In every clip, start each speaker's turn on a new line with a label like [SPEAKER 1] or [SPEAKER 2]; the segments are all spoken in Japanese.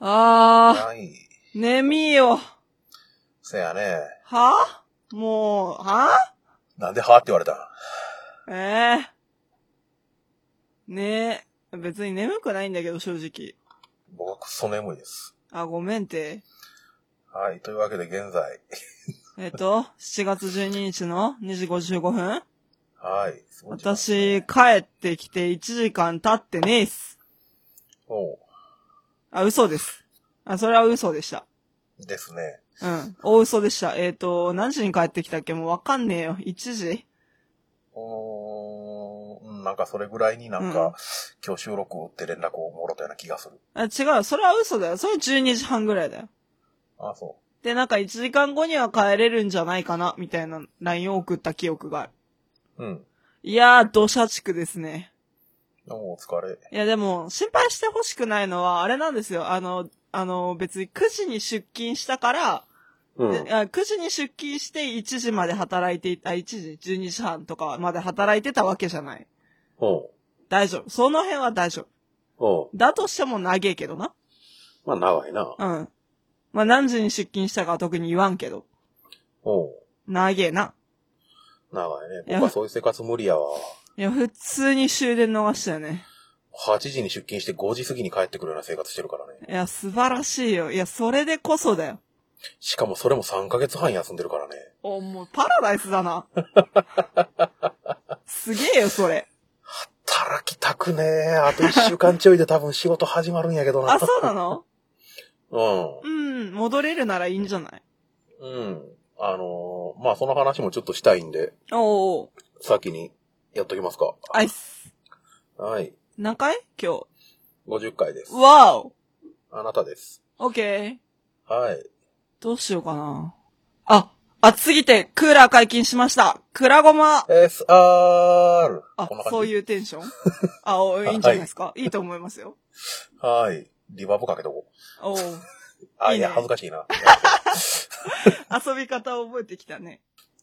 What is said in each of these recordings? [SPEAKER 1] あ
[SPEAKER 2] ない。
[SPEAKER 1] ー、眠いよ。
[SPEAKER 2] せやね。
[SPEAKER 1] はもう、は
[SPEAKER 2] なんではって言われたん
[SPEAKER 1] ええねえ。別に眠くないんだけど、正直。
[SPEAKER 2] 僕はクソ眠いです。
[SPEAKER 1] あ、ごめんて。
[SPEAKER 2] はい。というわけで現在。
[SPEAKER 1] えっと、7月12日の2時55分
[SPEAKER 2] はい。すごい時間です
[SPEAKER 1] 私、
[SPEAKER 2] ね
[SPEAKER 1] 帰。ってきて1時間経ってねえっす。
[SPEAKER 2] おう
[SPEAKER 1] あ、嘘です。あ、それは嘘でした。
[SPEAKER 2] ですね。
[SPEAKER 1] うん。大嘘でした。えっ、と、何時に帰ってきたっけもうわかんねえよ。1時
[SPEAKER 2] うーん、なんかそれぐらいになんか、
[SPEAKER 1] うん
[SPEAKER 2] 今日収録って連絡をもろたような気がする。
[SPEAKER 1] あ、違うよ。それは嘘だよ。それは12時半ぐらいだよ。
[SPEAKER 2] あ、そ
[SPEAKER 1] で、なんか1時間後には帰れるんじゃないかな、みたいな LINE を送った記憶がある。
[SPEAKER 2] う。うん。
[SPEAKER 1] いやー、土砂地区ですね。
[SPEAKER 2] どうもお疲れ。
[SPEAKER 1] いや、でも、心配してほしくないのは、あれなんですよ。あの、あの、別に9時に出勤したから、
[SPEAKER 2] う
[SPEAKER 1] であ9時に出勤して1時まで働いていた、1時、12時半とかまで働いてたわけじゃない。
[SPEAKER 2] お
[SPEAKER 1] 大丈夫。その辺は大丈夫。
[SPEAKER 2] お
[SPEAKER 1] だとしても長えけどな。
[SPEAKER 2] まあ長いな。
[SPEAKER 1] うん。まあ、何時に出勤したかは特に言わんけど。
[SPEAKER 2] おう
[SPEAKER 1] 長えな。
[SPEAKER 2] 長いね。
[SPEAKER 1] いや
[SPEAKER 2] 僕はそういう生活無理やわ。
[SPEAKER 1] いや、普通に終電逃したよね。
[SPEAKER 2] 8時に出勤して5時過ぎに帰ってくるような生活してるからね。
[SPEAKER 1] いや、素晴らしいよ。いや、それでこそだよ。
[SPEAKER 2] しかもそれも3ヶ月半休んでるからね。
[SPEAKER 1] お、もうパラダイスだな。すげえよ、それ。
[SPEAKER 2] 働きたくねえ。あと1週間ちょいで多分仕事始まるんやけどな。
[SPEAKER 1] あ、そうなの
[SPEAKER 2] う
[SPEAKER 1] うん、戻れるならいいんじゃない
[SPEAKER 2] ん。うん。あのーまあその話もちょっとしたいんで、
[SPEAKER 1] おーおー、
[SPEAKER 2] 先にやっときますか。
[SPEAKER 1] アイス。
[SPEAKER 2] はい。
[SPEAKER 1] 何回今
[SPEAKER 2] 50回です
[SPEAKER 1] 日。。わお
[SPEAKER 2] あなたです。
[SPEAKER 1] オッケー。
[SPEAKER 2] はい。
[SPEAKER 1] どうしようかな。あ、暑すぎて、クーラー解禁しました。クラゴマ
[SPEAKER 2] SR!
[SPEAKER 1] あ
[SPEAKER 2] こんな、感じ
[SPEAKER 1] そういうテンションあ、おいいんじゃないですか、い、いと思いますよ。
[SPEAKER 2] はい。リバーブかけとこう。
[SPEAKER 1] おー
[SPEAKER 2] あ、
[SPEAKER 1] いい
[SPEAKER 2] い
[SPEAKER 1] ね
[SPEAKER 2] や、恥ずかしいな。
[SPEAKER 1] 遊び方を覚えてきたね。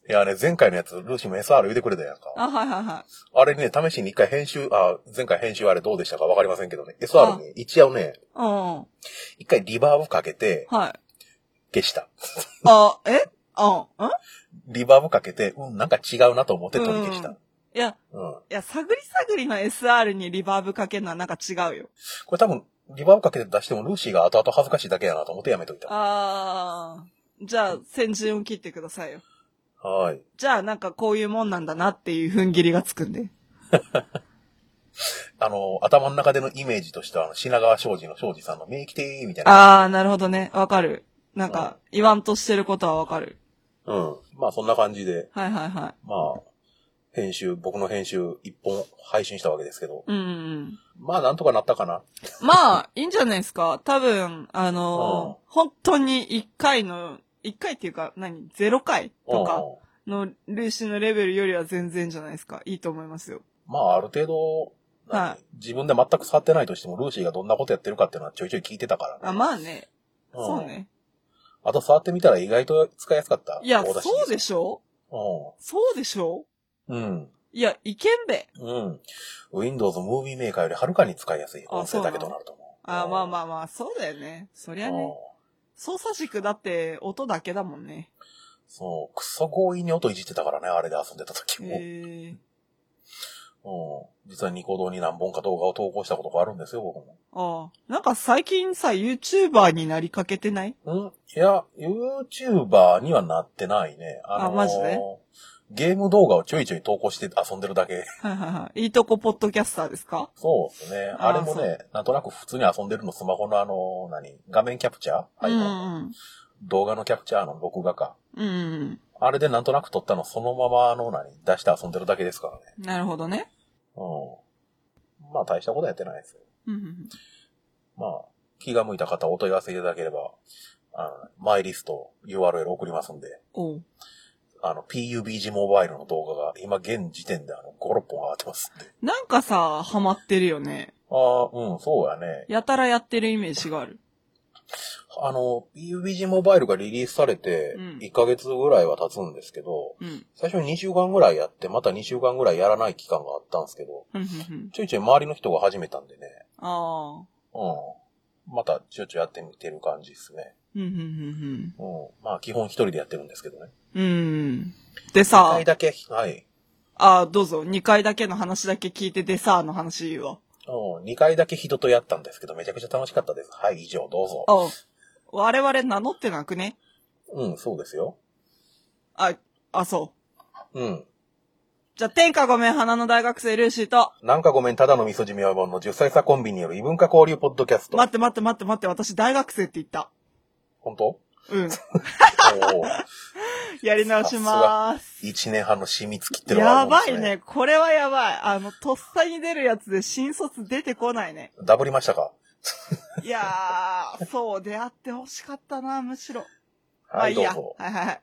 [SPEAKER 2] いやね、前回のやつ、ルーシーも SR 言うてくれたやんか。
[SPEAKER 1] あ、はいはいはい。
[SPEAKER 2] あれね、試しに一回編集、あ、前回編集あれどうでしたかわかりませんけどね。SR ね、一応ね、
[SPEAKER 1] うん。
[SPEAKER 2] 一回リバーブかけて、
[SPEAKER 1] はい。
[SPEAKER 2] 消した。
[SPEAKER 1] あ、えあ、うん
[SPEAKER 2] リバーブかけて、うん、なんか違うなと思って取り消した。
[SPEAKER 1] いや、
[SPEAKER 2] うん。
[SPEAKER 1] いや、探り探りの SR にリバーブかけるのはなんか違うよ。
[SPEAKER 2] これ多分、リバーブかけて出してもルーシーが後々恥ずかしいだけやなと思ってやめといた。
[SPEAKER 1] あー。じゃあ、先陣を切ってくださいよ。
[SPEAKER 2] はい。
[SPEAKER 1] じゃあ、なんかこういうもんなんだなっていう踏ん切りがつくんで。
[SPEAKER 2] あの、頭の中でのイメージとしては、あの品川庄司の庄司さんの名機亭みたいな。
[SPEAKER 1] あー、なるほどね。わかる。なんか、言わんとしてることはわかる。
[SPEAKER 2] うん。まあそんな感じで、
[SPEAKER 1] はいはいはい。
[SPEAKER 2] まあ、編集、僕の編集一本配信したわけですけど、
[SPEAKER 1] うんうん。
[SPEAKER 2] まあなんとかなったかな。
[SPEAKER 1] まあ、いいんじゃないですか。多分、あのー本当に一回の、一回っていうか、何ゼロ回とか
[SPEAKER 2] う
[SPEAKER 1] のルーシーのレベルよりは全然じゃないですか。いいと思いますよ。
[SPEAKER 2] んまあある程度、
[SPEAKER 1] は
[SPEAKER 2] 自分で全く触ってないとしても、ルーシーがどんなことやってるかっていうのはちょいちょい聞いてたから、
[SPEAKER 1] あ、まあね。
[SPEAKER 2] ん
[SPEAKER 1] そう。ね。
[SPEAKER 2] あと触ってみたら意外と使いやすかった。
[SPEAKER 1] いや、そうでしょ
[SPEAKER 2] ょ。
[SPEAKER 1] そうでしょ
[SPEAKER 2] うん。うん。
[SPEAKER 1] いや、いけんべ。
[SPEAKER 2] うん。Windows ムービーメーカーよりはるかに使いやすい。
[SPEAKER 1] あ
[SPEAKER 2] 音声だけとなると思う。
[SPEAKER 1] あーまあま
[SPEAKER 2] あ。
[SPEAKER 1] あまあ、そうだよね。そりゃ
[SPEAKER 2] うん
[SPEAKER 1] ね。操作軸だって音だけだもんね。
[SPEAKER 2] そう、クソ強引に音いじってたからね、あれで遊んでた時も。
[SPEAKER 1] へえ。
[SPEAKER 2] うん。実はニコ動に何本か動画を投稿したことがあるんですよ、僕も。
[SPEAKER 1] ああ。なんか最近さ、YouTuber になりかけてない
[SPEAKER 2] うんいや、YouTuber にはなってないね。あの
[SPEAKER 1] あ
[SPEAKER 2] ー
[SPEAKER 1] マジで
[SPEAKER 2] ゲーム動画をちょいちょい投稿して遊んでるだけ。
[SPEAKER 1] はいはいはい。いいとこポッドキャスターですか
[SPEAKER 2] そうですね。
[SPEAKER 1] あ
[SPEAKER 2] あ
[SPEAKER 1] ー
[SPEAKER 2] れもね、なんとなく普通に遊んでるのスマホのあのー、何画面キャプチャー、
[SPEAKER 1] うん
[SPEAKER 2] iPhone
[SPEAKER 1] うん。
[SPEAKER 2] 動画のキャプチャーの録画か。
[SPEAKER 1] うんうん。
[SPEAKER 2] あれでなんとなく撮ったのそのままあの何出して遊んでるだけですからね。
[SPEAKER 1] なるほどね。
[SPEAKER 2] うん。まあ大したことやってないですよ。
[SPEAKER 1] うんうん
[SPEAKER 2] まあ、気が向いた方お問い合わせいただければ、あの、マイリスト URL 送りますんで、
[SPEAKER 1] おう
[SPEAKER 2] あの、PUBG モバイルの動画が今現時点であの、5、6本上がってますんで。
[SPEAKER 1] なんかさ、ハマってるよね。
[SPEAKER 2] ああ、うん、そうやね。
[SPEAKER 1] やたらやってるイメージがある。
[SPEAKER 2] あの、PUBG モバイルがリリースされて
[SPEAKER 1] うん、
[SPEAKER 2] 1ヶ月ぐらいは経つんですけど、
[SPEAKER 1] うん。
[SPEAKER 2] 最初に2週間ぐらいやって、また2週間ぐらいやらない期間があったんですけど、
[SPEAKER 1] うんうんうん。
[SPEAKER 2] ちょいちょい周りの人が始めたんでね、
[SPEAKER 1] ああ。
[SPEAKER 2] うん。またちょいちょいやってみてる感じですね。
[SPEAKER 1] うん、うん、
[SPEAKER 2] うん。まあ、基本一人でやってるんですけどね。
[SPEAKER 1] うん、うん。うん。で
[SPEAKER 2] 一
[SPEAKER 1] さ
[SPEAKER 2] 回、だけ、はい。
[SPEAKER 1] あどうぞ、2回だけの話だけ聞いてでさ、の話言うわ。
[SPEAKER 2] うん、2回だけ人とやったんですけど、めちゃくちゃ楽しかったです。はい、以上、どうぞ。
[SPEAKER 1] あ我々名乗ってなくね
[SPEAKER 2] うん、そうですよ。
[SPEAKER 1] あ、あ、そう。
[SPEAKER 2] うん。
[SPEAKER 1] じゃあ、天下ごめん、花の大学生ルーシーと、
[SPEAKER 2] なんかごめん、ただの味噌汁妙本の10歳差コンビによる異文化交流ポッドキャスト。
[SPEAKER 1] 待って待って待って待って、私大学生って言った。
[SPEAKER 2] 本当
[SPEAKER 1] うん。
[SPEAKER 2] おー
[SPEAKER 1] やり直しまーす。
[SPEAKER 2] 一年半の染みつきってのがあ
[SPEAKER 1] や
[SPEAKER 2] るもん
[SPEAKER 1] ば
[SPEAKER 2] です
[SPEAKER 1] いね。。これはやばい。あの、とっさに出るやつで新卒出てこないね。
[SPEAKER 2] ダブりましたか
[SPEAKER 1] いや ー、そう、出会ってほしかったな、むしろ。ま
[SPEAKER 2] は
[SPEAKER 1] あ
[SPEAKER 2] い、
[SPEAKER 1] いい
[SPEAKER 2] どう
[SPEAKER 1] や。
[SPEAKER 2] ぞ。
[SPEAKER 1] はいはいはい。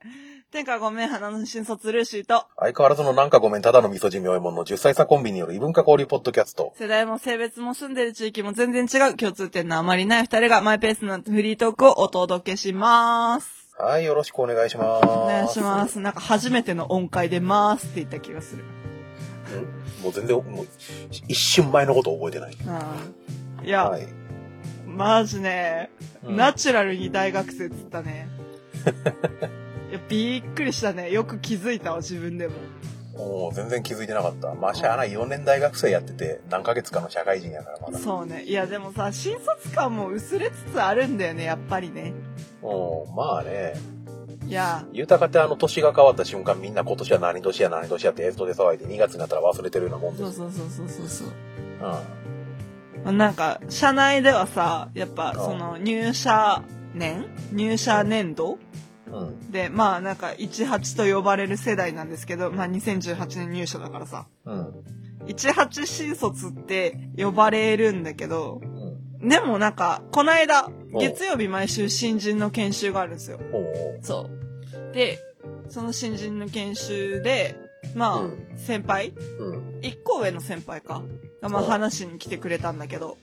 [SPEAKER 1] 天下ごめん、花の新卒ルーシーと、
[SPEAKER 2] 相変わらずのなんかごめん、ただの味噌汁妙本の10歳差コンビによる異文化交流ポッドキャスト。
[SPEAKER 1] 世代も性別も住んでる地域も全然違う共通点のあまりない二人がマイペースなフリートークをお届けします。
[SPEAKER 2] はい、よろしくお願いします。
[SPEAKER 1] お願いします。なんか初めての音階でまーすって言った気がする。
[SPEAKER 2] す。もう全然、もう、一瞬前のこと覚えてない。
[SPEAKER 1] あーいや、
[SPEAKER 2] はい。
[SPEAKER 1] マジね、
[SPEAKER 2] うん
[SPEAKER 1] ナチュラルに大学生っつった ね。いや、びっくりしたね。よく気づいたわ、自分でも。
[SPEAKER 2] もう全然気づいてなかった。まあ、しゃあない。4年大学生やってて、何ヶ月かの社会人やから、まだ。
[SPEAKER 1] そうね。いや、でもさ、新卒感も薄れつつあるんだよね、やっぱりね。
[SPEAKER 2] うん、まあね。
[SPEAKER 1] いや、
[SPEAKER 2] 豊かってあの年が変わった瞬間みんな今年は何年や何年やってエストで騒いで2月になったら忘れてるようなもん
[SPEAKER 1] そ
[SPEAKER 2] で
[SPEAKER 1] う
[SPEAKER 2] す。
[SPEAKER 1] そうそうそうそうそう。
[SPEAKER 2] う
[SPEAKER 1] まあなんか、社内ではさ、やっぱ、
[SPEAKER 2] ん
[SPEAKER 1] その、入社年入社年度
[SPEAKER 2] ん。うん。
[SPEAKER 1] で、まあ、なんか、18と呼ばれる世代なんですけど、まあ、2018年入社だからさ、
[SPEAKER 2] うん。
[SPEAKER 1] 18新卒って呼ばれるんだけど、
[SPEAKER 2] うん。
[SPEAKER 1] でもなんか、この間、
[SPEAKER 2] お
[SPEAKER 1] 月曜日毎週新人の研修があるんですよ。
[SPEAKER 2] ほう
[SPEAKER 1] そう。で、その新人の研修で、まあ、
[SPEAKER 2] うん
[SPEAKER 1] 先輩
[SPEAKER 2] ほう。うん。
[SPEAKER 1] 一個上の先輩か。がまあ
[SPEAKER 2] お
[SPEAKER 1] 話しに来てくれたんだけど、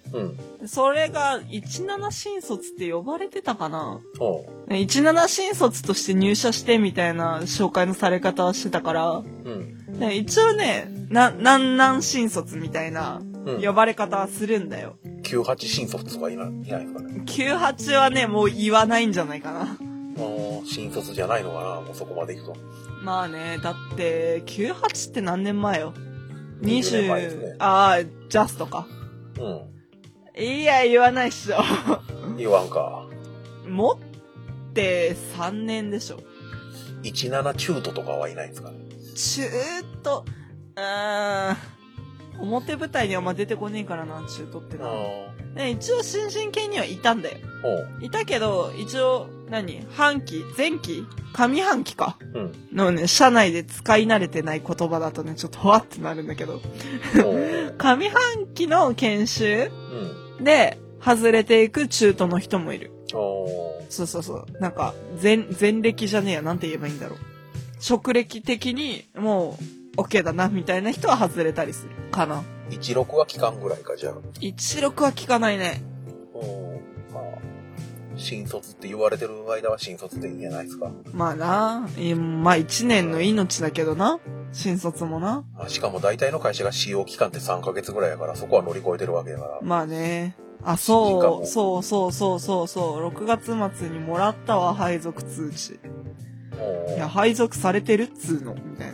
[SPEAKER 2] うん。
[SPEAKER 1] それが17新卒って呼ばれてたかな
[SPEAKER 2] ほ
[SPEAKER 1] ?17 新卒として入社してみたいな紹介のされ方はしてたから、
[SPEAKER 2] う。うん。
[SPEAKER 1] ね一応ね、な、なんなん新卒みたいな
[SPEAKER 2] うん。
[SPEAKER 1] 呼ばれ方はするんだよ。
[SPEAKER 2] 98新卒とかいないいないですかね。
[SPEAKER 1] 98はね、もう言わないんじゃないかな。
[SPEAKER 2] うん新卒じゃないのかなもうそこまで行くと。
[SPEAKER 1] まあね、だって、98って何年前よ ?20、
[SPEAKER 2] 年前ですね
[SPEAKER 1] ああ、ジャストか。いや、言わないっしょ。
[SPEAKER 2] うん。言わんか。
[SPEAKER 1] 持って3年でしょ。
[SPEAKER 2] 17中途とかはいないですかね。
[SPEAKER 1] 中途、うーん。表舞台にはまあ出てこねえからな、中途って
[SPEAKER 2] うん。
[SPEAKER 1] な。
[SPEAKER 2] ほ
[SPEAKER 1] ね一応新人系にはいたんだよ。
[SPEAKER 2] う。
[SPEAKER 1] いたけど、一応、何半期前期上半期か。
[SPEAKER 2] うん。
[SPEAKER 1] のね、社内で使い慣れてない言葉だとね、ちょっとわってなるんだけど。
[SPEAKER 2] ほう。
[SPEAKER 1] 上半期の研修
[SPEAKER 2] うん。
[SPEAKER 1] で、外れていく中途の人もいる。
[SPEAKER 2] ほ
[SPEAKER 1] そうそうそう。なんか、前、前歴じゃねえや。なんて言えばいいんだろう。職歴的に、もう、OK だな、みたいな人は外れたりする。かな。
[SPEAKER 2] う。16は期間ぐらいか、じゃあ。
[SPEAKER 1] 16は聞かないね。
[SPEAKER 2] うん。まあ、新卒って言われてる間は新卒でいいんじゃないですか。
[SPEAKER 1] まあな。いまあ、1年の命だけどな。新卒もな。
[SPEAKER 2] まあしかも大体の会社が使用期間って3ヶ月ぐらいやから、そこは乗り越えてるわけだから。
[SPEAKER 1] まあね。あ、
[SPEAKER 2] いいか
[SPEAKER 1] そう、
[SPEAKER 2] も
[SPEAKER 1] そうそうそうそうそう。6月末にもらったわ、配属通知。
[SPEAKER 2] うん
[SPEAKER 1] いや、配属されてるっつうの、みたいな。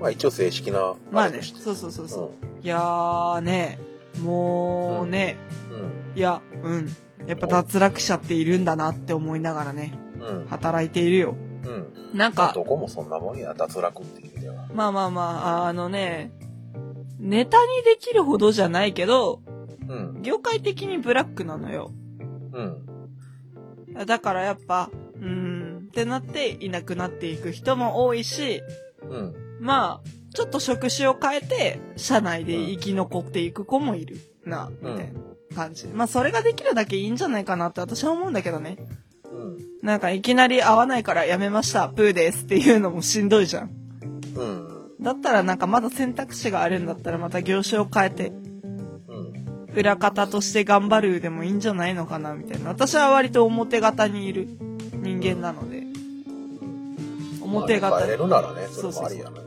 [SPEAKER 2] まあ一応正式な。
[SPEAKER 1] まあ
[SPEAKER 2] れ
[SPEAKER 1] ね。
[SPEAKER 2] として
[SPEAKER 1] そうそうそうそう。
[SPEAKER 2] う
[SPEAKER 1] いやーね、もうね、
[SPEAKER 2] ん。
[SPEAKER 1] いや、うん。やっぱ脱落者っているんだなって思いながらね、
[SPEAKER 2] うん。
[SPEAKER 1] 働いているよ。
[SPEAKER 2] うん。うん。
[SPEAKER 1] なんか、
[SPEAKER 2] どこもそんなもんや、脱落っていう意味では。
[SPEAKER 1] まあまあまあ、あのね、ネタにできるほどじゃないけど、
[SPEAKER 2] うん。
[SPEAKER 1] 業界的にブラックなのよ。
[SPEAKER 2] うん。
[SPEAKER 1] だからやっぱ、うーん、ってなっていなくなっていく人も多いし、
[SPEAKER 2] うん。
[SPEAKER 1] まあ、ちょっと職種を変えて、社内で生き残っていく子もいるな、みたいな感じ。まあ、それができるだけいいんじゃないかなって私は思うんだけどね。
[SPEAKER 2] うん。
[SPEAKER 1] なんかいきなり会わないからやめました、プーですっていうのもしんどいじゃん。
[SPEAKER 2] うん。
[SPEAKER 1] だったらなんかまだ選択肢があるんだったらまた業種を変えて、
[SPEAKER 2] うん。
[SPEAKER 1] 裏方として頑張るでもいいんじゃないのかな、みたいな。私は割と表方にいる人間なので、表
[SPEAKER 2] まあ
[SPEAKER 1] 方
[SPEAKER 2] 変えれるならね、それもありや
[SPEAKER 1] そう
[SPEAKER 2] な。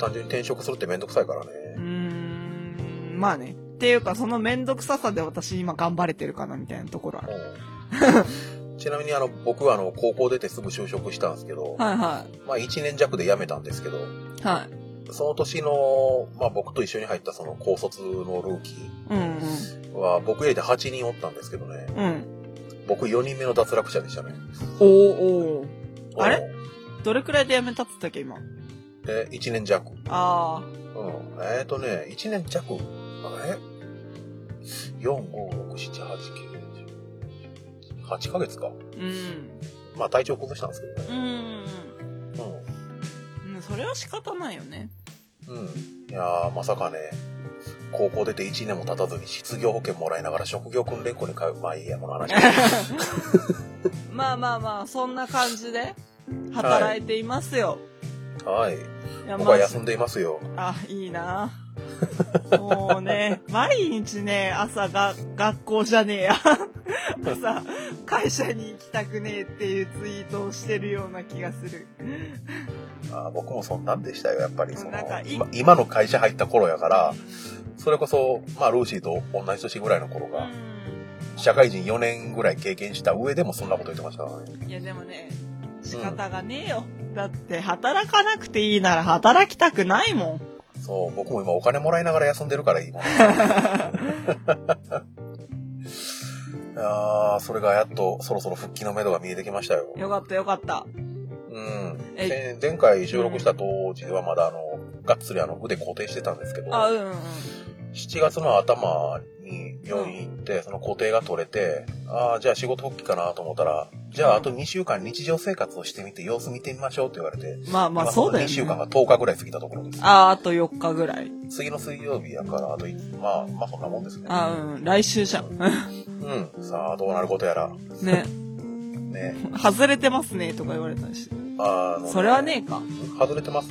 [SPEAKER 2] 単純に転職するってめんどくさいからね
[SPEAKER 1] うー。んまあね。っていうか、そのめんどくささで私今頑張れてるかなみたいなところある。
[SPEAKER 2] うんちなみにあの、僕はあの、高校出てすぐ就職したんですけど、
[SPEAKER 1] はいは
[SPEAKER 2] まあ1年弱で辞めたんですけど、
[SPEAKER 1] い。はい。
[SPEAKER 2] その年の、まあ僕と一緒に入ったその高卒のルーキ
[SPEAKER 1] うん
[SPEAKER 2] ーは、僕入れて8人おったんですけどね、
[SPEAKER 1] うん。うん。
[SPEAKER 2] 僕4人目の脱落者でしたね。
[SPEAKER 1] おーおーあれ
[SPEAKER 2] うん
[SPEAKER 1] どれくらいで辞めたって言ったっけ今。
[SPEAKER 2] で、1年弱。
[SPEAKER 1] あ
[SPEAKER 2] うん。えっ、ー、とね、1年弱。え ?4、5、6、7、8、9、10 8ヶ月か。
[SPEAKER 1] ー。うん。
[SPEAKER 2] まあ体調崩したんですけど
[SPEAKER 1] う
[SPEAKER 2] ね。
[SPEAKER 1] ん。
[SPEAKER 2] う
[SPEAKER 1] う
[SPEAKER 2] ん。
[SPEAKER 1] んそれは仕方ないよね。
[SPEAKER 2] うん。いやー、まさかね、高校出て1年も経たずに失業保険もらいながら職業訓練校に通う。まあいいや、こ の話。
[SPEAKER 1] まあまあまあ、そんな感じで働いていますよ。
[SPEAKER 2] はい。
[SPEAKER 1] いや
[SPEAKER 2] 僕は
[SPEAKER 1] まあ
[SPEAKER 2] 休んでいますよ。
[SPEAKER 1] あ、いいな。もう ね、毎日ね、朝が、学校じゃねえや。朝、会社に行きたくねえっていうツイートをしてるような気がする。
[SPEAKER 2] あー僕もそんなんでしたよ、やっぱり。その
[SPEAKER 1] なんかい
[SPEAKER 2] 今今の会社入った頃やから、それこそ、まあルーシーと同じ年ぐらいの頃が、社会人4年ぐらい経験した上でもそんなこと言ってましたからね。
[SPEAKER 1] うん。いや、でもね、仕方がねえよ。だって、働かなくていいなら働きたくないもん。
[SPEAKER 2] そう、僕も今お金もらいながら休んでるからい いもん。あーそれがやっとそろそろ復帰の目処が見えてきましたよ。
[SPEAKER 1] よかったよかった。
[SPEAKER 2] うん。
[SPEAKER 1] え
[SPEAKER 2] で前回収録した当時はまだあの、がっつりあの腕固定してたんですけど、
[SPEAKER 1] あ、うんうんうん。
[SPEAKER 2] 7月の頭に病院行って、その固定が取れて、ああ、じゃあ仕事復帰かなと思ったら、じゃああと2週間日常生活をしてみて様子見てみましょうって言われて、
[SPEAKER 1] まあまあ、
[SPEAKER 2] 今
[SPEAKER 1] そうだよ
[SPEAKER 2] 2週間
[SPEAKER 1] ね。
[SPEAKER 2] が10日ぐらい過ぎたところです。
[SPEAKER 1] あ、あと4日ぐらい。
[SPEAKER 2] 次の水曜日やから、あとい、まあ、まあそんなもんですね。
[SPEAKER 1] あ、うん。来週じゃん。
[SPEAKER 2] うん。さあ、どうなることやら。
[SPEAKER 1] ね。
[SPEAKER 2] ね。
[SPEAKER 1] 外れてますね、とか言われたし。
[SPEAKER 2] あ の
[SPEAKER 1] それはねえか。
[SPEAKER 2] 外れてます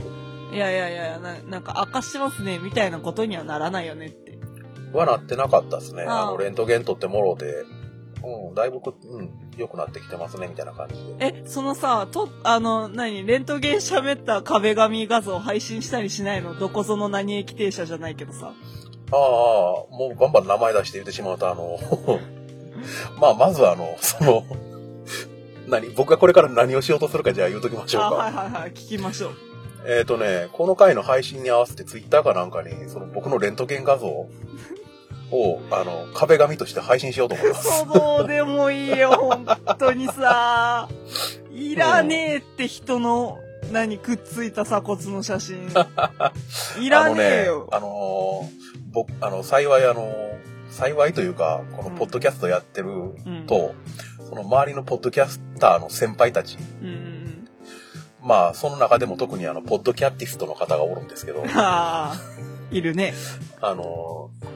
[SPEAKER 1] いやいやいや、ななんか明かしますね、みたいなことにはならないよねって。
[SPEAKER 2] はなってなかったですね。
[SPEAKER 1] ああ
[SPEAKER 2] あの、レントゲン取ってもろうて、うん、だいぶく、うん、良くなってきてますね、みたいな感じで。
[SPEAKER 1] え、そのさ、と、あの、何、レントゲン喋った壁紙画像配信したりしないのどこぞの何駅停車じゃないけどさ。
[SPEAKER 2] ああ、もうバンバン名前出して言ってしまうと、あの、 まあ、まずあの、その、何僕がこれから何をしようとするかじゃあ言うときまし
[SPEAKER 1] あ、
[SPEAKER 2] ょうか。
[SPEAKER 1] はいはいはい、聞きましょう。
[SPEAKER 2] えっ、とね、この回の配信に合わせてツイッターかなんかに、その僕のレントゲン画像を、あの、壁紙として配信しようと思い ます。
[SPEAKER 1] そうどうでもいいよ、本当にさ。いらねえって人の、何、くっついた鎖骨の写 真。いらねえよ。
[SPEAKER 2] あのね、あのー僕、あの、幸いあのー幸いというか、このポッドキャストやってる
[SPEAKER 1] うん
[SPEAKER 2] と、その周りのポッドキャスターの先輩たち、
[SPEAKER 1] うんうん
[SPEAKER 2] まあ、その中でも特にあの、ポッドキャティストの方がおるんですけ ど
[SPEAKER 1] うん。、ああ、いるね。
[SPEAKER 2] あのー、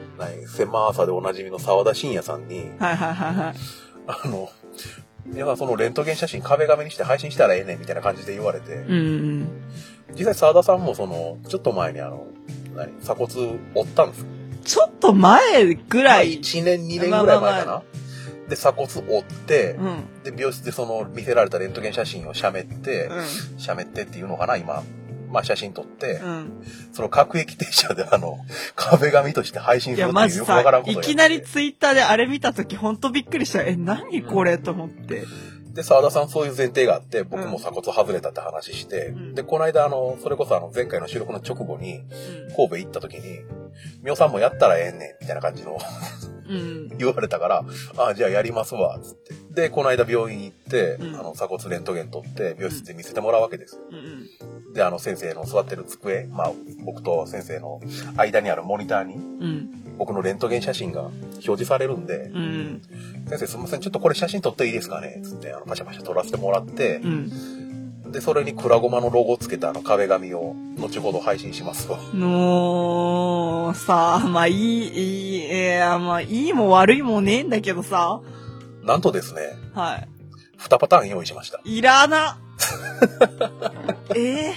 [SPEAKER 2] 何狭さでおなじみの沢田信也さんに、
[SPEAKER 1] はいはいはいはい。
[SPEAKER 2] あの、皆さんそのレントゲン写真壁紙にして配信したらええねんみたいな感じで言われて、
[SPEAKER 1] うんうん。
[SPEAKER 2] 実際澤田さんもその、ちょっと前にあの、何鎖骨折ったんです
[SPEAKER 1] ちょっと前ぐらい。
[SPEAKER 2] 1年、2年ぐらい前かな。
[SPEAKER 1] まあまあ
[SPEAKER 2] で、鎖骨折って、
[SPEAKER 1] うん。うん。
[SPEAKER 2] で、病室でその見せられたレントゲン写真をしゃめって、しゃめってっていうのかな、今。まあ写真撮って、
[SPEAKER 1] うん。
[SPEAKER 2] その各駅停車であの、壁紙として配信
[SPEAKER 1] い
[SPEAKER 2] する
[SPEAKER 1] や、
[SPEAKER 2] って
[SPEAKER 1] マ
[SPEAKER 2] いう
[SPEAKER 1] ジ
[SPEAKER 2] よくわから
[SPEAKER 1] さ
[SPEAKER 2] ん、こと
[SPEAKER 1] い
[SPEAKER 2] をやって
[SPEAKER 1] きなりツイッターであれ見たとき、ほんとびっくりした。え、何これと思って。
[SPEAKER 2] で、沢田さんそういう前提があって、僕
[SPEAKER 1] うん
[SPEAKER 2] も鎖骨外れたって話して、
[SPEAKER 1] うん
[SPEAKER 2] で、この間あの、それこそあの、前回の収録の直後に、神戸行った時に、みおさんもやったらええねん、みたいな感じの
[SPEAKER 1] うん。
[SPEAKER 2] 言われたから、あ、じゃあやりますわ、つって。で、この間病院行って、
[SPEAKER 1] うん
[SPEAKER 2] あの、鎖骨レントゲン取って、病室で見せてもらうわけですよ。
[SPEAKER 1] うん。
[SPEAKER 2] で、あの、先生の座ってる机、まあ、僕と先生の間にあるモニターに、
[SPEAKER 1] うん。
[SPEAKER 2] 僕のレントゲン写真が表示されるんで、
[SPEAKER 1] うん。
[SPEAKER 2] 先生すみません、ちょっとこれ写真撮っていいですかねつって、あの、パシャパシャ撮らせてもらって、
[SPEAKER 1] うん。
[SPEAKER 2] で、それにクラゴマのロゴをつけたあの壁紙を後ほど配信しますわ。
[SPEAKER 1] のー、さあ、まあいい、いい、えー、まあいいも悪いもねえんだけどさ。
[SPEAKER 2] なんとですね、
[SPEAKER 1] は
[SPEAKER 2] 2パターン用意しました。
[SPEAKER 1] い。いらな。え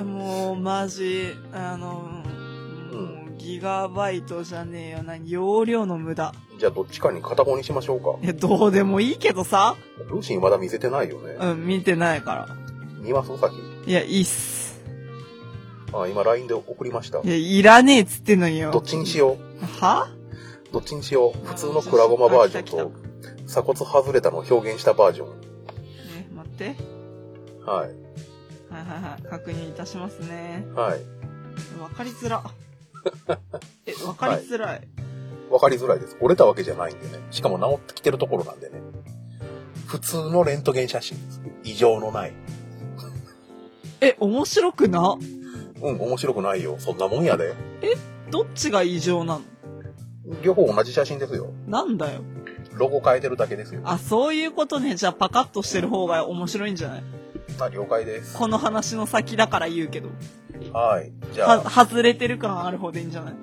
[SPEAKER 1] ー、もう、マジ、あの、もうギガバイトじゃねえよな。容量の無駄。
[SPEAKER 2] じゃあどっちかに片方にしましょうか。
[SPEAKER 1] いや、どうでもいいけどさ。
[SPEAKER 2] ルーシーまだ見せてないよね。
[SPEAKER 1] うん、見てないから。
[SPEAKER 2] 見ます先。
[SPEAKER 1] いや、いいっす。
[SPEAKER 2] あ今 LINE で送りました
[SPEAKER 1] い。や、いらねえっつってんのに
[SPEAKER 2] ど
[SPEAKER 1] よ
[SPEAKER 2] っ。ちにしよ
[SPEAKER 1] は
[SPEAKER 2] うどっちにしよう普通のクラゴマバージョン
[SPEAKER 1] あ来た
[SPEAKER 2] と鎖骨外れたのを表現したバージョン。
[SPEAKER 1] え、待って。
[SPEAKER 2] はい。
[SPEAKER 1] はいはいはい。確認いたしますね。
[SPEAKER 2] はい。
[SPEAKER 1] わかりづら。え、わかりづらい。
[SPEAKER 2] わかりづらいです。折れたわけじゃないんでね。しかも治ってきてるところなんでね。普通のレントゲン写真です。異常のない。
[SPEAKER 1] え、面白くな。
[SPEAKER 2] うん、面白くないよ。そんなもんやで。
[SPEAKER 1] どっちが異常なの
[SPEAKER 2] 両方同じ写真ですよ。
[SPEAKER 1] なんだよ。
[SPEAKER 2] ロゴ変えてるだけですよ。
[SPEAKER 1] あ、そういうことね。じゃあパカッとしてる方が面白いんじゃない
[SPEAKER 2] あ、了解です。
[SPEAKER 1] この話の先だから言うけど。
[SPEAKER 2] はい。じ
[SPEAKER 1] は
[SPEAKER 2] ゃ、
[SPEAKER 1] 外れてる感ある方でいいんじゃない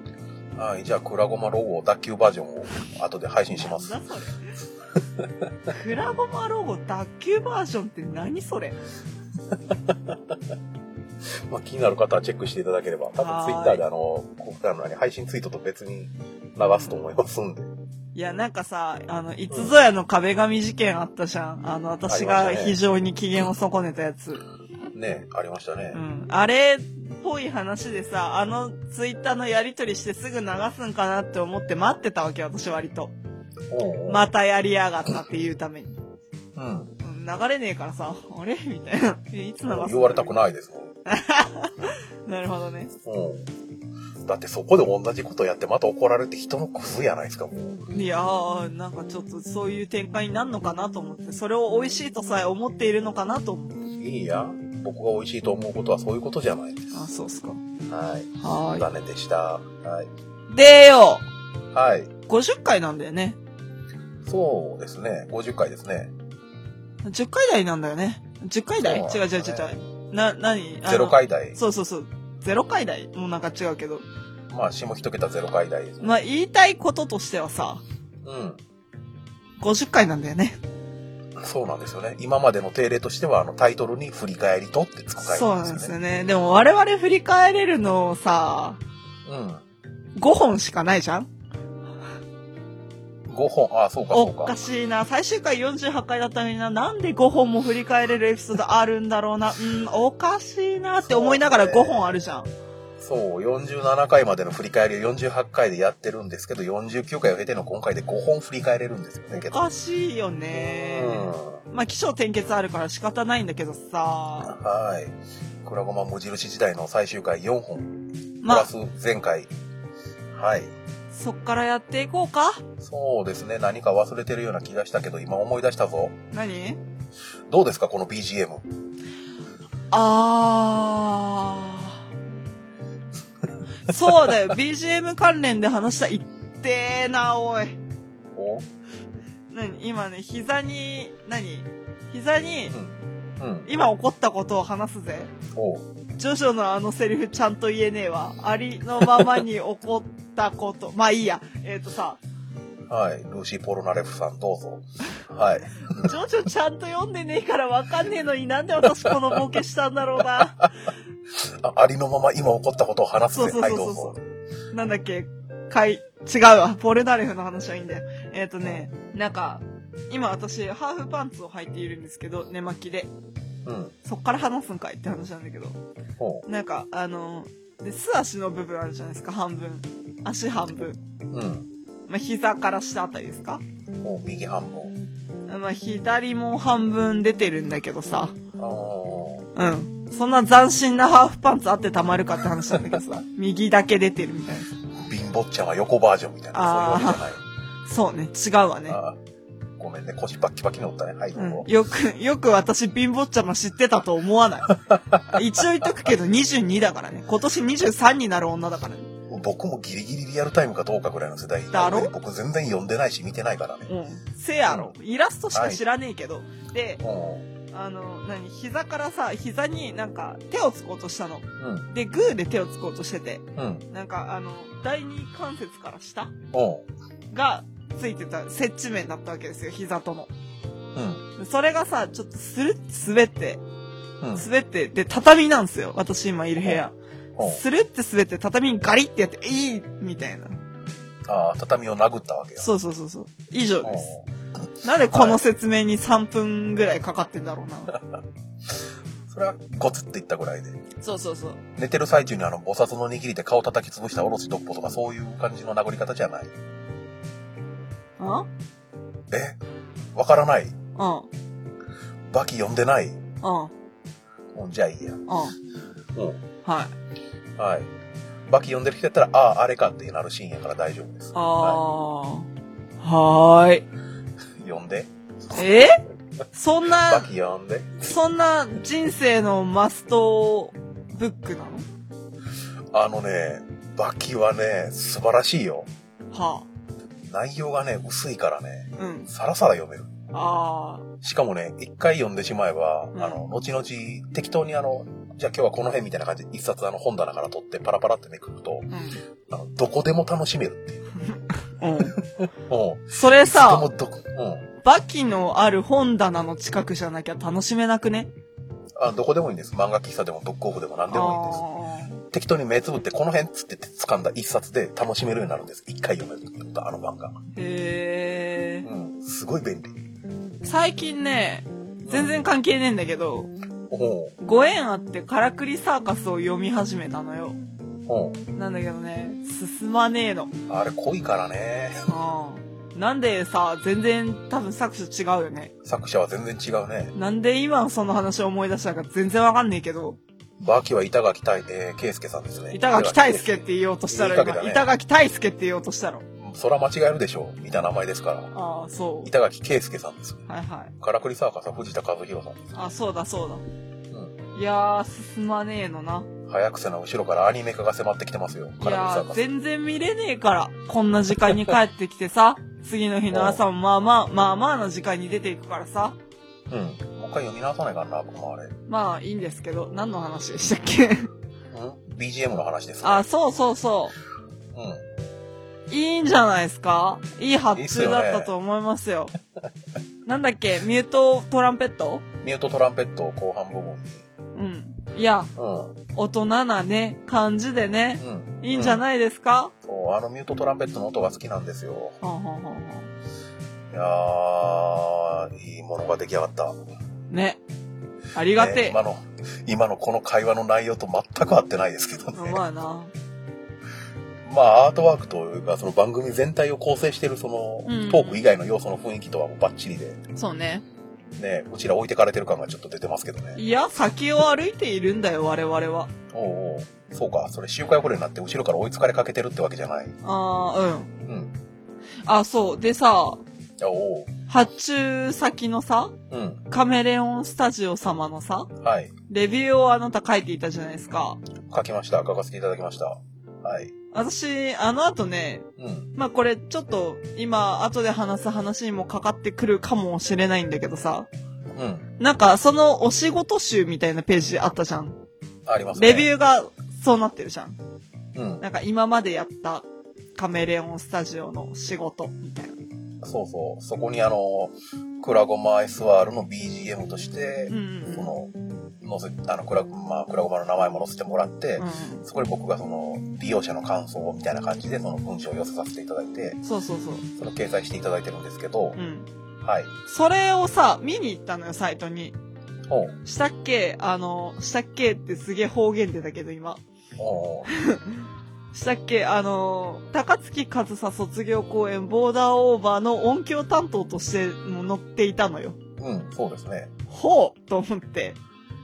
[SPEAKER 2] あ、はい。じゃあ、クラゴマロゴ脱臼バージョンを後で配信します。
[SPEAKER 1] なんだそれ。クラゴマロゴ脱臼バージョンって何それ
[SPEAKER 2] まあ、気になる方はチェックしていただければ、多分
[SPEAKER 1] はー
[SPEAKER 2] ツ
[SPEAKER 1] い
[SPEAKER 2] イッターであの、こうあの何配信ツイートと別に流すと思いますんで。
[SPEAKER 1] いや、なんかさ、あの、いつぞやの壁紙事件あったじゃん。あの、私が
[SPEAKER 2] ありましたね
[SPEAKER 1] 非常に機嫌を損ねたやつ。
[SPEAKER 2] ね、ありましたね
[SPEAKER 1] う。ん。あれっぽい話でさ、あのツイッターのやりとりしてすぐ流すんかなって思って待ってたわけよ、私割と。
[SPEAKER 2] うん、うん。
[SPEAKER 1] またやりやがったっていうために。
[SPEAKER 2] うん。
[SPEAKER 1] うん流れねえからさ、あれみたいな。えいつ流すの
[SPEAKER 2] 言われたくないですもん。
[SPEAKER 1] なるほどね。
[SPEAKER 2] うん。だってそこで同じことやってまた怒られるって人のクズやないですか、もう。
[SPEAKER 1] いやー、なんかちょっとそういう展開になるのかなと思って、それを美味しいとさえ思っているのかなと思って。
[SPEAKER 2] いいや。僕が美味しいと思うことはそういうことじゃないです。
[SPEAKER 1] あ、そうっすか。
[SPEAKER 2] はい。
[SPEAKER 1] はー
[SPEAKER 2] 残念でした。はい。
[SPEAKER 1] い。でよ
[SPEAKER 2] はい。
[SPEAKER 1] 50回なんだよね。
[SPEAKER 2] そうですね。50回ですね。
[SPEAKER 1] 10回台なんだよね。10回台
[SPEAKER 2] そ
[SPEAKER 1] 違
[SPEAKER 2] う
[SPEAKER 1] う
[SPEAKER 2] な
[SPEAKER 1] 違
[SPEAKER 2] ん
[SPEAKER 1] う違う
[SPEAKER 2] ですね
[SPEAKER 1] 違う。な、なに
[SPEAKER 2] 0。回台
[SPEAKER 1] あの。そうそうそう。0回台もうなんか違うけど。
[SPEAKER 2] まあ、下一桁0回台ですね。
[SPEAKER 1] まあ言いたいこととしてはさ、
[SPEAKER 2] うん。
[SPEAKER 1] 50回なんだよね。
[SPEAKER 2] そうなんですよね。今までの定例としては、あの、タイトルに振り返りとってつく回
[SPEAKER 1] そう
[SPEAKER 2] な
[SPEAKER 1] なん
[SPEAKER 2] ん
[SPEAKER 1] で
[SPEAKER 2] です
[SPEAKER 1] す
[SPEAKER 2] よ
[SPEAKER 1] よ
[SPEAKER 2] ね。
[SPEAKER 1] ね。でも我々振り返れるのさ、5本しかないじゃん
[SPEAKER 2] うん。5本、ああ、そうか、そ
[SPEAKER 1] お
[SPEAKER 2] う
[SPEAKER 1] っか
[SPEAKER 2] か。
[SPEAKER 1] しいな。最終回48回だったのにな。なんで5本も振り返れるエピソードあるんだろうな。うん、おかしいなって思いながら
[SPEAKER 2] そうね
[SPEAKER 1] 5本あるじゃん。
[SPEAKER 2] そう、47回までの振り返りを48回でやってるんですけど、49回を経ての今回で5本振り返れるんですよね、け
[SPEAKER 1] お
[SPEAKER 2] ど。
[SPEAKER 1] かしいよね。まあ、気象転結あるから仕方ないんだけど
[SPEAKER 2] うん
[SPEAKER 1] さ。
[SPEAKER 2] はい。クラゴマ無印時代の最終回4本、プ
[SPEAKER 1] ま
[SPEAKER 2] ラ
[SPEAKER 1] あ、
[SPEAKER 2] ス前回。はい。
[SPEAKER 1] そっからやっていこうか。
[SPEAKER 2] そうですね、何か忘れてるような気がしたけど、今思い出したぞ。
[SPEAKER 1] 何
[SPEAKER 2] どうですか、この BGM。
[SPEAKER 1] あー。そうだよ。BGM 関連で話した。いってえな、おい。
[SPEAKER 2] おうん。
[SPEAKER 1] 何今ね、膝に、何膝に、
[SPEAKER 2] うん。
[SPEAKER 1] 今起こったことを話すぜ。
[SPEAKER 2] おう
[SPEAKER 1] ジョジョのあのセリフちゃんと言えねえわ。ありのままに起こったこと。まあいいや。えっ、とさ、
[SPEAKER 2] はい。ルーシー・ポロナレフさん、どうぞ。はい。
[SPEAKER 1] ジョジョちゃんと読んでねえからわかんねえのになんで私このボケしたんだろうな。
[SPEAKER 2] あありのまま今起こったことを話す
[SPEAKER 1] そう
[SPEAKER 2] ぜ。
[SPEAKER 1] そう
[SPEAKER 2] はい、
[SPEAKER 1] そう
[SPEAKER 2] ど
[SPEAKER 1] そうう
[SPEAKER 2] ぞ。
[SPEAKER 1] そう。なんだっけ、かい、違うわ。ポルナレフの話はいいんだよ。えっ、とね、なんか、今私、ハーフパンツを履いているんですけど、寝巻きで。
[SPEAKER 2] うん。
[SPEAKER 1] そっから話すんかいって話なんだけど。
[SPEAKER 2] おう
[SPEAKER 1] なんか、あの、で、素足の部分あるじゃないですか、半分。足半分。
[SPEAKER 2] うん。
[SPEAKER 1] まあ、膝から下あたりですか
[SPEAKER 2] おう右半分。
[SPEAKER 1] まあ、左も半分出てるんだけどさ。
[SPEAKER 2] あー
[SPEAKER 1] うん。そんな斬新なハーフパンツあってたまるかって話なんだけどさ。右だけ出てるみたいなさ。
[SPEAKER 2] 貧乏っちゃんは横バージョンみたいな。
[SPEAKER 1] あー
[SPEAKER 2] そういうわけじゃない。
[SPEAKER 1] そうね。違うわ ね。
[SPEAKER 2] あーごめんね、腰バッキバキに折ったね。はい、ど
[SPEAKER 1] う
[SPEAKER 2] うんぞ、。
[SPEAKER 1] よく、よく私、貧乏ちゃま知ってたと思わない。 一応言っとくけど、22だからね。今年23になる女だからね。
[SPEAKER 2] 僕もギリギリリアルタイムかどうかぐらいの世代
[SPEAKER 1] だろ
[SPEAKER 2] 僕全然読んでないし見てないからね。
[SPEAKER 1] うん。せやろ。イラストしか知らねえけど。で、
[SPEAKER 2] うん。
[SPEAKER 1] あの、何、膝からさ、膝になんか手をつこうとしたの。
[SPEAKER 2] うん。
[SPEAKER 1] で、グーで手をつこうとしてて。
[SPEAKER 2] うん。
[SPEAKER 1] なんか、あの、第二関節から下
[SPEAKER 2] おう
[SPEAKER 1] がついてた接地面だったわけですよ、膝との。
[SPEAKER 2] うん。
[SPEAKER 1] それがさ、ちょっとスルッて滑って、
[SPEAKER 2] うん。
[SPEAKER 1] 滑って、で、畳なんですよ、私今いる部屋。
[SPEAKER 2] おう
[SPEAKER 1] スルッて滑って、畳にガリってやって、いいみたいな。
[SPEAKER 2] ああ、畳を殴ったわけや。
[SPEAKER 1] そうそうそうそう。以上
[SPEAKER 2] おう
[SPEAKER 1] です。なんでこの説明に3分ぐらいかかってんだろうな。
[SPEAKER 2] そそれはゴツっていったぐらいで。
[SPEAKER 1] そうそうそう。
[SPEAKER 2] 寝てる最中にあの、菩薩の握りで顔叩き潰したおろしどっぽとかそういう感じの殴り方じゃない。
[SPEAKER 1] あ
[SPEAKER 2] えわからない。
[SPEAKER 1] うん。うん。
[SPEAKER 2] バキ読んでない。
[SPEAKER 1] うん。
[SPEAKER 2] うん、じゃあいいや。うん。
[SPEAKER 1] はい。
[SPEAKER 2] はい。バキ読んでる人やったら、ああ、あれかってなるシーンやから大丈夫です。
[SPEAKER 1] あ
[SPEAKER 2] は
[SPEAKER 1] ー。はーい。
[SPEAKER 2] い。読んで。
[SPEAKER 1] えそん
[SPEAKER 2] バ
[SPEAKER 1] な、
[SPEAKER 2] キ読んで。
[SPEAKER 1] そんな人生のマストブックなの
[SPEAKER 2] あのね、バキはね、素晴らしいよ。
[SPEAKER 1] は
[SPEAKER 2] 内容がね、薄いからね、
[SPEAKER 1] あ。うん。
[SPEAKER 2] さらさら読める。
[SPEAKER 1] あ
[SPEAKER 2] しかもね、一回読んでしまえば、
[SPEAKER 1] うん
[SPEAKER 2] あの、後々、適当にあの、じゃあ今日はこの辺みたいな感じで一冊あの本棚から取ってパラパラってめくると、
[SPEAKER 1] ー。
[SPEAKER 2] あの、どこでも楽しめるっていう。
[SPEAKER 1] うん。 うん。
[SPEAKER 2] うん。
[SPEAKER 1] それ
[SPEAKER 2] で
[SPEAKER 1] さ
[SPEAKER 2] も、どこ、うん。
[SPEAKER 1] バキのある本棚の近くじゃなきゃ楽しめなくね
[SPEAKER 2] あ、どこでもいいんです。漫画喫茶でもブックオフでも何でもいいんで
[SPEAKER 1] あー
[SPEAKER 2] す。適当に目つぶってこの辺っつって掴んだ一冊で楽しめるようになるんです。一回読めるってこと、あの漫画。
[SPEAKER 1] へえ。
[SPEAKER 2] うん。すごい便利。
[SPEAKER 1] 最近ね、全然関係ねえんだけど、
[SPEAKER 2] おう
[SPEAKER 1] ご縁あってからくりサーカスを読み始めたのよ。
[SPEAKER 2] おう
[SPEAKER 1] なんだけどね、進まねえの。
[SPEAKER 2] あれ濃いからね。
[SPEAKER 1] うん。なんでさ、全然多分作者違うよね。
[SPEAKER 2] 作者は全然違うね。
[SPEAKER 1] なんで今その話を思い出したか全然わかんねえけど、
[SPEAKER 2] バキは板垣大、えー、圭介さんですね。
[SPEAKER 1] 板垣大輔って言おうとした
[SPEAKER 2] 言
[SPEAKER 1] ら、
[SPEAKER 2] いかけた
[SPEAKER 1] 今
[SPEAKER 2] ね
[SPEAKER 1] 板垣大輔って言おうとしたら。
[SPEAKER 2] そら間違えるでしょう。似た名前ですから。
[SPEAKER 1] ああ、そう。
[SPEAKER 2] 板垣圭介さんです。
[SPEAKER 1] はいはい。
[SPEAKER 2] からくりサーカスは藤田和弘さんです。
[SPEAKER 1] あ、そうだそうだ。
[SPEAKER 2] う
[SPEAKER 1] いやー、進まねえのな。
[SPEAKER 2] ん。早くせな後ろからアニメ化が迫ってきてますよ。
[SPEAKER 1] い
[SPEAKER 2] からくりサ
[SPEAKER 1] や
[SPEAKER 2] ー
[SPEAKER 1] ー、
[SPEAKER 2] カス。
[SPEAKER 1] 全然見れねえから。こんな時間に帰ってきてさ、次の日の朝もまあまあ、まあまあの時間に出ていくからさ。
[SPEAKER 2] うん。もう一回読み直さないかな、僕もあれ。う
[SPEAKER 1] まあいいんですけど、何の話でしたっ け
[SPEAKER 2] ん ?BGM の話です、ね。
[SPEAKER 1] あ、そうそうそう。
[SPEAKER 2] うん。
[SPEAKER 1] いいんじゃないですかいい発注だったと思いますよ。なんだっけミュートトランペット
[SPEAKER 2] ミュートトランペットを後半部分に。
[SPEAKER 1] うん。いや、
[SPEAKER 2] う
[SPEAKER 1] 大人なね、感じでね、
[SPEAKER 2] ん。うん。
[SPEAKER 1] いいんじゃ
[SPEAKER 2] い、
[SPEAKER 1] ないですか、
[SPEAKER 2] そう、あのミュートトランペットの音が好きなんですよ。
[SPEAKER 1] はんはんはんはい
[SPEAKER 2] やー、いいものが出来上がった。
[SPEAKER 1] んね。ありがてえ。
[SPEAKER 2] ね今の、今のこの会話の内容と全く合ってないですけどね。
[SPEAKER 1] まあな。
[SPEAKER 2] まあ、アートワークというか、その番組全体を構成している、その、
[SPEAKER 1] うん
[SPEAKER 2] トーク以外の要素の雰囲気とはもうバッチリで、
[SPEAKER 1] そうね。
[SPEAKER 2] ね、うちら置いてかれてる感がちょっと出てますけどね。
[SPEAKER 1] いや、先を歩いているんだよ、我々は。
[SPEAKER 2] おうおうそうか、それ周回遅れになって後ろから追いつかれかけてるってわけじゃない。
[SPEAKER 1] あー、う。
[SPEAKER 2] うんん。
[SPEAKER 1] あ、そう。でさ、
[SPEAKER 2] おう
[SPEAKER 1] 発注先のさ、
[SPEAKER 2] おうう
[SPEAKER 1] カメレオンスタジオ様のさ、
[SPEAKER 2] ん。はい。
[SPEAKER 1] レビューをあなた書いていたじゃないですか。
[SPEAKER 2] 書きました。書かせていただきました。はい。
[SPEAKER 1] 私、あの後ね、
[SPEAKER 2] うん。
[SPEAKER 1] まあこれちょっと今後で話す話にもかかってくるかもしれないんだけどさ、
[SPEAKER 2] うん。
[SPEAKER 1] なんかそのお仕事集みたいなページあったじゃん。
[SPEAKER 2] ありますね。
[SPEAKER 1] レビューがそうなってるじゃん。
[SPEAKER 2] うん。
[SPEAKER 1] なんか今までやったカメレオンスタジオの仕事みたいな。
[SPEAKER 2] そうそう。そこにあの、クラゴマ SR の BGM として
[SPEAKER 1] うん、うん
[SPEAKER 2] その、載せ、あの、クラゴマ、クラゴマの名前も載せてもらって、
[SPEAKER 1] う
[SPEAKER 2] そこで僕がその利用者の感想みたいな感じでその文章を寄せさせていただいて
[SPEAKER 1] ん。そうそうそう。
[SPEAKER 2] それを掲載していただいてるんですけど
[SPEAKER 1] う、ん。
[SPEAKER 2] はい
[SPEAKER 1] それをさ、見に行ったのよ、サイトに。
[SPEAKER 2] おう
[SPEAKER 1] したっけあの、したっけってすげえ方言出たけど今。
[SPEAKER 2] おう
[SPEAKER 1] したっけあのー、高槻和沙卒業公演ボーダーオーバーの音響担当としても載っていたのよ。
[SPEAKER 2] うんそうですね
[SPEAKER 1] ほうと思って。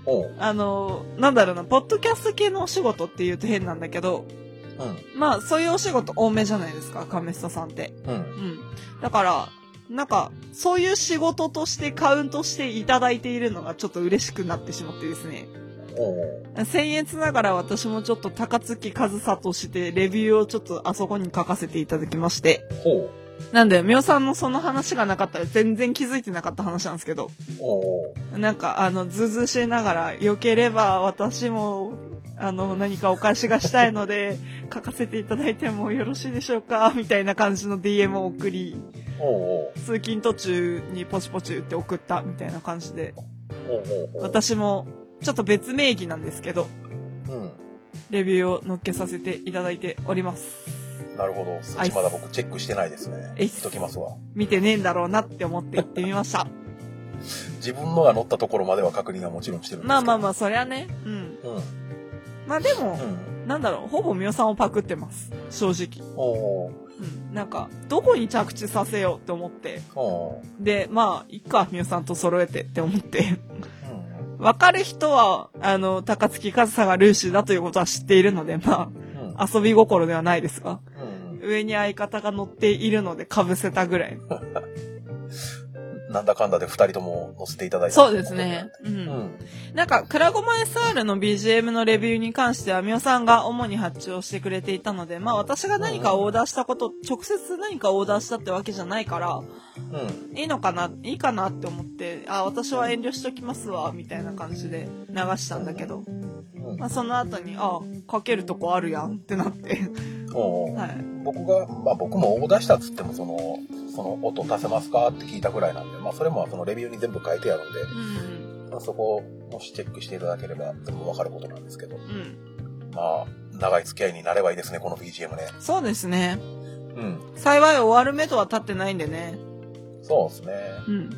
[SPEAKER 2] おう
[SPEAKER 1] あのー、なんだろうな、ポッドキャスト系のお仕事って言うと変なんだけど、
[SPEAKER 2] うん
[SPEAKER 1] まあそういうお仕事多めじゃないですか、亀下さんって。
[SPEAKER 2] うん
[SPEAKER 1] うん。だから、なんか、そういう仕事としてカウントしていただいているのがちょっと嬉しくなってしまってですね。
[SPEAKER 2] おう
[SPEAKER 1] 僭越ながら私もちょっと高槻和沙としてレビューをちょっとあそこに書かせていただきまして。
[SPEAKER 2] ほう
[SPEAKER 1] なんで、みおさんのその話がなかったら全然気づいてなかった話なんですけど、
[SPEAKER 2] おう
[SPEAKER 1] なんか、あの、ずうずうしいながら、良ければ私も、あの、何かお返しがしたいので、書かせていただいてもよろしいでしょうかみたいな感じの DM を送り、
[SPEAKER 2] おう
[SPEAKER 1] 通勤途中にポチポチって送ったみたいな感じで、
[SPEAKER 2] おうおうおうおう
[SPEAKER 1] 私も、ちょっと別名義なんですけど、
[SPEAKER 2] うん
[SPEAKER 1] レビューを載っけさせていただいております。
[SPEAKER 2] なるほど数値まだ僕チェックしてないですね
[SPEAKER 1] えい
[SPEAKER 2] 見ときますわ
[SPEAKER 1] 見てねえんだろうなって思って行ってみました。
[SPEAKER 2] 自分のが乗ったところまでは確認はもちろんしてる んですけど。
[SPEAKER 1] まあまあまあ、そりゃね。うん。
[SPEAKER 2] あ。うん。
[SPEAKER 1] まあでも、
[SPEAKER 2] うん。
[SPEAKER 1] なんだろう、ほぼみおさんをパクってます。正直。
[SPEAKER 2] おー
[SPEAKER 1] うん。なんか、どこに着地させようって思って。
[SPEAKER 2] おー
[SPEAKER 1] で、まあ、いっか、みおさんと揃えてって思って。
[SPEAKER 2] うん。
[SPEAKER 1] わかる人は、あの、高槻和沙がルーシーだということは知っているので、ま
[SPEAKER 2] うん。
[SPEAKER 1] あ、遊び心ではないですが。
[SPEAKER 2] うん。
[SPEAKER 1] 上に相方が乗っているので被せたぐらい。
[SPEAKER 2] なんだかんだで二人とも乗せていただいた。
[SPEAKER 1] そうですね。。う。
[SPEAKER 2] うんん。
[SPEAKER 1] なんか、クラゴマ SR の BGM のレビューに関しては、みおさんが主に発注をしてくれていたので、まあ私が何かオーダーしたこと、直接何かオーダーしたってわけじゃないから、
[SPEAKER 2] うん。
[SPEAKER 1] いいのかな、いいかなって思って、あ、私は遠慮しときますわ、みたいな感じで流したんだけど、
[SPEAKER 2] うん
[SPEAKER 1] まあその後に、あ、かけるとこあるやんってなって、
[SPEAKER 2] おー
[SPEAKER 1] はい。
[SPEAKER 2] 僕が、まあ僕もオーダーしたっつっても、その、その音足せますかって聞いたぐらいなんで、まあそれもそのレビューに全部書いてあるんで、
[SPEAKER 1] うん、
[SPEAKER 2] まあそこをもしチェックしていただければ全部わかることなんですけど、
[SPEAKER 1] うん。
[SPEAKER 2] まあ、長い付き合いになればいいですね、この BGM ね。
[SPEAKER 1] そうですね。
[SPEAKER 2] うん。
[SPEAKER 1] 幸い終わる目とは立ってないんでね。
[SPEAKER 2] そうですね。
[SPEAKER 1] うん。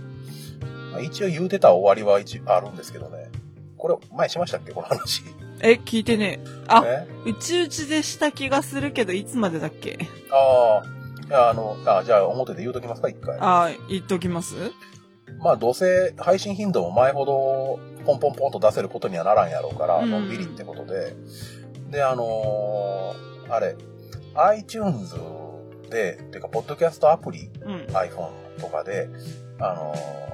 [SPEAKER 2] まあ一応言うてた終わりは一あるんですけどね。これ、前しましたっけこの話。
[SPEAKER 1] え、聞いてねえ。あ、
[SPEAKER 2] ね、
[SPEAKER 1] うちうちでした気がするけど、いつまでだっけ
[SPEAKER 2] ああ、いやあの、あじゃあ表で言うときますか、一回。
[SPEAKER 1] あー、言っときます
[SPEAKER 2] まあ、どうせ配信頻度も前ほどポンポンポンと出せることにはならんやろうから、
[SPEAKER 1] うん
[SPEAKER 2] のんびりってことで。で、あのーあれ、iTunes で、っていうか、ポッドキャストアプリ、
[SPEAKER 1] うん。
[SPEAKER 2] iPhone とかで、あのー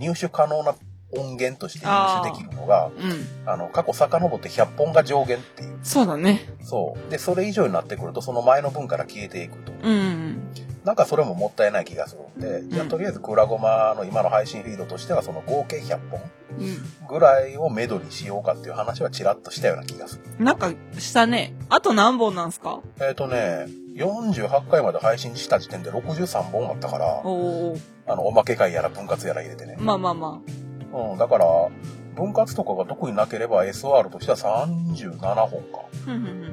[SPEAKER 2] 入手可能な音源として入手できるのが、
[SPEAKER 1] うん。
[SPEAKER 2] あの、過去遡って100本が上限っていう。
[SPEAKER 1] そうだね。
[SPEAKER 2] そう。で、それ以上になってくると、その前の分から消えていくと。
[SPEAKER 1] うん。
[SPEAKER 2] なんかそれももったいない気がするんで、じゃあとりあえずクラゴマの今の配信フィードとしては、その合計100本
[SPEAKER 1] うん。
[SPEAKER 2] ぐらいをめどにしようかっていう話はちらっとしたような気がする。
[SPEAKER 1] なんか、したね。あと何本なんすか
[SPEAKER 2] えっ、とね、48回まで配信した時点で63本あったから、
[SPEAKER 1] おお。
[SPEAKER 2] あの、おまけ会やら分割やら入れてね。
[SPEAKER 1] まあまあまあ。
[SPEAKER 2] うん、だから、分割とかが特になければ SR としては37本か。
[SPEAKER 1] ふんふんふん
[SPEAKER 2] う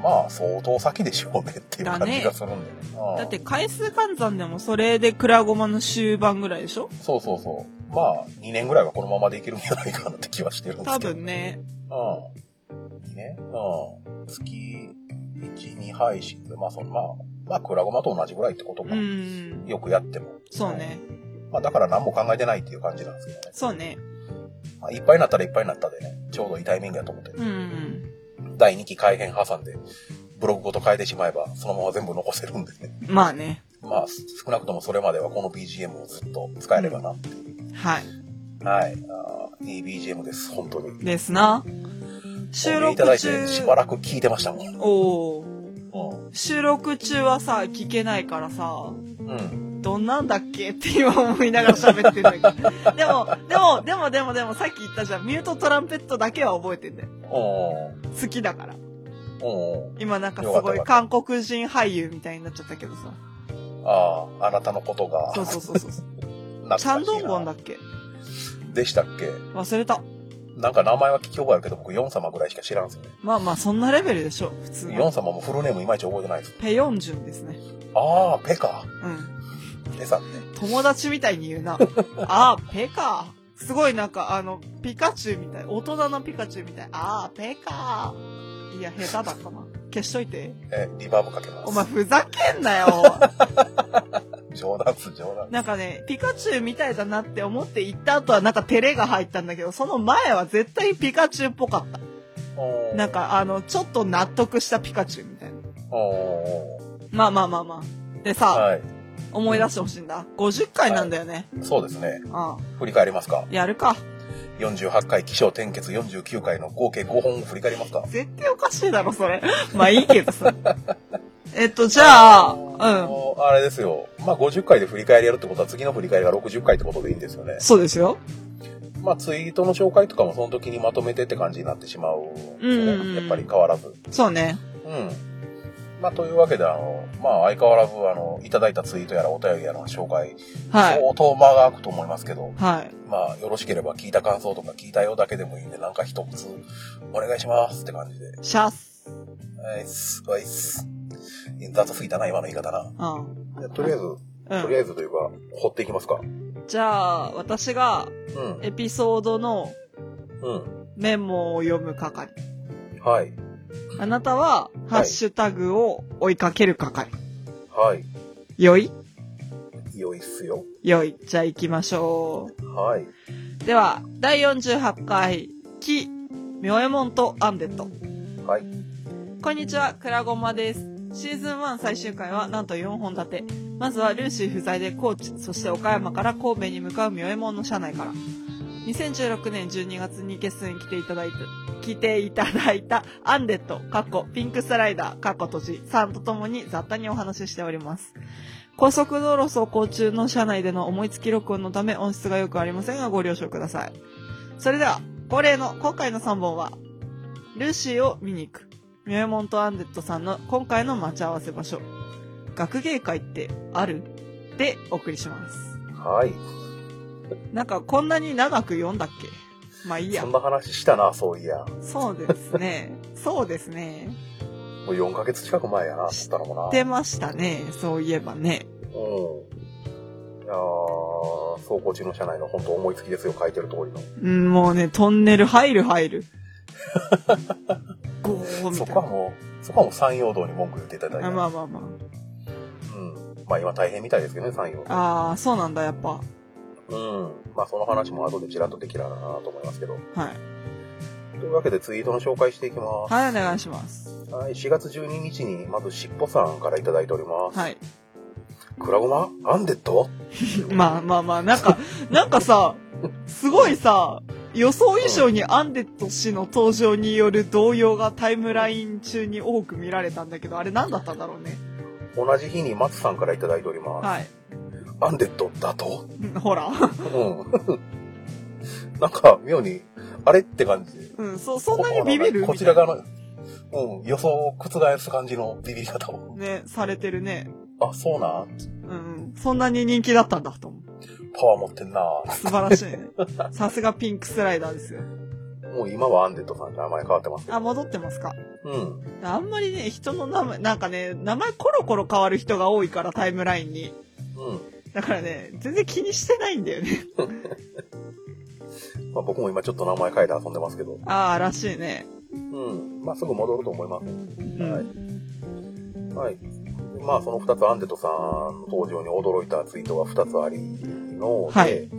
[SPEAKER 2] ん、まあ相当先でしょうねっていう
[SPEAKER 1] だね
[SPEAKER 2] 感じがするんだよね。うん
[SPEAKER 1] だって回数換算でもそれでクラゴマの終盤ぐらいでしょ
[SPEAKER 2] そうそうそう。まあ2年ぐらいはこのままでいけるんじゃないかなって気はしてるんで
[SPEAKER 1] 多
[SPEAKER 2] すけど。
[SPEAKER 1] 分ね。
[SPEAKER 2] うん。いいね。うん。月1、2配信で、まあその、まあ、まあ、クラゴマと同じぐらいってこと
[SPEAKER 1] う
[SPEAKER 2] か。
[SPEAKER 1] ん。
[SPEAKER 2] よくやっても。
[SPEAKER 1] そうね。
[SPEAKER 2] まあだから何も考えてないっていう感じなんですけどね。
[SPEAKER 1] そうね。
[SPEAKER 2] まあ、いっぱいになったらいっぱいになったでね、ちょうどいいタイミングやと思って。
[SPEAKER 1] うん。
[SPEAKER 2] 第2期改編挟んで、ブログごと変えてしまえば、そのまま全部残せるんでね。
[SPEAKER 1] まあね。
[SPEAKER 2] まあ、少なくともそれまではこの BGM をずっと使えればな。
[SPEAKER 1] はい。
[SPEAKER 2] はい。あーいい BGM です、本当に。
[SPEAKER 1] ですな。収
[SPEAKER 2] お見いただ
[SPEAKER 1] 録
[SPEAKER 2] いて、し
[SPEAKER 1] 中。
[SPEAKER 2] ばらく聞いてましたもん。うん。
[SPEAKER 1] おお。収録中はさ、聞けないからさ、
[SPEAKER 2] うん。
[SPEAKER 1] どんなんだっけって今思いながら喋ってるんだけど。でも、でも、でも、でも、でも、さっき言ったじゃん。ミュートトランペットだけは覚えてんだよ。
[SPEAKER 2] おー
[SPEAKER 1] 好きだから。
[SPEAKER 2] おー
[SPEAKER 1] 今なんかす
[SPEAKER 2] よか
[SPEAKER 1] ご
[SPEAKER 2] っ
[SPEAKER 1] い
[SPEAKER 2] た
[SPEAKER 1] 韓国人俳優みたいになっちゃったけどさ。
[SPEAKER 2] ああ、あなたのことが、
[SPEAKER 1] そうそうそうそう。
[SPEAKER 2] 懐かしい
[SPEAKER 1] チャンドンゴンだ
[SPEAKER 2] な
[SPEAKER 1] っけ
[SPEAKER 2] でしたっけ
[SPEAKER 1] 忘れた。
[SPEAKER 2] なんか名前は聞き覚えあるけど、僕、ヨン様ぐらいしか知らんすよね。
[SPEAKER 1] まあまあ、そんなレベルでしょ。普通
[SPEAKER 2] ヨン
[SPEAKER 1] の。
[SPEAKER 2] 様もフルネームいまいち覚えてないです。
[SPEAKER 1] ペヨンジュンですね。
[SPEAKER 2] ああ、ペか。
[SPEAKER 1] うん。
[SPEAKER 2] ペさんね。
[SPEAKER 1] 友達みたいに言う な。あー、ペか。すごいなんか、あの、ピカチュウみたい。大人のピカチュウみたい。あー、ペか。いや、下手だったな。消しといて。
[SPEAKER 2] え、リバーブかけます。
[SPEAKER 1] お前、ふざけんな よ。
[SPEAKER 2] 冗談っす、冗談。
[SPEAKER 1] なんかね、ピカチュウみたいだなって思って行った後はなんか照れが入ったんだけど、その前は絶対ピカチュウっぽかった。
[SPEAKER 2] おー
[SPEAKER 1] なん、かあの、ちょっと納得したピカチュウみたいな。
[SPEAKER 2] おー
[SPEAKER 1] まあまあまあまあ。でさ、
[SPEAKER 2] はい。
[SPEAKER 1] 思い出してほしいんだ。50回なんだよね。
[SPEAKER 2] そうですね。
[SPEAKER 1] あ
[SPEAKER 2] 振り返りますか
[SPEAKER 1] あ。やるか。
[SPEAKER 2] 48回起承転結49回の合計5本を振り返りますか
[SPEAKER 1] 絶対おかしいだろ、それ。まあいいけどさ。えっと、じゃあ、うん。
[SPEAKER 2] もうあれですよ。まあ、50回で振り返りやるってことは、次の振り返りが60回ってことでいいんですよね。
[SPEAKER 1] そうですよ。
[SPEAKER 2] まあ、ツイートの紹介とかもその時にまとめてって感じになってしまうんです
[SPEAKER 1] うんうんう
[SPEAKER 2] よ
[SPEAKER 1] ん
[SPEAKER 2] ね。やっぱり変わらず。
[SPEAKER 1] そうね。
[SPEAKER 2] うん。まあ、というわけで、あの、まあ、相変わらず、あの、いただいたツイートやらお便りやらの紹介、
[SPEAKER 1] はい。
[SPEAKER 2] 相当間が空くと思いますけど、
[SPEAKER 1] はい。
[SPEAKER 2] まあ、よろしければ聞いた感想とか聞いたよだけでもいいんで、なんか一つ、お願いしますって感じで。
[SPEAKER 1] シャス。
[SPEAKER 2] はいっす、はいっす。雑すぎたな、今の言い方な。
[SPEAKER 1] うん。
[SPEAKER 2] いやとりあえず、
[SPEAKER 1] う
[SPEAKER 2] とりあ
[SPEAKER 1] ん。
[SPEAKER 2] えずというか、掘っていきますか。
[SPEAKER 1] じゃあ、私が
[SPEAKER 2] うん。
[SPEAKER 1] エピソードの
[SPEAKER 2] うん。
[SPEAKER 1] メモを読む係。
[SPEAKER 2] はい。
[SPEAKER 1] あなたは、ハッシュタグを追いかける係。
[SPEAKER 2] はい。
[SPEAKER 1] よい
[SPEAKER 2] 良いっすよ。
[SPEAKER 1] よい。じゃあ行きましょ
[SPEAKER 2] はい。
[SPEAKER 1] う。では、第48回、木、妙右衛門とアンデッド。
[SPEAKER 2] はい。
[SPEAKER 1] こんにちは、くらごまです。シーズン1最終回はなんと4本立て。まずはルーシー不在で高知、そして岡山から神戸に向かう妙右衛門の車内から。2016年12月にゲストに来ていただいた、来ていただいたアンデッド、カッコ、ピンクスライダー、カッコ閉じ、さんとともに雑多にお話ししております。高速道路走行中の車内での思いつき録音のため音質がよくありませんがご了承ください。それでは、恒例の今回の3本は、ルーシーを見に行く。ミュエモンとアンデッドさんの今回の待ち合わせ場所。学芸会ってあるでお送りします。
[SPEAKER 2] はい。
[SPEAKER 1] なんかこんなに長く読んだっけまあいいや
[SPEAKER 2] そん。な話したな、そういや。
[SPEAKER 1] そうですね。そうですね。
[SPEAKER 2] もう4ヶ月近く前やな、つったのもな。
[SPEAKER 1] 出ましたね。そういえばね。
[SPEAKER 2] うん。いやー走行中の車内の本当思いつきですよ、書いてる通りの。
[SPEAKER 1] うん、もうね、トンネル入る入 る。ゴーみ
[SPEAKER 2] そ
[SPEAKER 1] たい
[SPEAKER 2] こは
[SPEAKER 1] な。
[SPEAKER 2] もう、そこはもう山陽道に文句言っていただいて。
[SPEAKER 1] あまあまあま
[SPEAKER 2] うん。まあ今大変みたいですけどね、山陽。
[SPEAKER 1] あ。ああ、そうなんだ、やっぱ。
[SPEAKER 2] うん。まあその話も後でちらっとできたらなと思いますけど。
[SPEAKER 1] はい。
[SPEAKER 2] というわけでツイートの紹介していきます。
[SPEAKER 1] はい、お願いします。
[SPEAKER 2] はい、4月12日にまずしっぽさんからいただいております。
[SPEAKER 1] はい。
[SPEAKER 2] クラゴマアンデッド
[SPEAKER 1] まあまあまあ、なん か、なんかさ、すごいさ、予想以上にアンデッド氏の登場による動揺がタイムライン中に多く見られたんだけど、あれ何だったんだろうね。
[SPEAKER 2] 同じ日に松さんからいただいております。
[SPEAKER 1] はい。
[SPEAKER 2] アンデッドだと
[SPEAKER 1] うんほら。
[SPEAKER 2] うん。なんか妙に、あれって感じで。
[SPEAKER 1] うん、そ、そんなにビビる
[SPEAKER 2] こちら側の、うん、予想を覆す感じのビビり方を。
[SPEAKER 1] みたいなね、されてるね。
[SPEAKER 2] あ、そうなん
[SPEAKER 1] うん。そんなに人気だったんだと思う。
[SPEAKER 2] パワー持ってんな
[SPEAKER 1] 素晴らしい ね。さすがピンクスライダーですよ。
[SPEAKER 2] もう今はアンデッドさんって名前変わってますけど。
[SPEAKER 1] あ、戻ってますか。
[SPEAKER 2] うん。
[SPEAKER 1] あんまりね、人の名前、なんかね、名前コロコロ変わる人が多いから、タイムラインに。
[SPEAKER 2] う
[SPEAKER 1] だからね、全然気にしてないんだよね。
[SPEAKER 2] ん。まあ僕も今ちょっと名前変えて遊んでますけど。
[SPEAKER 1] ああ、らしいね。
[SPEAKER 2] うん。まあすぐ戻ると思います。
[SPEAKER 1] うん
[SPEAKER 2] はいはい。まあ、その2つ、アンデトさんの登場に驚いたツイートが2つありので、
[SPEAKER 1] はい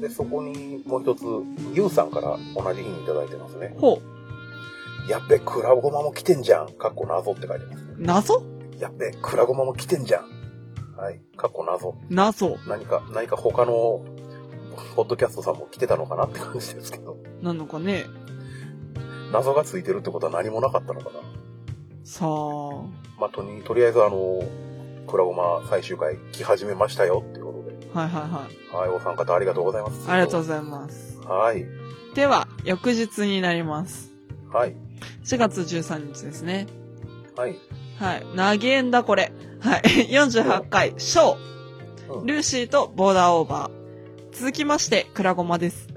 [SPEAKER 2] で、そこにもう一つ、ユウさんから同じ日にいただいてますね。
[SPEAKER 1] ほう。
[SPEAKER 2] やっべ、クラゴマも来てんじゃん。かっこ謎って書いてますね。
[SPEAKER 1] 謎
[SPEAKER 2] やっべ、クラゴマも来てんじゃん。はい。かっこ謎。
[SPEAKER 1] 謎
[SPEAKER 2] 何か、何か他の、ポッドキャストさんも来てたのかなって感じですけど、
[SPEAKER 1] なのかね
[SPEAKER 2] 謎がついてるってことは何もなかったのかな。
[SPEAKER 1] さあ。
[SPEAKER 2] まあ、とに、とりあえずあの、クラゴマ最終回来始めましたよっていうことで。
[SPEAKER 1] はいはいはい。
[SPEAKER 2] はい、お三方ありがとうございます。
[SPEAKER 1] ありがとうございます。
[SPEAKER 2] はい。
[SPEAKER 1] では、翌日になります。
[SPEAKER 2] はい。
[SPEAKER 1] 4月13日ですね。
[SPEAKER 2] はい。
[SPEAKER 1] はい。投げんだこれ。はい。48回、 ショ
[SPEAKER 2] う
[SPEAKER 1] ー。
[SPEAKER 2] ん
[SPEAKER 1] ルーシーとボーダーオーバー。続きまして、クラゴマです。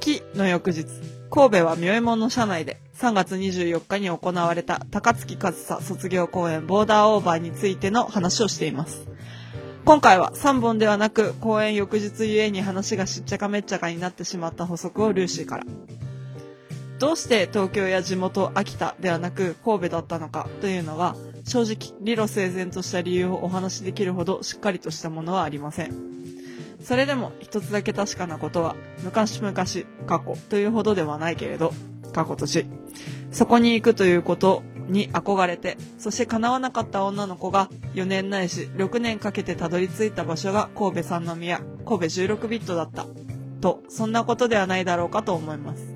[SPEAKER 1] 木の翌日、神戸は妙右衛門の社内で3月24日に行われた高槻和沙卒業公演ボーダーオーバーについての話をしています。今回は3本ではなく公演翌日ゆえに話がしっちゃかめっちゃかになってしまった補足をルーシーから。どうして東京や地元秋田ではなく神戸だったのかというのは正直理路整然とした理由をお話しできるほどしっかりとしたものはありません。それでも一つだけ確かなことは、昔々、過去というほどではないけれど、過去とし、そこに行くということに憧れて、そして叶わなかった女の子が4年ないし6年かけてたどり着いた場所が神戸三宮、神戸16ビットだった。と、そんなことではないだろうかと思います。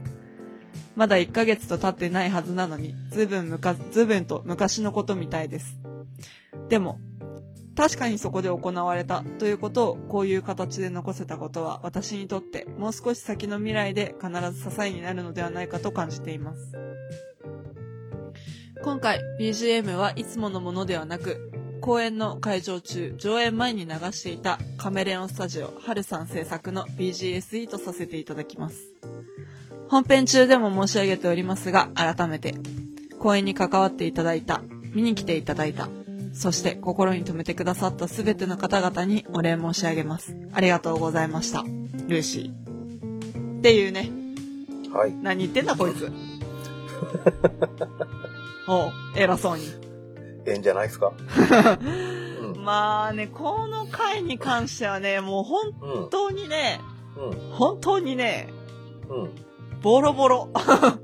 [SPEAKER 1] まだ1ヶ月と経ってないはずなのに、ずいぶんむか、ずいぶんと昔のことみたいです。でも、確かにそこで行われたということをこういう形で残せたことは私にとってもう少し先の未来で必ず支えになるのではないかと感じています。今回 BGM はいつものものではなく公演の会場中上演前に流していたカメレオンスタジオハルさん制作の BGSE とさせていただきます。本編中でも申し上げておりますが改めて公演に関わっていただいた見に来ていただいたそして心に留めてくださったすべての方々にお礼申し上げます。ありがとうございました。ルーシー。っていうね。
[SPEAKER 2] はい。
[SPEAKER 1] 何言ってんだこいつ。おう、偉そうに。
[SPEAKER 2] ええんじゃな いですか。うん。
[SPEAKER 1] まあね、この回に関してはね、もう本
[SPEAKER 2] うん。
[SPEAKER 1] 当にね、
[SPEAKER 2] うん。
[SPEAKER 1] 本当にね、
[SPEAKER 2] うん。
[SPEAKER 1] ボロボロ。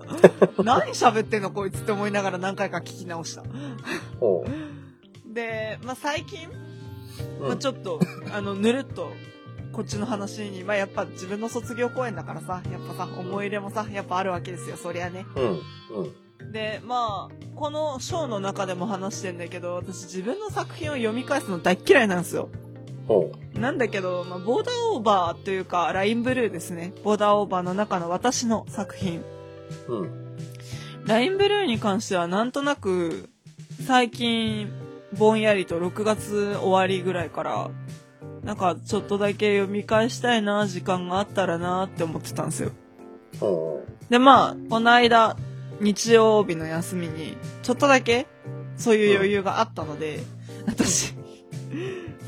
[SPEAKER 1] 何喋ってんのこいつって思いながら何回か聞き直した。
[SPEAKER 2] ほう。
[SPEAKER 1] で、まあ最近、
[SPEAKER 2] う
[SPEAKER 1] まあ、
[SPEAKER 2] ん。
[SPEAKER 1] ちょっと、あの、ぬるっと、こっちの話に、まあ、やっぱ自分の卒業公演だからさ、やっぱさ、思い入れもさ、やっぱあるわけですよ、そりゃね。
[SPEAKER 2] うん。うん。
[SPEAKER 1] で、まあ、このショーの中でも話してんだけど、私自分の作品を読み返すの大っ嫌いなんですよ。
[SPEAKER 2] ほ
[SPEAKER 1] なんだけど、まあ、ボーダーオーバーというか、ラインブルーですね。ボーダーオーバーの中の私の作品。
[SPEAKER 2] う。うん。
[SPEAKER 1] ラインブルーに関しては、なんとなく、最近、ぼんやりと6月終わりぐらいから、なんか、ちょっとだけ読み返したいな、時間があったらな、って思ってたんですよ。
[SPEAKER 2] ほ
[SPEAKER 1] で、まあ、この間、日曜日の休みに、ちょっとだけ、そういう余裕があったので、私、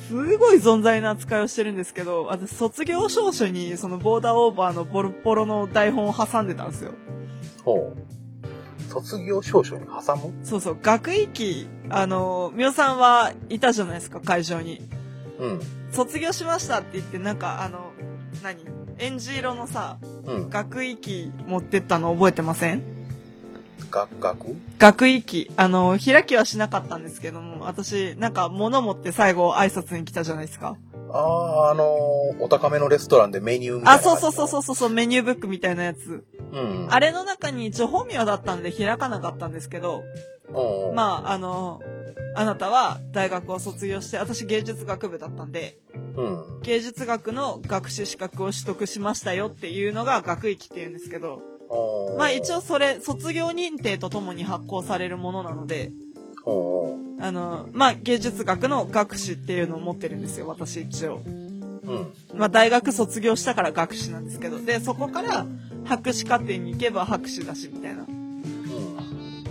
[SPEAKER 1] すごい存在な扱いをしてるんですけど、私、卒業証書に、その、ボーダーオーバーのボロボロの台本を挟んでたんですよ。
[SPEAKER 2] う。ほう。卒業証書に挟む
[SPEAKER 1] そうそう、学域、あの、みおさんはいたじゃないですか、会場に。
[SPEAKER 2] うん。
[SPEAKER 1] 卒業しましたって言って、なんか、あの、何エンジ色のさ、
[SPEAKER 2] うん。
[SPEAKER 1] 学域持ってったの覚えてません
[SPEAKER 2] 学学
[SPEAKER 1] 学域、あの、開きはしなかったんですけども、私、なんか物持って最後挨拶に来たじゃないですか。
[SPEAKER 2] ああ、あのーお高めのレストランでメニューみたい
[SPEAKER 1] あ、
[SPEAKER 2] な
[SPEAKER 1] そ
[SPEAKER 2] 感
[SPEAKER 1] う
[SPEAKER 2] じ
[SPEAKER 1] そうそうそうそうそう、メニューブックみたいなやつ。
[SPEAKER 2] う。うん。
[SPEAKER 1] あれの中に一応本名だったんで開かなかったんですけど、
[SPEAKER 2] うん。あ。
[SPEAKER 1] まあ、あの、あなたは大学を卒業して、私芸術学部だったんで、
[SPEAKER 2] うん。
[SPEAKER 1] 芸術学の学士資格を取得しましたよっていうのが学域っていうんですけど、まあ一
[SPEAKER 2] 応。
[SPEAKER 1] 応それ、卒業認定とともに発行されるものなので、
[SPEAKER 2] ほう
[SPEAKER 1] あの、まあ、芸術学の学士っていうのを持ってるんですよ、私一応。
[SPEAKER 2] うん。
[SPEAKER 1] まあ、大学卒業したから学士なんですけど。で、そこから博士課程に行けば博士だし、みたいな。
[SPEAKER 2] うん。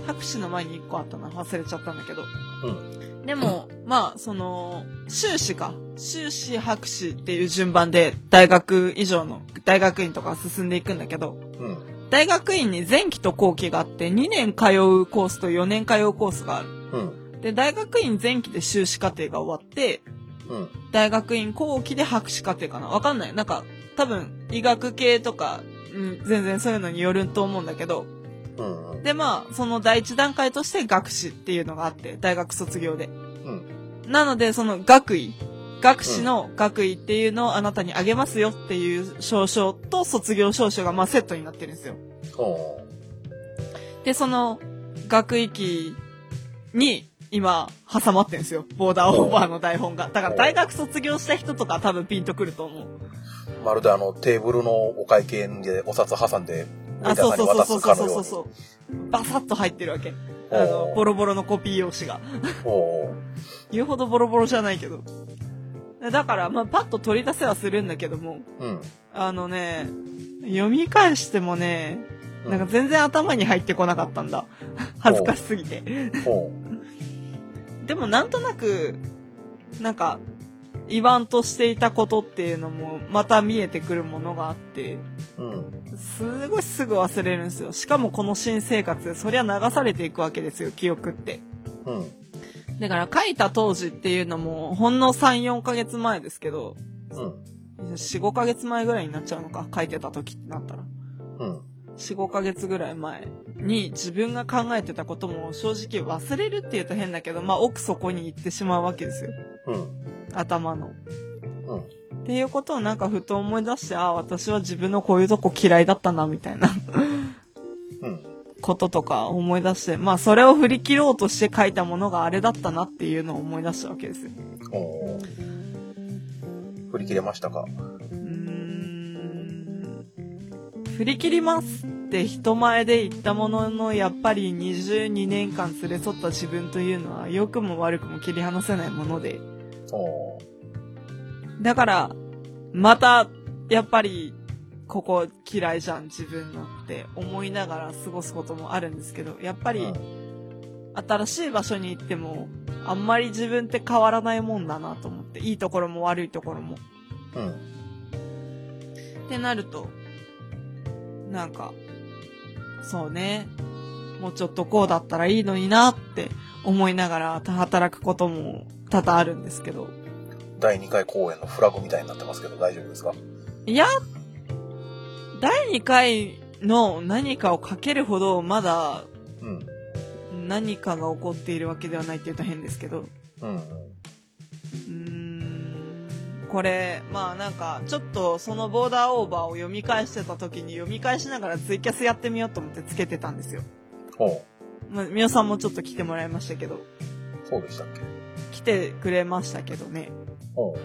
[SPEAKER 1] 博士の前に1個あったな、忘れちゃったんだけど。
[SPEAKER 2] うん。
[SPEAKER 1] でも、まあ、その、修士か。修士博士っていう順番で大学以上の大学院とか進んでいくんだけど、
[SPEAKER 2] うん。
[SPEAKER 1] 大学院に前期と後期があって、2年通うコースと4年通うコースがある。
[SPEAKER 2] うん。
[SPEAKER 1] で、大学院前期で修士課程が終わって、
[SPEAKER 2] うん。
[SPEAKER 1] 大学院後期で博士課程かなわかんない。なんか、多分、医学系とか、うん、全然そういうのによると思うんだけど。
[SPEAKER 2] うん。うん。
[SPEAKER 1] で、まあ、その第一段階として学士っていうのがあって、大学卒業で。
[SPEAKER 2] うん。
[SPEAKER 1] なので、その学位、学士の学位っていうのをあなたにあげますよっていう証書と卒業証書が、まあ、セットになってるんですよ。
[SPEAKER 2] ほ
[SPEAKER 1] で、その、学域に、今、挟まってるんですよ。ボーダーオーバーの台本が。だから、大学卒業した人とか多分ピンとくると思う。
[SPEAKER 2] う。まるであの、テーブルのお会計でお札挟んで、
[SPEAKER 1] あ、そうそうそうそうそうそう
[SPEAKER 2] う。
[SPEAKER 1] そう。バサッと入ってるわけ。あ
[SPEAKER 2] お
[SPEAKER 1] の
[SPEAKER 2] ー、
[SPEAKER 1] ボロボロのコピー用紙が。
[SPEAKER 2] ほ
[SPEAKER 1] 言うほどボロボロじゃないけど。だから、まあ、パッと取り出せはするんだけども、
[SPEAKER 2] う。うん。
[SPEAKER 1] あのね、読み返してもね、
[SPEAKER 2] うん
[SPEAKER 1] なんか全然頭に入ってこなかったんだ。恥ずかしすぎて。
[SPEAKER 2] ほ
[SPEAKER 1] でもなんとなく、なんか、言わんとしていたことっていうのも、また見えてくるものがあって、
[SPEAKER 2] う。うん。
[SPEAKER 1] すごいすぐ忘れるんですよ。しかもこの新生活、そりゃ流されていくわけですよ、記憶って。
[SPEAKER 2] うん。
[SPEAKER 1] だから書いた当時っていうのも、ほんの3、4ヶ月前ですけど、
[SPEAKER 2] うん。
[SPEAKER 1] 4、5ヶ月前ぐらいになっちゃうのか、書いてた時ってなったら。
[SPEAKER 2] うん。
[SPEAKER 1] 4、5ヶ月ぐらい前に自分が考えてたことも正直忘れるって言うと変だけど、まあ奥底に行ってしまうわけですよ。
[SPEAKER 2] うん。
[SPEAKER 1] 頭の。
[SPEAKER 2] うん。
[SPEAKER 1] っていうことをなんかふと思い出して、ああ、私は自分のこういうとこ嫌いだったな、みたいな
[SPEAKER 2] うん。
[SPEAKER 1] こととか思い出して、まあそれを振り切ろうとして書いたものがあれだったなっていうのを思い出したわけですよ。
[SPEAKER 2] ほう。振り切れましたか
[SPEAKER 1] うーん。振り切りますって人前で言ったものの、やっぱり22年間連れ添った自分というのは、良くも悪くも切り離せないもので。
[SPEAKER 2] ほ
[SPEAKER 1] だから、また、やっぱり、ここ嫌いじゃん、自分のって思いながら過ごすこともあるんですけど、やっぱ
[SPEAKER 2] う。う
[SPEAKER 1] り
[SPEAKER 2] ん、
[SPEAKER 1] 新しい場所に行っても、あんまり自分って変わらないもんだなと思って。いいところも悪いところも。
[SPEAKER 2] うん。
[SPEAKER 1] ってなると、なんか、そうね、もうちょっとこうだったらいいのになって思いながら働くことも多々あるんですけど。
[SPEAKER 2] 第2回公演のフラグみたいになってますけど、大丈夫ですか
[SPEAKER 1] いや、第2回の何かをかけるほどまだ
[SPEAKER 2] うん。
[SPEAKER 1] 何かが起こっているわけではないって言うと変ですけど、う
[SPEAKER 2] うん。
[SPEAKER 1] ーん、これ、まあなんか、ちょっとそのボーダーオーバーを読み返してた時に読み返しながらツイキャスやってみようと思ってつけてたんですよ。
[SPEAKER 2] ほ
[SPEAKER 1] まあ、みおさんもちょっと来てもらいましたけど、
[SPEAKER 2] う。そうでしたっけ
[SPEAKER 1] 来てくれましたけどね。
[SPEAKER 2] ほ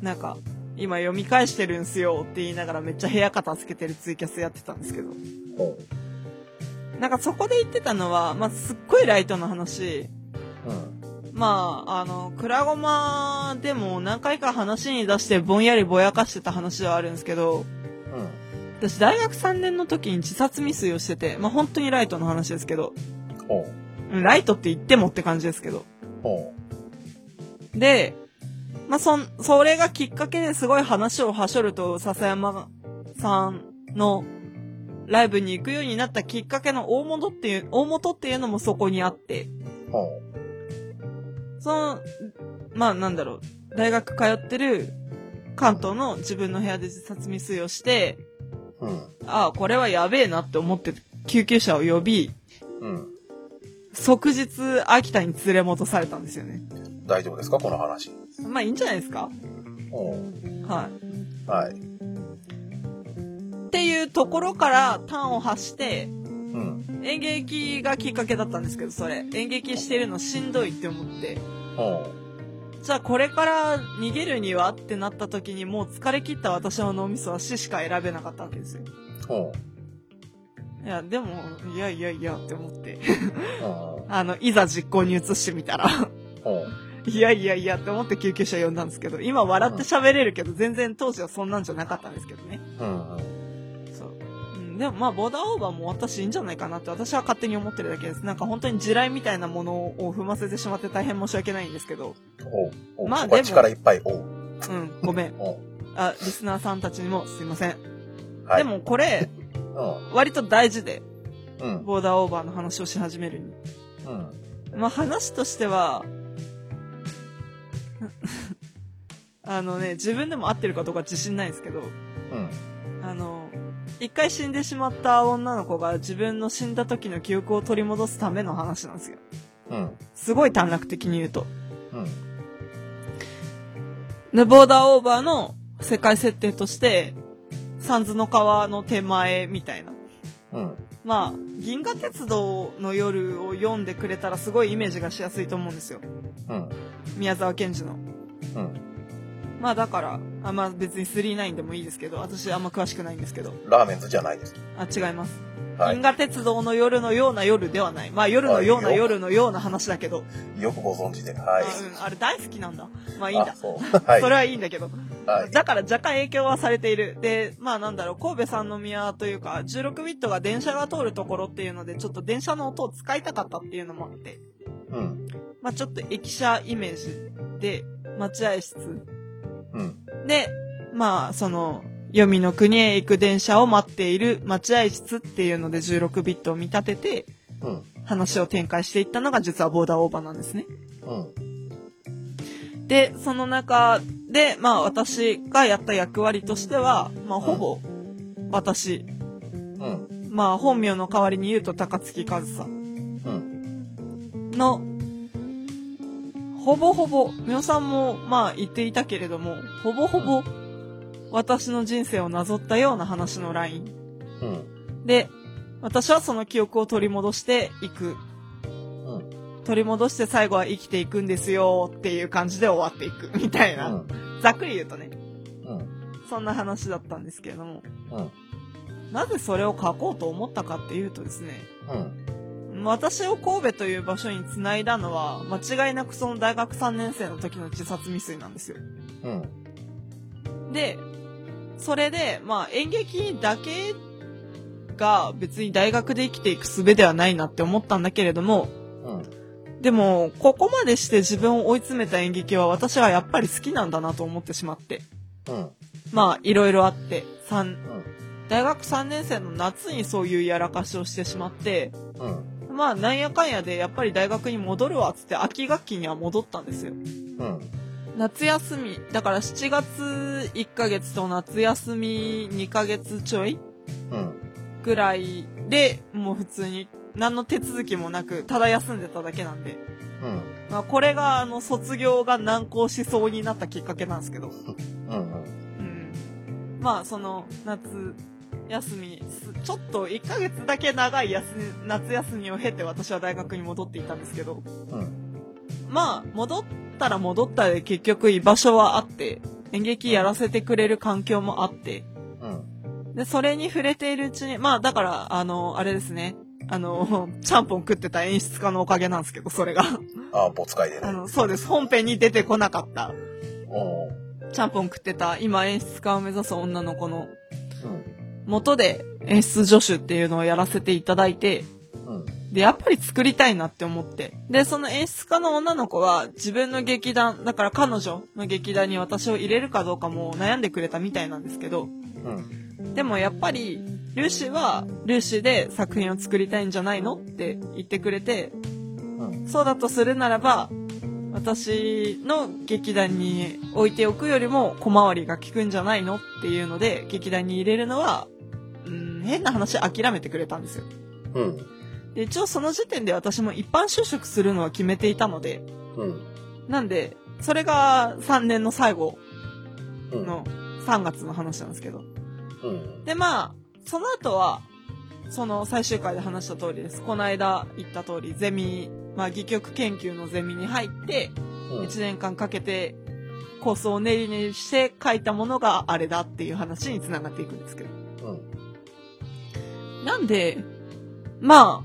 [SPEAKER 2] う。
[SPEAKER 1] なんか、今読み返してるんすよって言いながらめっちゃ部屋片付けてるツイキャスやってたんですけど。
[SPEAKER 2] ほ
[SPEAKER 1] なんかそこで言ってたのは、まあ、すっごいライトな話。
[SPEAKER 2] う。うん。
[SPEAKER 1] まあ、あの、クラゴマでも何回か話に出してぼんやりぼやかしてた話ではあるんですけど、
[SPEAKER 2] うん。
[SPEAKER 1] 私大学3年の時に自殺未遂をしてて、まあ、本当にライトの話ですけど、
[SPEAKER 2] ほう。
[SPEAKER 1] うんライトって言ってもって感じですけど。
[SPEAKER 2] ほ
[SPEAKER 1] で、まあ、そん、それがきっかけですごい話をはしょると、笹山さんのライブに行くようになったきっかけの大元っていう、大元っていうのもそこにあって、
[SPEAKER 2] う。ほ
[SPEAKER 1] その、まあなんだろう、大学通ってる関東の自分の部屋で自殺未遂をして、
[SPEAKER 2] う。うん。
[SPEAKER 1] ああ、これはやべえなって思って救急車を呼び、
[SPEAKER 2] うん。
[SPEAKER 1] 即日秋田に連れ戻されたんですよね。
[SPEAKER 2] 大丈夫ですかこの話。
[SPEAKER 1] まあいいんじゃないですか
[SPEAKER 2] ほ
[SPEAKER 1] はい。
[SPEAKER 2] う。はい。
[SPEAKER 1] っていうところから端を発して
[SPEAKER 2] うん。
[SPEAKER 1] 演劇がきっかけだったんですけどそれ演劇してるのしんどいって思って
[SPEAKER 2] ほ
[SPEAKER 1] じゃあこれから逃げるにはってなった時にもう疲れ切った私の脳みそは死しか選べなかったわけですよ
[SPEAKER 2] う。ほ
[SPEAKER 1] いやでもいやいやいやって思って
[SPEAKER 2] う。ほ
[SPEAKER 1] あのいざ実行に移してみたら
[SPEAKER 2] う。ほう。
[SPEAKER 1] いやいやいやって思って救急車呼んだんですけど今笑って喋れるけど全然当時はそんなんじゃなかったんですけどね
[SPEAKER 2] うん。
[SPEAKER 1] そう。うん、でもまあ、ボーダーオーバーも私いいんじゃないかなって私は勝手に思ってるだけです。なんか本当に地雷みたいなものを踏ませてしまって大変申し訳ないんですけど。
[SPEAKER 2] ほう。ほう。
[SPEAKER 1] まあ
[SPEAKER 2] そこは
[SPEAKER 1] でも
[SPEAKER 2] 力いっぱい。ほう。
[SPEAKER 1] うん、ごめん。
[SPEAKER 2] ほ
[SPEAKER 1] あ、リスナーさんたちにもすいません。
[SPEAKER 2] う。は
[SPEAKER 1] で
[SPEAKER 2] い。
[SPEAKER 1] もこれ、割と大事で、
[SPEAKER 2] うん。うん。
[SPEAKER 1] ボーダーオーバーの話をし始めるに。
[SPEAKER 2] うん。
[SPEAKER 1] まあ話としては、 あのね、自分でも合ってるかどうか自信ないんですけど、
[SPEAKER 2] うん。
[SPEAKER 1] あの、一回死んでしまった女の子が自分の死んだ時の記憶を取り戻すための話なんですよ。
[SPEAKER 2] うん。
[SPEAKER 1] すごい短絡的に言うと。
[SPEAKER 2] うん。
[SPEAKER 1] で、ボーダーオーバーの世界設定として、サンズの川の手前みたいな。
[SPEAKER 2] うん。
[SPEAKER 1] まあ、銀河鉄道の夜を読んでくれたらすごいイメージがしやすいと思うんですよ。
[SPEAKER 2] うん。
[SPEAKER 1] 宮沢賢治の。
[SPEAKER 2] うん。
[SPEAKER 1] まあだから、あまあ別に39でもいいですけど、私あんま詳しくないんですけど。
[SPEAKER 2] ラーメンズじゃないです。
[SPEAKER 1] あ、違います。
[SPEAKER 2] はい
[SPEAKER 1] 銀。河鉄道の夜のような夜ではない。まあ夜のような夜のような話だけど。
[SPEAKER 2] よくご存知で。はい
[SPEAKER 1] あ。うん、あれ大好きなんだ。まあいいんだ
[SPEAKER 2] あ。そう。はい
[SPEAKER 1] そ。れはいいんだけど。
[SPEAKER 2] はい。
[SPEAKER 1] だから若干影響はされている。で、まあなんだろう、神戸三宮というか、16ビットが電車が通るところっていうので、ちょっと電車の音を使いたかったっていうのもあって、
[SPEAKER 2] うん。
[SPEAKER 1] まあちょっと駅舎イメージで、待合室
[SPEAKER 2] うん。
[SPEAKER 1] で、まあその、読みの国へ行く電車を待っている待合室っていうので16ビットを見立てて、
[SPEAKER 2] うん。
[SPEAKER 1] 話を展開していったのが実はボーダーオーバーなんですね。
[SPEAKER 2] うん。
[SPEAKER 1] で、その中で、まあ私がやった役割としては、まあほぼ私
[SPEAKER 2] うん。
[SPEAKER 1] まあ本名の代わりに言うと高槻和さん
[SPEAKER 2] うん。
[SPEAKER 1] の、ほぼほぼ、みおさんもまあ言っていたけれども、ほぼほぼ私の人生をなぞったような話のライン。
[SPEAKER 2] うん。
[SPEAKER 1] で、私はその記憶を取り戻していく。
[SPEAKER 2] うん。
[SPEAKER 1] 取り戻して最後は生きていくんですよっていう感じで終わっていく。 みたいな。ざっくり言うとね、
[SPEAKER 2] うん。
[SPEAKER 1] そんな話だったんですけれども、
[SPEAKER 2] うん。
[SPEAKER 1] なぜそれを書こうと思ったかっていうとですね、
[SPEAKER 2] うん。
[SPEAKER 1] 私を神戸という場所に繋いだのは、間違いなくその大学3年生の時の自殺未遂なんですよ。
[SPEAKER 2] うん。
[SPEAKER 1] で、それで、まあ演劇だけが別に大学で生きていく術ではないなって思ったんだけれども、
[SPEAKER 2] うん。
[SPEAKER 1] でも、ここまでして自分を追い詰めた演劇は私はやっぱり好きなんだなと思ってしまって。
[SPEAKER 2] うん。
[SPEAKER 1] まあ、いろいろあって、三
[SPEAKER 2] うん。
[SPEAKER 1] 大学3年生の夏にそういうやらかしをしてしまって、
[SPEAKER 2] うん。
[SPEAKER 1] まあ、なんやかんやでやっぱり大学に戻るわっつって秋学期には戻ったんですよ。
[SPEAKER 2] うん。
[SPEAKER 1] 夏休み、だから7月1ヶ月と夏休み2ヶ月ちょい
[SPEAKER 2] うん。
[SPEAKER 1] ぐらいで、もう普通に何の手続きもなく、ただ休んでただけなんで。
[SPEAKER 2] うん。
[SPEAKER 1] まあ、これが、あの、卒業が難航しそうになったきっかけなんですけど。
[SPEAKER 2] うん。
[SPEAKER 1] うん。まあ、その、夏休み、すちょっと1ヶ月だけ長い休み夏休みを経て私は大学に戻っていたんですけど、
[SPEAKER 2] うん。
[SPEAKER 1] まあ、戻ったら戻ったで結局居場所はあって、演劇やらせてくれる環境もあって、
[SPEAKER 2] うん。
[SPEAKER 1] で、それに触れているうちに、まあ、だから、あの、あれですね。あの、 ちゃんぽん食ってた演出家のおかげなんですけど、それが。
[SPEAKER 2] ああ、ボツ会で
[SPEAKER 1] あ
[SPEAKER 2] ね。
[SPEAKER 1] の、そうです。本編に出てこなかった。
[SPEAKER 2] おう
[SPEAKER 1] ちゃんぽん食ってた、今演出家を目指す女の子の
[SPEAKER 2] うん。
[SPEAKER 1] 元で演出助手っていうのをやらせていただいて、
[SPEAKER 2] うん。
[SPEAKER 1] で、やっぱり作りたいなって思って。で、その演出家の女の子は自分の劇団、だから彼女の劇団に私を入れるかどうかも悩んでくれたみたいなんですけど、
[SPEAKER 2] うん。
[SPEAKER 1] でもやっぱり、ルーシーは、ルーシーで作品を作りたいんじゃないのって言ってくれて、
[SPEAKER 2] うん。
[SPEAKER 1] そうだとするならば、私の劇団に置いておくよりも小回りが利くんじゃないのっていうので、劇団に入れるのは、うん、変な話諦めてくれたんですよ。
[SPEAKER 2] うん。
[SPEAKER 1] で、一応その時点で私も一般就職するのは決めていたので、
[SPEAKER 2] うん。
[SPEAKER 1] なんで、それが3年の最後
[SPEAKER 2] うん。
[SPEAKER 1] の3月の話なんですけど。
[SPEAKER 2] うん。
[SPEAKER 1] で、まあ、その後は、その最終回で話した通りです。この間言った通り、ゼミ、まあ、戯曲研究のゼミに入って、
[SPEAKER 2] うん。
[SPEAKER 1] 1年間かけて構想を練り練りして書いたものがあれだっていう話につながっていくんですけど。
[SPEAKER 2] うん。
[SPEAKER 1] なんで、まあ、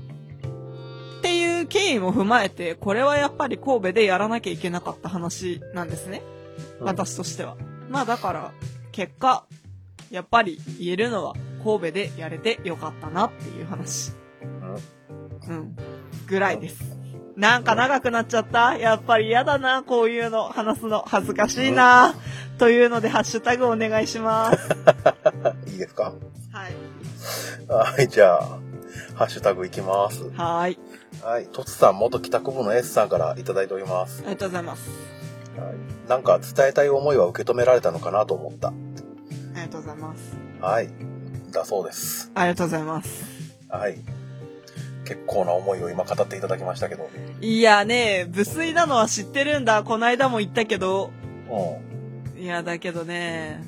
[SPEAKER 1] っていう経緯も踏まえて、これはやっぱり神戸でやらなきゃいけなかった話なんですね。私としては。まあだから、結果、やっぱり言えるのは神戸でやれてよかったなっていう話。うん。ぐらいです。なんか長くなっちゃった。やっぱり嫌だな、こういうの。話すの恥ずかしいな。というので、ハッシュタグお願いします。
[SPEAKER 2] いいですか
[SPEAKER 1] はい。
[SPEAKER 2] はい、じゃあ、ハッシュタグいきます。
[SPEAKER 1] はーい。
[SPEAKER 2] はい、とつさん、元帰宅部の S さんからいただいております。
[SPEAKER 1] ありがとうございます。
[SPEAKER 2] はい、なんか伝えたい思いは受け止められたのかなと思った。
[SPEAKER 1] ありがとうございます。
[SPEAKER 2] はい、だそうです。
[SPEAKER 1] ありがとうございます。
[SPEAKER 2] はい。結構な思いを今語っていただきましたけど。
[SPEAKER 1] いやね、無粋なのは知ってるんだ。こないだも言ったけど。
[SPEAKER 2] う
[SPEAKER 1] いや、だけどね、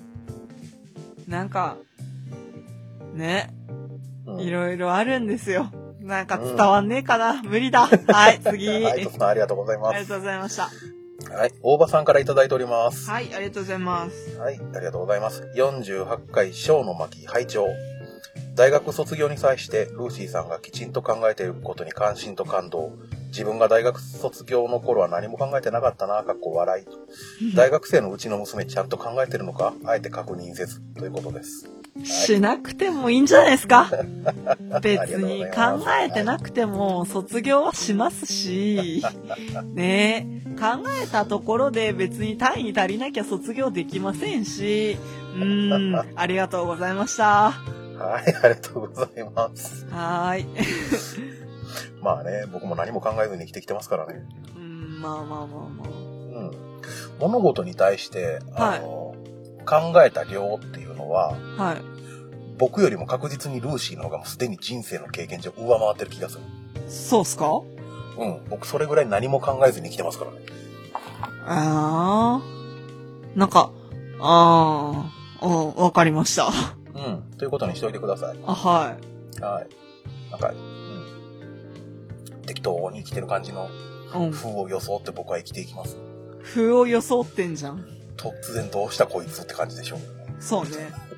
[SPEAKER 1] なんか、ね、
[SPEAKER 2] ん。うん、
[SPEAKER 1] いろいろあるんですよ。なんか伝わんねえかな。無理だ。はい、次。あ
[SPEAKER 2] はい、とつさんありがとうございま
[SPEAKER 1] りがとうございました。
[SPEAKER 2] す。はい、大場さんからいただいております。
[SPEAKER 1] はい、ありがとうござい ます。
[SPEAKER 2] はい、ありがとうございます。48回小の巻拝聴大学卒業に際して、ルーシーさんがきちんと考えていることに関心と感動。自分が大学卒業の頃は何も考えてなかったな、かっこ笑い。大学生のうちの娘ちゃんと考えてるのか、あえて確認せず、ということです。
[SPEAKER 1] しなくてもいいんじゃないですか
[SPEAKER 2] あり
[SPEAKER 1] 別
[SPEAKER 2] がとうご
[SPEAKER 1] に
[SPEAKER 2] ざいます
[SPEAKER 1] 考えてなくても卒業はしますし、ねえ考えたところで別に単位足りなきゃ卒業できませんし、うん、ありがとうございました。
[SPEAKER 2] はい、ありがとうございます。
[SPEAKER 1] はーい。
[SPEAKER 2] まあね、僕も何も考えずに生きてきてますからね。
[SPEAKER 1] うん、まあまあまあまあ。
[SPEAKER 2] うん。物事に対して、あの、考えた量っていうのは、
[SPEAKER 1] はい。
[SPEAKER 2] 僕よりも確実にルーシーの方がもうすでに人生の経験上上回ってる気がする。
[SPEAKER 1] そうっすか
[SPEAKER 2] うん。僕それぐらい何も考えずに生きてますからね。
[SPEAKER 1] ああ。なんか、ああ、うん、わかりました。
[SPEAKER 2] うん。ということにしておいてください。
[SPEAKER 1] あ、は
[SPEAKER 2] はい。なんか、うん。適当に生きてる感じ
[SPEAKER 1] い。
[SPEAKER 2] の
[SPEAKER 1] うん。
[SPEAKER 2] 風を装って僕は生きていきます。
[SPEAKER 1] 風を装ってんじゃん。
[SPEAKER 2] 突然どうしたこいつって感じでしょう。
[SPEAKER 1] そうね。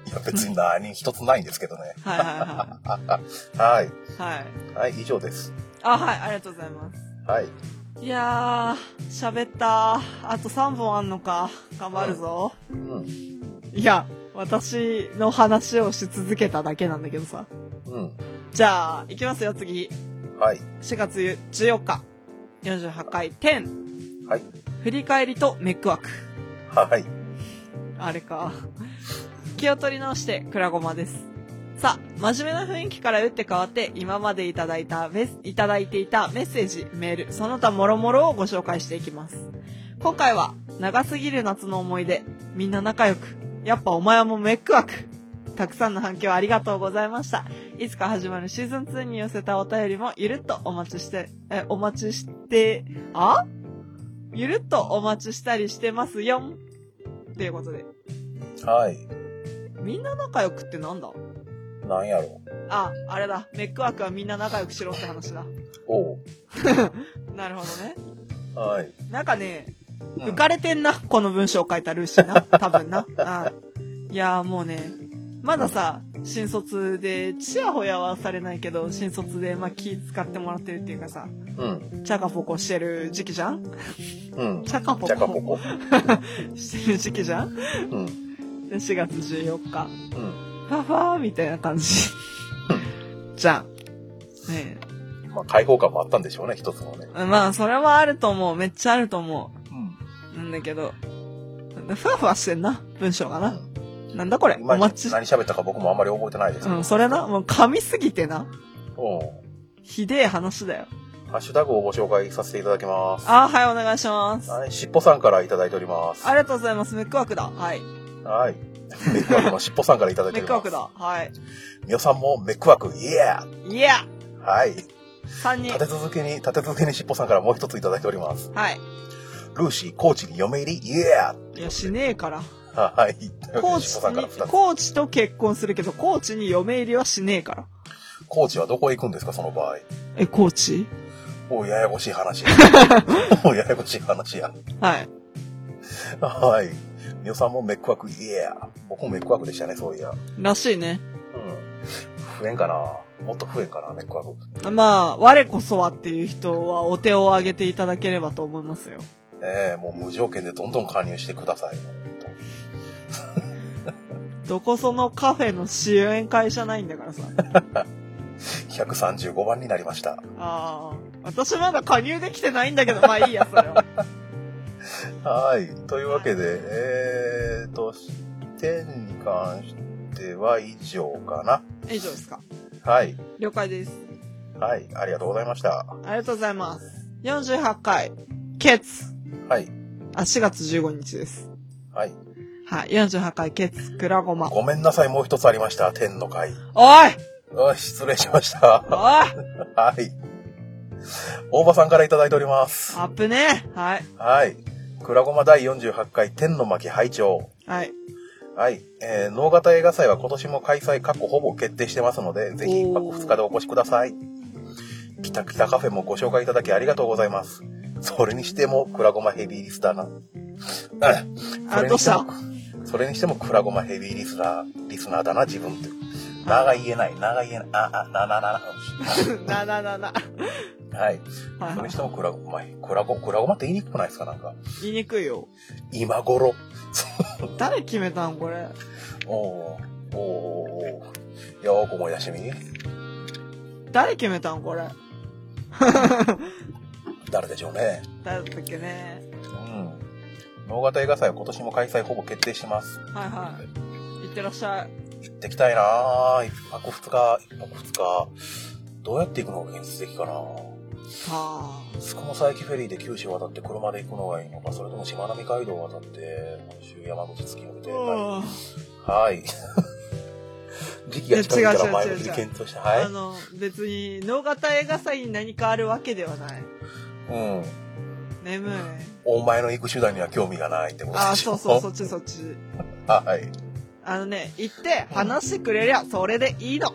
[SPEAKER 2] いや別に何一つないんですけどね。
[SPEAKER 1] はいは
[SPEAKER 2] はい。
[SPEAKER 1] いはい。はい。
[SPEAKER 2] はい、以上です。
[SPEAKER 1] あ、はい、ありがとうございます。
[SPEAKER 2] はい。
[SPEAKER 1] いやー、喋ったあと3本あんのか。頑張るぞ。
[SPEAKER 2] うん。
[SPEAKER 1] いや、私の話をし続けただけなんだけどさ。
[SPEAKER 2] うん。
[SPEAKER 1] じゃあ、行きますよ、次。
[SPEAKER 2] はい。
[SPEAKER 1] 4月14日。 48回10
[SPEAKER 2] はい。
[SPEAKER 1] 振り返りとメックワーク
[SPEAKER 2] はい。
[SPEAKER 1] あれか気を取り直してくらごまですさあ真面目な雰囲気から打って変わって今までいただいたメスいただいていたメッセージメールその他もろもろをご紹介していきます今回は長すぎる夏の思い出みんな仲良くやっぱお前はもうメックワークたくさんの反響ありがとうございましたいつか始まるシーズン2に寄せたお便りもゆるっとお待ちしてえお待ちしてあゆるっとお待ちしたりしてますよんっていうことで
[SPEAKER 2] はい。
[SPEAKER 1] みんな仲良くってなんだ
[SPEAKER 2] なんやろ
[SPEAKER 1] あ、あれだ。メックワークはみんな仲良くしろって話だ。
[SPEAKER 2] う。おう。
[SPEAKER 1] なるほどね。
[SPEAKER 2] はい。
[SPEAKER 1] なんかね、
[SPEAKER 2] うん
[SPEAKER 1] 浮かれてんな。この文章を書いたルーシーな。多分な。あいやーもうね、まださ、新卒で、ちやほやはされないけど、新卒で、まあ、気使ってもらってるっていうかさ、
[SPEAKER 2] うん。
[SPEAKER 1] チャカポコしてる時期じゃん
[SPEAKER 2] うん。
[SPEAKER 1] チャカポ
[SPEAKER 2] じゃかぽ
[SPEAKER 1] コ
[SPEAKER 2] こ。
[SPEAKER 1] してる時期じゃん
[SPEAKER 2] うん。
[SPEAKER 1] で ?4 月14日。
[SPEAKER 2] うん。
[SPEAKER 1] ファファーみたいな感 じ。じゃん。ねえ。
[SPEAKER 2] まあ、解放感もあったんでしょうね、一つのね。
[SPEAKER 1] まあ、それはあると思う。めっちゃあると思
[SPEAKER 2] うん。
[SPEAKER 1] う。なんだけど。ふわふわしてんな、文章がな。
[SPEAKER 2] う
[SPEAKER 1] なんだこれ、お
[SPEAKER 2] ん、今何
[SPEAKER 1] 待ち。
[SPEAKER 2] 喋ったか僕もあんまり覚えてないですけ
[SPEAKER 1] う
[SPEAKER 2] ど。
[SPEAKER 1] ん、それな、もう噛みすぎてな。
[SPEAKER 2] おう
[SPEAKER 1] ひでえ話だよ。
[SPEAKER 2] ハッシュタグをご紹介させていただきます。
[SPEAKER 1] あーはい、お願いします。
[SPEAKER 2] はい。しっぽさんからいただいております。
[SPEAKER 1] ありがとうございます。メックワークだ。はい。
[SPEAKER 2] はい。 メックワークのしっぽさんからいただいて
[SPEAKER 1] メ
[SPEAKER 2] お
[SPEAKER 1] ッ
[SPEAKER 2] り
[SPEAKER 1] クワー
[SPEAKER 2] ま
[SPEAKER 1] ク
[SPEAKER 2] す。
[SPEAKER 1] だ。はい。
[SPEAKER 2] みおさんもメックワーク、イエー
[SPEAKER 1] いや
[SPEAKER 2] はい。
[SPEAKER 1] !3 人
[SPEAKER 2] 立。て続けに、立て続けにしっぽさんからもう一ついただいております。
[SPEAKER 1] はい。
[SPEAKER 2] ルーシー、コーチに嫁入り、イエ
[SPEAKER 1] いや、しねえから。
[SPEAKER 2] ーはい。
[SPEAKER 1] コー
[SPEAKER 2] しっぽさんから
[SPEAKER 1] チ
[SPEAKER 2] 二
[SPEAKER 1] に、
[SPEAKER 2] つ。
[SPEAKER 1] コーチと結婚するけど、コーチに嫁入りはしねえから。
[SPEAKER 2] コーチはどこへ行くんですか、その場合。
[SPEAKER 1] え、コーチ
[SPEAKER 2] もうややこしい話。もうややこしい話や。
[SPEAKER 1] はい。
[SPEAKER 2] はい。みおさんもメックワーク、イエー僕もメックワークでしたね、そういや。
[SPEAKER 1] らしいね。
[SPEAKER 2] うん。増えんかなもっと増えんかな、メックワーク。
[SPEAKER 1] まあ、我こそはっていう人はお手を挙げていただければと思いますよ。
[SPEAKER 2] ええもう無条件でどんどん加入してください。
[SPEAKER 1] どこそのカフェの支援会じゃないんだから さ。
[SPEAKER 2] 135番になりました。
[SPEAKER 1] ああ。私まだ加入できてないんだけど、まあいいや、それは。
[SPEAKER 2] はい。というわけで、えーと、点に関しては以上かな。
[SPEAKER 1] 以上ですか。
[SPEAKER 2] はい。
[SPEAKER 1] 了解です。
[SPEAKER 2] はい。ありがとうございました。
[SPEAKER 1] ありがとうございます。48回、ケツ。
[SPEAKER 2] はい。
[SPEAKER 1] あ、4月15日です。
[SPEAKER 2] はい。
[SPEAKER 1] はい、48回、ケツ、クラゴマ。
[SPEAKER 2] ごめんなさい。もう一つありました。点の回。
[SPEAKER 1] おい
[SPEAKER 2] おい失礼しました。は
[SPEAKER 1] おい
[SPEAKER 2] い。大場さんからいただいております。
[SPEAKER 1] アップねはい。
[SPEAKER 2] はい。クラゴマ第48回天の巻拝聴
[SPEAKER 1] はい。
[SPEAKER 2] はい。えー、能型映画祭は今年も開催、過去ほぼ決定してますので、ぜひ1泊2日でお越しください。北北カフェもご紹介いただきありがとうございます。それにしても、クラゴマヘビーリスナーだな。
[SPEAKER 1] あ、どうした
[SPEAKER 2] それにしても、クラゴマヘビーリスナー、リスナーだな、自分って。なが言えない、なが言えない、あ、あ、な、な、な、
[SPEAKER 1] なななな。
[SPEAKER 2] な。は
[SPEAKER 1] は
[SPEAKER 2] い。
[SPEAKER 1] い
[SPEAKER 2] そ
[SPEAKER 1] は
[SPEAKER 2] れに
[SPEAKER 1] い
[SPEAKER 2] しても、クラゴマ、クラゴ、クラゴマって言いにくくないですか、なんか。
[SPEAKER 1] 言いにくいよ。
[SPEAKER 2] 今頃。
[SPEAKER 1] 誰決めたんこれ。
[SPEAKER 2] おーおーおーよーく思い出してみ。
[SPEAKER 1] 誰決めたんこれ。
[SPEAKER 2] 誰でしょうね。
[SPEAKER 1] 誰だったっけね。
[SPEAKER 2] うん。能型映画祭は今年も開催ほぼ決定してます。
[SPEAKER 1] はいはい。いってらっしゃい。
[SPEAKER 2] 行ってきたいなぁ。一泊二日、一泊二日。どうやって行くのが現実的かな
[SPEAKER 1] は
[SPEAKER 2] スコモ佐伯フェリーで九州渡って車で行くのがいいのか、それともしまなみ海道を渡って、今週山口突き抜けて、は
[SPEAKER 1] あ。
[SPEAKER 2] い。はい。 時期が近づいたら前向きに検討して、はい。
[SPEAKER 1] あの、別に、能型映画祭に何かあるわけではない。
[SPEAKER 2] うん。
[SPEAKER 1] 眠い。
[SPEAKER 2] お前の行く手段には興味がないってこと
[SPEAKER 1] ああ、
[SPEAKER 2] でしょ
[SPEAKER 1] そうそう、そっちそっち。
[SPEAKER 2] はい。
[SPEAKER 1] あのね、行って話してくれりゃ、それでいいの。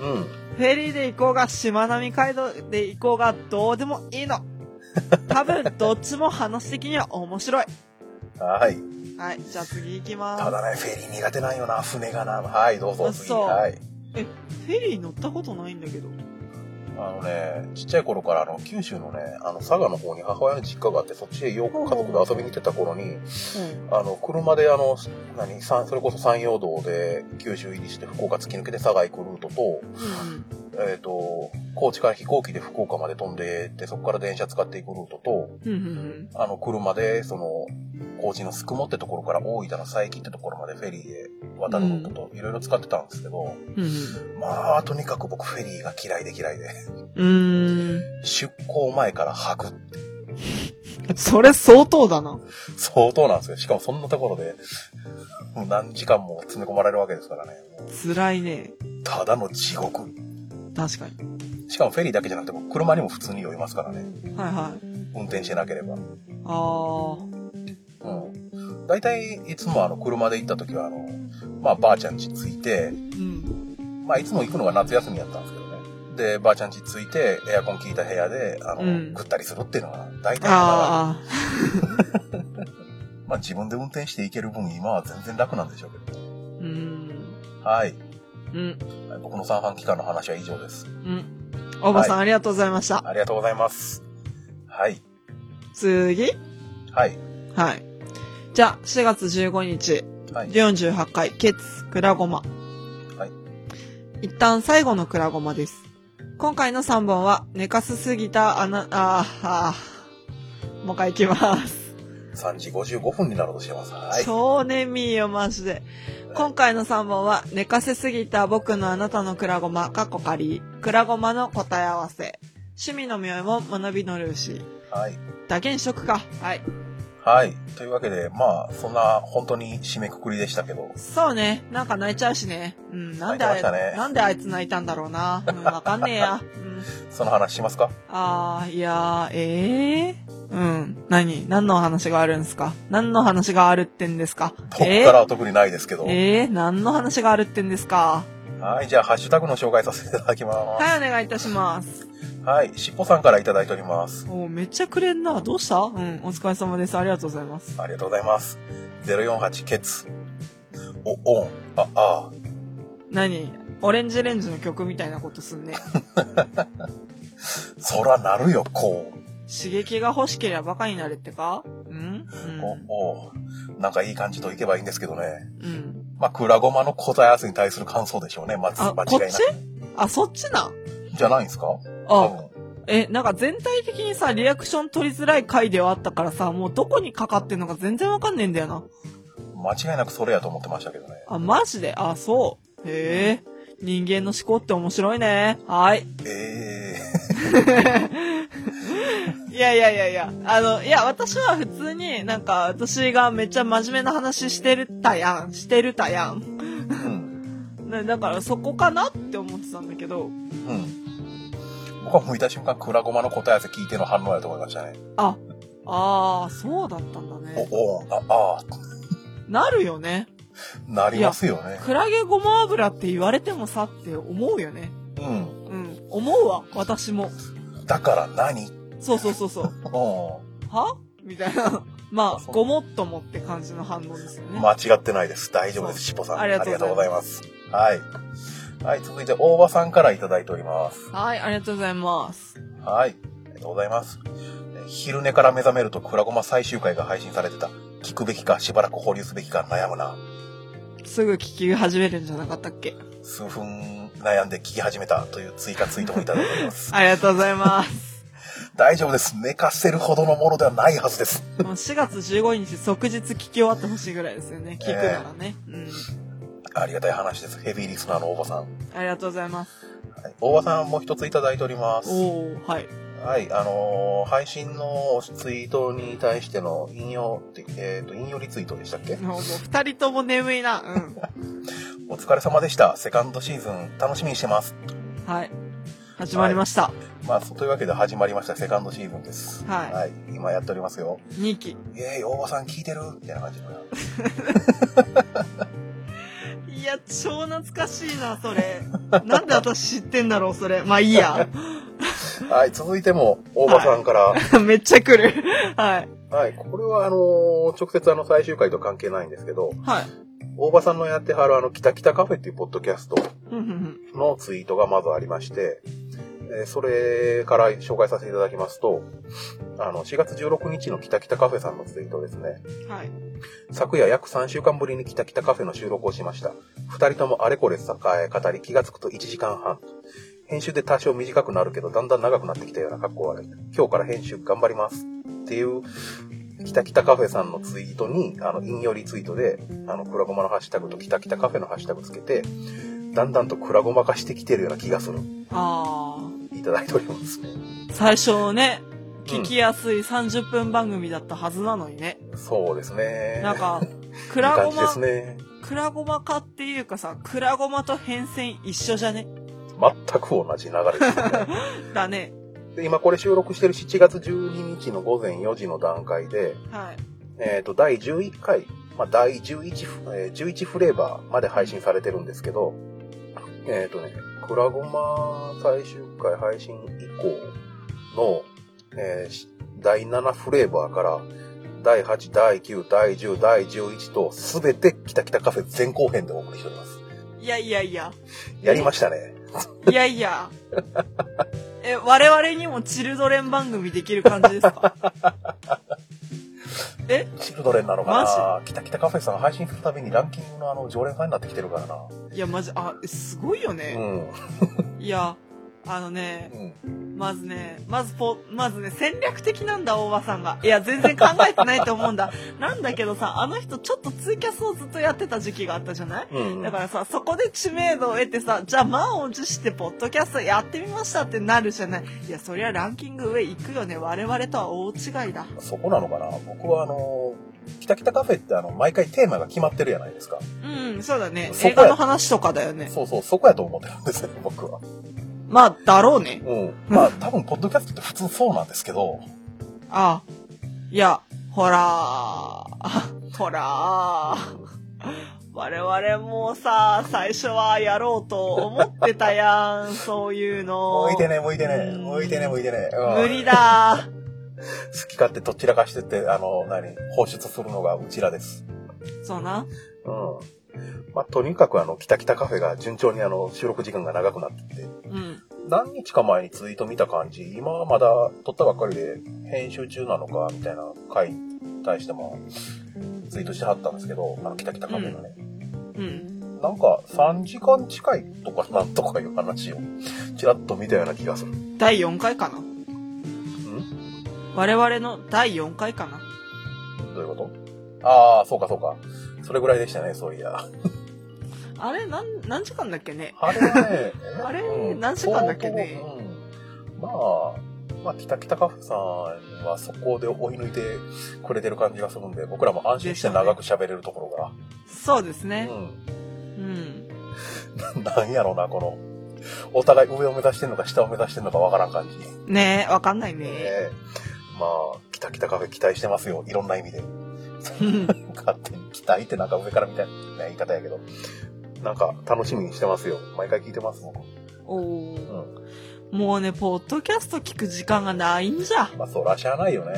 [SPEAKER 2] うん。
[SPEAKER 1] フェリーで行こうが、しまなみ海道で行こうが、どうでもいいの。多分、どっちも話的には面白い。
[SPEAKER 2] はい。
[SPEAKER 1] はい、じゃあ次行きま
[SPEAKER 2] た
[SPEAKER 1] す。
[SPEAKER 2] だね、フェリー苦手なんよな、船がな。はい、どうぞ、
[SPEAKER 1] あ
[SPEAKER 2] 次。
[SPEAKER 1] そう
[SPEAKER 2] はい。
[SPEAKER 1] フェリー乗ったことないんだけど。
[SPEAKER 2] あのね、ちっちゃい頃からあの九州のね、あの佐賀の方に母親の実家があって、そっちへよく家族で遊びに行ってた頃に、あの車であの、何、さんそれこそ山陽道で九州入りして福岡突き抜けて佐賀行くルートと、
[SPEAKER 1] うん。
[SPEAKER 2] えっ、と、高知から飛行機で福岡まで飛んでって、そこから電車使っていくルートと、
[SPEAKER 1] ふんふんふん。
[SPEAKER 2] あの、車で、その、高知の宿毛ってところから大分の佐伯ってところまでフェリーで渡るルートと、いろいろ使ってたんですけど、
[SPEAKER 1] ふんふ
[SPEAKER 2] まあ、とにかく僕フェリーが嫌いで嫌いで、
[SPEAKER 1] ん。うーん。
[SPEAKER 2] 出港前から吐く。
[SPEAKER 1] それ相当だな。
[SPEAKER 2] 相当なんですよ。しかもそんなところで、もう何時間も詰め込まれるわけですからね。も
[SPEAKER 1] 辛いね。
[SPEAKER 2] うただの地獄。
[SPEAKER 1] 確か
[SPEAKER 2] しかもフェリーだけじゃなくて、僕車にも普通に酔いますからね。
[SPEAKER 1] に。はいはい。
[SPEAKER 2] 運転してなければ。
[SPEAKER 1] あー。
[SPEAKER 2] うん。大体、いつもあの、車で行った時は、あの、まあ、ばあちゃん家着いて、
[SPEAKER 1] うん。
[SPEAKER 2] まあ、いつも行くのが夏休みやったんですけどね。で、ばあちゃん家着いて、エアコン効いた部屋で、あの、
[SPEAKER 1] うん
[SPEAKER 2] ぐったりするっていうのが、大体の、
[SPEAKER 1] あ
[SPEAKER 2] まあ、自分で運転して行ける分、今は全然楽なんでしょうけど。
[SPEAKER 1] ー。うーん。
[SPEAKER 2] はい。
[SPEAKER 1] うん。
[SPEAKER 2] 僕の三半規管の話は以上です。
[SPEAKER 1] うん。おばさん、ありがとうございました。
[SPEAKER 2] ありがとうございます。はい。
[SPEAKER 1] 次
[SPEAKER 2] はい。
[SPEAKER 1] はい。じゃあ、4月15日、
[SPEAKER 2] はい。
[SPEAKER 1] 48回、ケツ、クラゴマ。
[SPEAKER 2] はい。
[SPEAKER 1] 一旦最後のクラゴマです。今回の3本は、寝かすすぎた穴、あーあー、もう一回いきます。
[SPEAKER 2] 3時55分になろうとしてます。はい。
[SPEAKER 1] 超眠いよ、マジで。今回の3本は、寝かせすぎた僕のあなたのクラゴマ、カッコカリー、クラゴマの答え合わせ、趣味の妙も学びのルーシー、
[SPEAKER 2] はい。
[SPEAKER 1] だけにしとくか。はい。
[SPEAKER 2] はい。というわけで、まあ、そんな、本当に締めくくりでしたけど、
[SPEAKER 1] そうね。なんか泣いちゃうしね。うん。なんであ
[SPEAKER 2] 泣いてましたね
[SPEAKER 1] なんであいつ泣いたんだろうな。うん、わかんねえ や。うん。
[SPEAKER 2] その話しますか
[SPEAKER 1] あー、いやー、ええうん。何何の話があるんですか何の話があるってんですか
[SPEAKER 2] 僕
[SPEAKER 1] え
[SPEAKER 2] からは特にないですけど。
[SPEAKER 1] ー、えー、何の話があるってんですか
[SPEAKER 2] はい、じゃあ、ハッシュタグの紹介させていただきま
[SPEAKER 1] はい、お願いいたします。
[SPEAKER 2] す。はい、しっぽさんからいただいております。
[SPEAKER 1] おーめっちゃくれんな。どうしたうん、お疲れ様です。ありがとうございます。
[SPEAKER 2] ありがとうございます。048ケツ。お、オン、あ、あ
[SPEAKER 1] 何オレンジレンジの曲みたいなことすんね。
[SPEAKER 2] ー、そらなるよ、こ
[SPEAKER 1] 刺激が欲しければバカになれってかうん
[SPEAKER 2] う。お、お、なんかいい感じといけばいいんですけどね。
[SPEAKER 1] うん。うん。
[SPEAKER 2] まあ、クラゴマの答え合わせに対する感想でしょうね、まず、
[SPEAKER 1] あ、
[SPEAKER 2] 間
[SPEAKER 1] こ
[SPEAKER 2] 違
[SPEAKER 1] っ
[SPEAKER 2] い
[SPEAKER 1] ち
[SPEAKER 2] なく。
[SPEAKER 1] あ、そっちなん
[SPEAKER 2] じゃないんですか多
[SPEAKER 1] あ、
[SPEAKER 2] 分。
[SPEAKER 1] え、なんか全体的にさ、リアクション取りづらい回ではあったからさ、もうどこにかかってんのか全然わかんねえんだよな。
[SPEAKER 2] 間違いなくそれやと思ってましたけどね。
[SPEAKER 1] あ、マジであ、そう。へえ。人間の思考って面白いね。はい。
[SPEAKER 2] え
[SPEAKER 1] いやいやいやいや。あの、いや、私は普通になんか、私がめっちゃ真面目な話してるたやん。してるたやん。
[SPEAKER 2] えー。うん。
[SPEAKER 1] ねだからそこかなって思ってたんだけど。
[SPEAKER 2] うん。僕は向いた瞬間、クラゴマの答え合わせ聞いての反応やと思いましたね。
[SPEAKER 1] あ、あー、そうだったんだね。
[SPEAKER 2] お、おん、あ、あ
[SPEAKER 1] なるよね。
[SPEAKER 2] ー、なりますよね。
[SPEAKER 1] クラゲごま油って言われてもさって思うよね。
[SPEAKER 2] うん。
[SPEAKER 1] うん、思うわ、私も。
[SPEAKER 2] だから何
[SPEAKER 1] そうそうそう そう。
[SPEAKER 2] う
[SPEAKER 1] はみたいな。ま
[SPEAKER 2] あそ
[SPEAKER 1] あ、
[SPEAKER 2] う
[SPEAKER 1] ごもっともって感じの反応ですよね。
[SPEAKER 2] ん。間違ってないです。大丈夫です、
[SPEAKER 1] そう
[SPEAKER 2] しっぽさん。。
[SPEAKER 1] ありがとうございます
[SPEAKER 2] はい。はい、続いて、大場さんからいただいております。
[SPEAKER 1] はい、ありがとうございます。
[SPEAKER 2] はい。ありがとうございます。え昼寝から目覚めると、クラゴマ最終回が配信されてた。聞くべきか、しばらく保留すべきか悩むな。
[SPEAKER 1] すぐ聞き始めるんじゃなかったっけ
[SPEAKER 2] 数分悩んで聞き始めたという追加ツイートもいただいておりま す。
[SPEAKER 1] ありがとうございます。
[SPEAKER 2] 大丈夫です。寝かせるほどのものではないはずです。
[SPEAKER 1] もう4月15日即日聞き終わってほしいぐらいですよね。聞くならね。うん。
[SPEAKER 2] ありがたい話です。ヘビーリスナーの大場さん。
[SPEAKER 1] ありがとうございます。
[SPEAKER 2] はい、大場さんもう一ついただいておりま す。
[SPEAKER 1] おー、はい。
[SPEAKER 2] はい、あのー配信のツイートに対しての引用って、えっ、と、引用リツイートでしたっけ
[SPEAKER 1] もう二人とも眠いな。うん。
[SPEAKER 2] お疲れ様でした。セカンドシーズン楽しみにしてます。
[SPEAKER 1] はい。始まりました。
[SPEAKER 2] まあ、そうというわけで始まりましたセカンドシーズンです。
[SPEAKER 1] はい
[SPEAKER 2] 今やっておりますよ。
[SPEAKER 1] 2期。
[SPEAKER 2] イェーイ、大場さん聞いてるみたいな感じかな。
[SPEAKER 1] いや、超懐かしいな、そ れ。なんで私知ってんだろう、それ。まあいいや。
[SPEAKER 2] はい、続いても大場さんから。はい、
[SPEAKER 1] めっちゃ来る。はい。
[SPEAKER 2] これはあのー直接あの最終回と関係ないんですけど、
[SPEAKER 1] はい。
[SPEAKER 2] 大場さんのやってはるあの、キタキタカフェっていうポッドキャスト
[SPEAKER 1] ふんふんふん
[SPEAKER 2] のツイートがまずありまして、えーそれから紹介させていただきますと、あの、4月16日のキタキタカフェさんのツイートですね。
[SPEAKER 1] はい。
[SPEAKER 2] 昨夜約3週間ぶりにキタキタカフェの収録をしました。2人ともあれこれ栄え語り気がつくと1時間半。編集で多少短くなるけど、だんだん長くなってきたような格好悪い。今日から編集頑張ります。っていう、きたきたカフェさんのツイートに、あの、引用リツイートで、あの、くらごまのハッシュタグときたきたカフェのハッシュタグつけて、だんだんとくらごま化してきてるような気がする。
[SPEAKER 1] ああ。
[SPEAKER 2] いただいております。
[SPEAKER 1] 最初のね、聞きやすい30分番組だったはずなのにね。
[SPEAKER 2] そうですね。
[SPEAKER 1] なん か、
[SPEAKER 2] い
[SPEAKER 1] ク
[SPEAKER 2] い
[SPEAKER 1] ラ
[SPEAKER 2] 感
[SPEAKER 1] ゴ
[SPEAKER 2] じで
[SPEAKER 1] マ
[SPEAKER 2] す、ね。
[SPEAKER 1] クラゴマ化っていうかさ、クラゴマと変遷一緒じゃね
[SPEAKER 2] 全く同じ流れですね。
[SPEAKER 1] だね。
[SPEAKER 2] で今これ収録してる7月12日の午前4時の段階で、
[SPEAKER 1] はい。
[SPEAKER 2] えっ、と、第11回、まあ、第11フ、えー11フレーバーまで配信されてるんですけど、えっ、とね、クラゴマ最終回配信以降の、えーし第7フレーバーから、第8、第9、第10、第11と、すべてキタキタカフェ全後編でお送りしております。
[SPEAKER 1] いやいやいや。
[SPEAKER 2] やりましたね。
[SPEAKER 1] いやいや。え、我々にもチルドレン番組できる感じです かえ
[SPEAKER 2] チルドレンなのかなキタキタカフェさん配信するたびにランキングのあの常連さんになってきてるからな。
[SPEAKER 1] いや、マジ、あ、すごいよ
[SPEAKER 2] う
[SPEAKER 1] ね。
[SPEAKER 2] ん。
[SPEAKER 1] いや、あのね、
[SPEAKER 2] うん。
[SPEAKER 1] まずね、まずポ、まずね、戦略的なんだ、大場さんが。いや、全然考えてないと思うんだ。なんだけどさ、あの人ちょっとツイキャスをずっとやってた時期があったじゃない
[SPEAKER 2] うん。
[SPEAKER 1] だからさ、そこで知名度を得てさ、じゃあ満を持してポッドキャストやってみましたってなるじゃない。いや、そりゃランキング上行くよね。我々とは大違いだ。
[SPEAKER 2] そこなのかな僕はあの、キタキタカフェってあの、毎回テーマが決まってるじゃないですか。
[SPEAKER 1] うん、そうだね。
[SPEAKER 2] そこ
[SPEAKER 1] 映画の話とかだよね。
[SPEAKER 2] そうそう、そこやと思ってるんですよ、僕は。
[SPEAKER 1] まあ、だろうね。
[SPEAKER 2] うん。まあ、多分、ポッドキャストって普通そうなんですけど、
[SPEAKER 1] ああ。いや、ほらー。あ ほらー。我々もさ、最初はやろうと思ってたやん、そういうの。
[SPEAKER 2] 向いてね、向いてね、
[SPEAKER 1] うん
[SPEAKER 2] 向いてね、向いてね。うん
[SPEAKER 1] 無理だー。
[SPEAKER 2] 好き勝手どちらかしてって、あの、何、放出するのがうちらです。
[SPEAKER 1] そうな。
[SPEAKER 2] うん。まあ、とにかくあの、キタキタカフェが順調にあの、収録時間が長くなってって、
[SPEAKER 1] うん。
[SPEAKER 2] 何日か前にツイート見た感じ、今はまだ撮ったばっかりで編集中なのか、みたいな回に対してもツイートしてはったんですけど、あの、キタキタカフェのね、
[SPEAKER 1] うん。
[SPEAKER 2] なんか3時間近いとか なんとかいう話をちらっと見たような気がする。ん
[SPEAKER 1] 第4回かな。我々の第4回かな。
[SPEAKER 2] どういうことああ、そうかそうか。それぐらいでしたね、そういや。
[SPEAKER 1] あれ、なん、何時間だっけね。、
[SPEAKER 2] あれはね
[SPEAKER 1] あれ何時間だっけね
[SPEAKER 2] 相当うんまあ、まあ、キタキタカフェさんはそこで追い抜いてくれてる感じがするんで、僕らも安心して長く喋れるところ
[SPEAKER 1] そうです
[SPEAKER 2] が。
[SPEAKER 1] ね。うん。
[SPEAKER 2] うん。 なんやろうな、この、お互い上を目指してんのか下を目指してんのかわからん感じ。ね
[SPEAKER 1] ねえ、わかんないね。
[SPEAKER 2] えまあ、キタキタカフェ期待してますよ。いろんな意味で。
[SPEAKER 1] うん
[SPEAKER 2] 勝手に期待ってなんか上からみたいな言い方やけど、なんか楽しみにしてますよ。毎回聞いてます、僕。
[SPEAKER 1] おー
[SPEAKER 2] う
[SPEAKER 1] もうね、ポッドキャスト聞く時間がないんじゃ。
[SPEAKER 2] ん。まあ、そらしゃあないよね。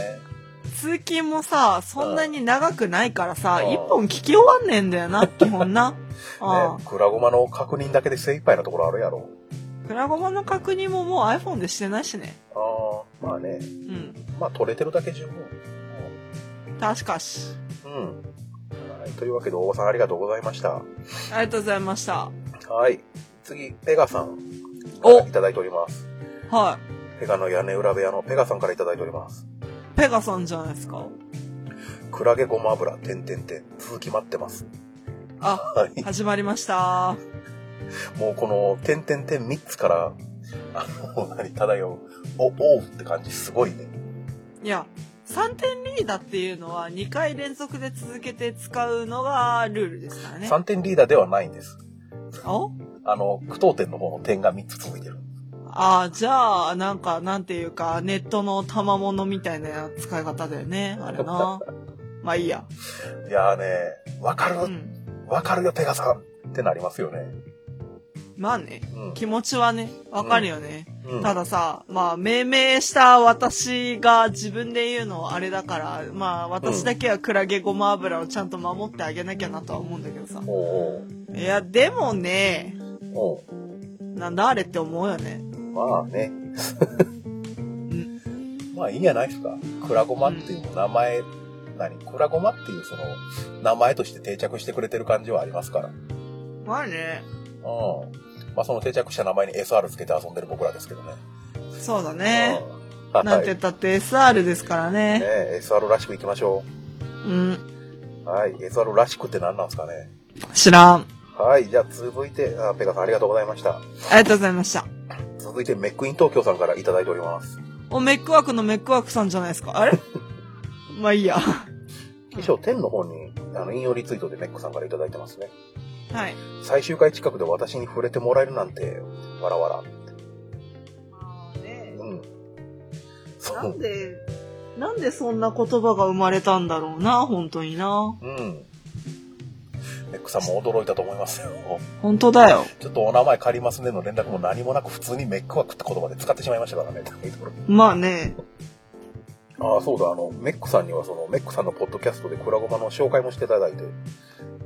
[SPEAKER 1] 通勤もさ、そんなに長くないからさ、
[SPEAKER 2] うん
[SPEAKER 1] 一本聞き終わんねえんだよな、基本 な。あ
[SPEAKER 2] ね、クラゴマの確認だけで精一杯なところあるやろ。
[SPEAKER 1] あ。プラゴマの確認ももう iPhone でしてないしね。
[SPEAKER 2] ああ、まあね、
[SPEAKER 1] うん。
[SPEAKER 2] まあ取れてるだけ十分。
[SPEAKER 1] 確かし。
[SPEAKER 2] うん。はい、というわけで、大場さんありがとうございました。
[SPEAKER 1] ありがとうございました。
[SPEAKER 2] はい。次、ペガさん。
[SPEAKER 1] お
[SPEAKER 2] いただいております。
[SPEAKER 1] は
[SPEAKER 2] ペガの屋根裏部屋のペガさんからいただいております。
[SPEAKER 1] い。ペガさんじゃないですか。
[SPEAKER 2] クラゲごま油、てんてんてん、続き待ってます。
[SPEAKER 1] あ、
[SPEAKER 2] はい。
[SPEAKER 1] 始まりました。
[SPEAKER 2] もうこの、点点点3つから、あの、何、漂う、お、おうって感じ、すごいね。
[SPEAKER 1] いや、3点リーダーっていうのは2回連続で続けて使うのがルールですからね。
[SPEAKER 2] 3点リーダーではないんです。
[SPEAKER 1] お
[SPEAKER 2] あの、句読点の方の点が3つ続いてる。
[SPEAKER 1] ああ、じゃあ、なんか、なんていうか、ネットの賜物みたいな使い方だよね。あれ な。まあいいや。
[SPEAKER 2] いやーね、わか
[SPEAKER 1] う
[SPEAKER 2] る、
[SPEAKER 1] ん。
[SPEAKER 2] わかるよ、ペガさんってなりますよね。
[SPEAKER 1] まあね。
[SPEAKER 2] うん。
[SPEAKER 1] 気持ちはね、わかるよね。
[SPEAKER 2] うん、
[SPEAKER 1] たださ、まあ、命名した私が自分で言うのあれだから、まあ、私だけはクラゲごま油をちゃんと守ってあげなきゃなとは思うんだけどさ。
[SPEAKER 2] おう
[SPEAKER 1] いや、でもね、
[SPEAKER 2] おうお
[SPEAKER 1] なんだあれって思うよね。
[SPEAKER 2] うまあね。 まあいいんじゃないですか。クラゴマっていう名前、何クラゴマっていうその、名前として定着してくれてる感じはありますから。
[SPEAKER 1] まあね。
[SPEAKER 2] うん。まあ、その定着した名前に SR つけて遊んでる僕らですけどね。
[SPEAKER 1] そうだね。
[SPEAKER 2] うん
[SPEAKER 1] なんて
[SPEAKER 2] は
[SPEAKER 1] 言っ。
[SPEAKER 2] い
[SPEAKER 1] たって SR ですから
[SPEAKER 2] ね
[SPEAKER 1] ね。
[SPEAKER 2] え SR らしくいきましょ
[SPEAKER 1] うん。
[SPEAKER 2] う。はい。SR らしくって何なんですかね。
[SPEAKER 1] 知らん。
[SPEAKER 2] はい。じゃあ続いて、あ、ペガさんありがとうございました。
[SPEAKER 1] ありがとうございました。
[SPEAKER 2] 続いて、メックイン東京さんからいただいております。
[SPEAKER 1] お、メックワークのメックワークさんじゃないですか。あ れまあいいや。
[SPEAKER 2] 衣装10の方に、あの、引用リツイートでメックさんからいただいてますね。
[SPEAKER 1] はい。
[SPEAKER 2] 最終回近くで私に触れてもらえるなんて、わらわら。うん。そ
[SPEAKER 1] なん
[SPEAKER 2] う。
[SPEAKER 1] で、なんでそんな言葉が生まれたんだろうな、本当にな。
[SPEAKER 2] うん。メックさんも驚いたと思いますよ。
[SPEAKER 1] 本当だよ。
[SPEAKER 2] ちょっとお名前借りますねの連絡も何もなく普通にメックワークって言葉で使ってしまいましたからね。
[SPEAKER 1] まあね。
[SPEAKER 2] ああ、そうだ、あの、メックさんにはその、メックさんのポッドキャストでクラゴマの紹介もしていただいて。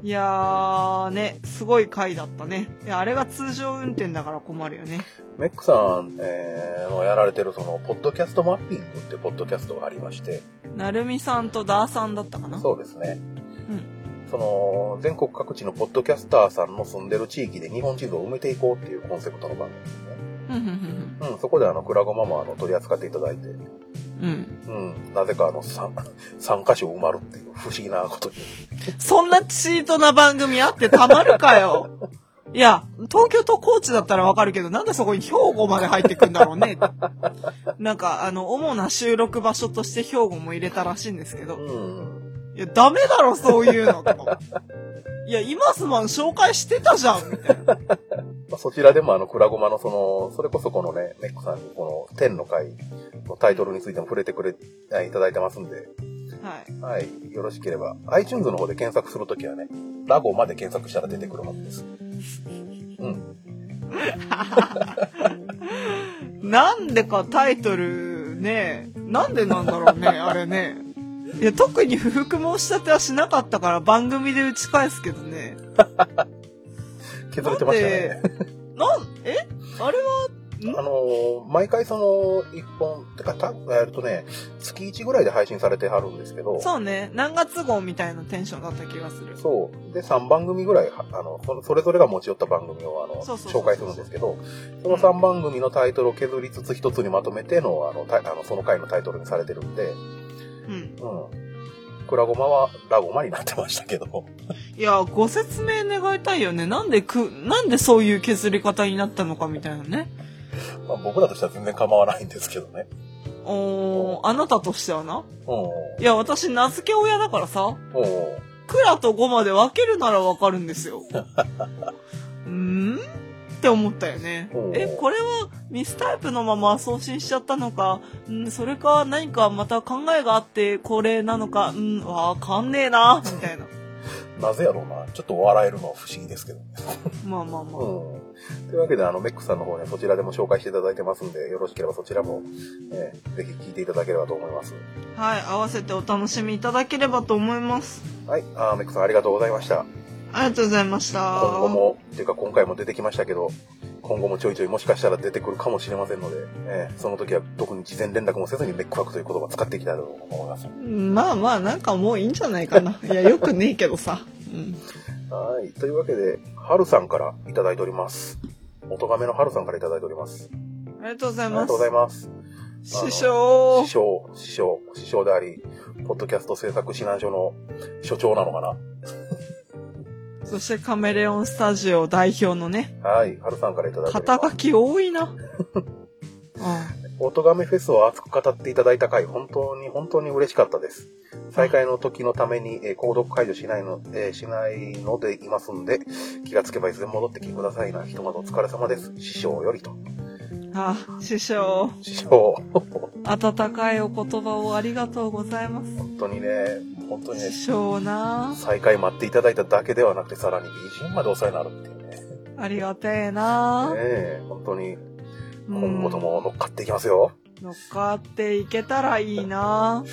[SPEAKER 1] いやーね、すごい回だったね。いや、あれが通常運転だから困るよね。
[SPEAKER 2] メックさん、えーのやられてるその、ポッドキャストマッピングってポッドキャストがありまして、
[SPEAKER 1] なるみさんとダーさんだったかな。
[SPEAKER 2] そうですね。
[SPEAKER 1] うん。
[SPEAKER 2] その、全国各地のポッドキャスターさんの住んでる地域で日本地図を埋めていこうっていうコンセプトの番組ですね。
[SPEAKER 1] うんうん
[SPEAKER 2] うん、そこであの、クラゴマもあの、取り扱っていただいて、
[SPEAKER 1] うんうん。
[SPEAKER 2] うん、 なぜかあの、3、3箇所埋まるっていう不思議なことに。
[SPEAKER 1] そんなチートな番組あってたまるかよ。いや、東京と高知だったらわかるけど、なんでそこに兵庫まで入ってくんだろうね。なんか、あの、主な収録場所として兵庫も入れたらしいんですけど。
[SPEAKER 2] うん。
[SPEAKER 1] いや、ダメだろ、そういうの。とかいや、今すまん紹介してたじゃん。みたいな
[SPEAKER 2] まあそちらでもあの、クラゴマのその、それこそこのね、メックさんにこの、天の会のタイトルについても触れてくれ、えいただいてますんで、
[SPEAKER 1] はい。
[SPEAKER 2] はい、よろしければ、iTunes の方で検索するときはね、ラゴまで検索したら出てくるはずです。うん。
[SPEAKER 1] なんでかタイトルね、なんでなんだろうね、あれね。いや、特に不服申し立てはしなかったから番組で打ち返すけどね。
[SPEAKER 2] 削れてましたね。
[SPEAKER 1] なん、えあれは、
[SPEAKER 2] あのー毎回その、一本、てか、た、えっとね、月1ぐらいで配信されてはるんですけど、
[SPEAKER 1] そうね、何月号みたいなテンションだった気がする。
[SPEAKER 2] そう。で、3番組ぐらい、はあの、そのそれぞれが持ち寄った番組を、あの、
[SPEAKER 1] そうそうそうそう
[SPEAKER 2] 紹介するんですけど、その3番組のタイトルを削りつつ一つにまとめての、あの、たあのその回のタイトルにされてるんで、
[SPEAKER 1] うん。
[SPEAKER 2] うん。クラゴマはラゴマになってましたけど、
[SPEAKER 1] いや、ご説明願いたいよね。なんでく、なんでそういう削り方になったのかみたいなね。
[SPEAKER 2] まあ、僕らとしては全然構わないんですけどね。
[SPEAKER 1] おー、あなたとしてはな。
[SPEAKER 2] うん。
[SPEAKER 1] いや、私、名付け親だからさ、
[SPEAKER 2] うん。
[SPEAKER 1] クラとゴマで分けるなら分かるんです よ。うーんって思ったよね
[SPEAKER 2] お。う
[SPEAKER 1] え、これはミスタイプのまま送信しちゃったのか、うん、それか何かまた考えがあってこれなのか、うん、わかんねえな、みたいな。
[SPEAKER 2] なぜやろうな。ちょっと笑えるのは不思議ですけどね。
[SPEAKER 1] まあまあまあ。
[SPEAKER 2] うん。というわけで、あの、メックさんの方ね、そちらでも紹介していただいてますんで、よろしければそちらも、えーぜひ聞いていただければと思います。
[SPEAKER 1] はい、合わせてお楽しみいただければと思います。
[SPEAKER 2] はい。あーメックさんありがとうございました。
[SPEAKER 1] ありがとうございました。
[SPEAKER 2] 今後もっていうか今回も出てきましたけど今後もちょいちょいもしかしたら出てくるかもしれませんので、ええその時は特に事前連絡もせずにメックワークという言葉を使っていきたいと思います
[SPEAKER 1] まあまあ、なんかもういいんじゃないかな。いや、よくねえけどさ。うん。
[SPEAKER 2] はいというわけではるさんから頂いただいております元亀のはるさんから頂いただいております
[SPEAKER 1] ありがとうござ
[SPEAKER 2] あ
[SPEAKER 1] い
[SPEAKER 2] りが
[SPEAKER 1] ま
[SPEAKER 2] とうござい
[SPEAKER 1] す。
[SPEAKER 2] ます
[SPEAKER 1] 師匠
[SPEAKER 2] 師。匠師匠師匠でありポッドキャスト制作指南所の所長なのか
[SPEAKER 1] そしてカメレオンスタジオ代表のね、
[SPEAKER 2] なはいはるさんから頂いただいておりま
[SPEAKER 1] 肩
[SPEAKER 2] す
[SPEAKER 1] 書き多い な。あ
[SPEAKER 2] 音亀フェスを熱く語っていただいた回、本当に本当に嬉しかったです。再開の時のために、えー、購読解除しないの、えーしないのでいますんで、気がつけばいつでも戻ってきてくださいな。ひとまずお疲れ様です。師匠よりと。
[SPEAKER 1] あ、師匠、
[SPEAKER 2] 師匠、
[SPEAKER 1] 温かいお言葉をありがとうございます。
[SPEAKER 2] 本当にね、本当にね
[SPEAKER 1] 師、匠な、
[SPEAKER 2] 再開待っていただいただけではなくて、さらに美人までお世話になるっていうね。ね
[SPEAKER 1] ありがてえな。
[SPEAKER 2] え、本当に
[SPEAKER 1] うん
[SPEAKER 2] 今後とも乗っかっていきますよ。
[SPEAKER 1] 乗っかっていけたらいいな。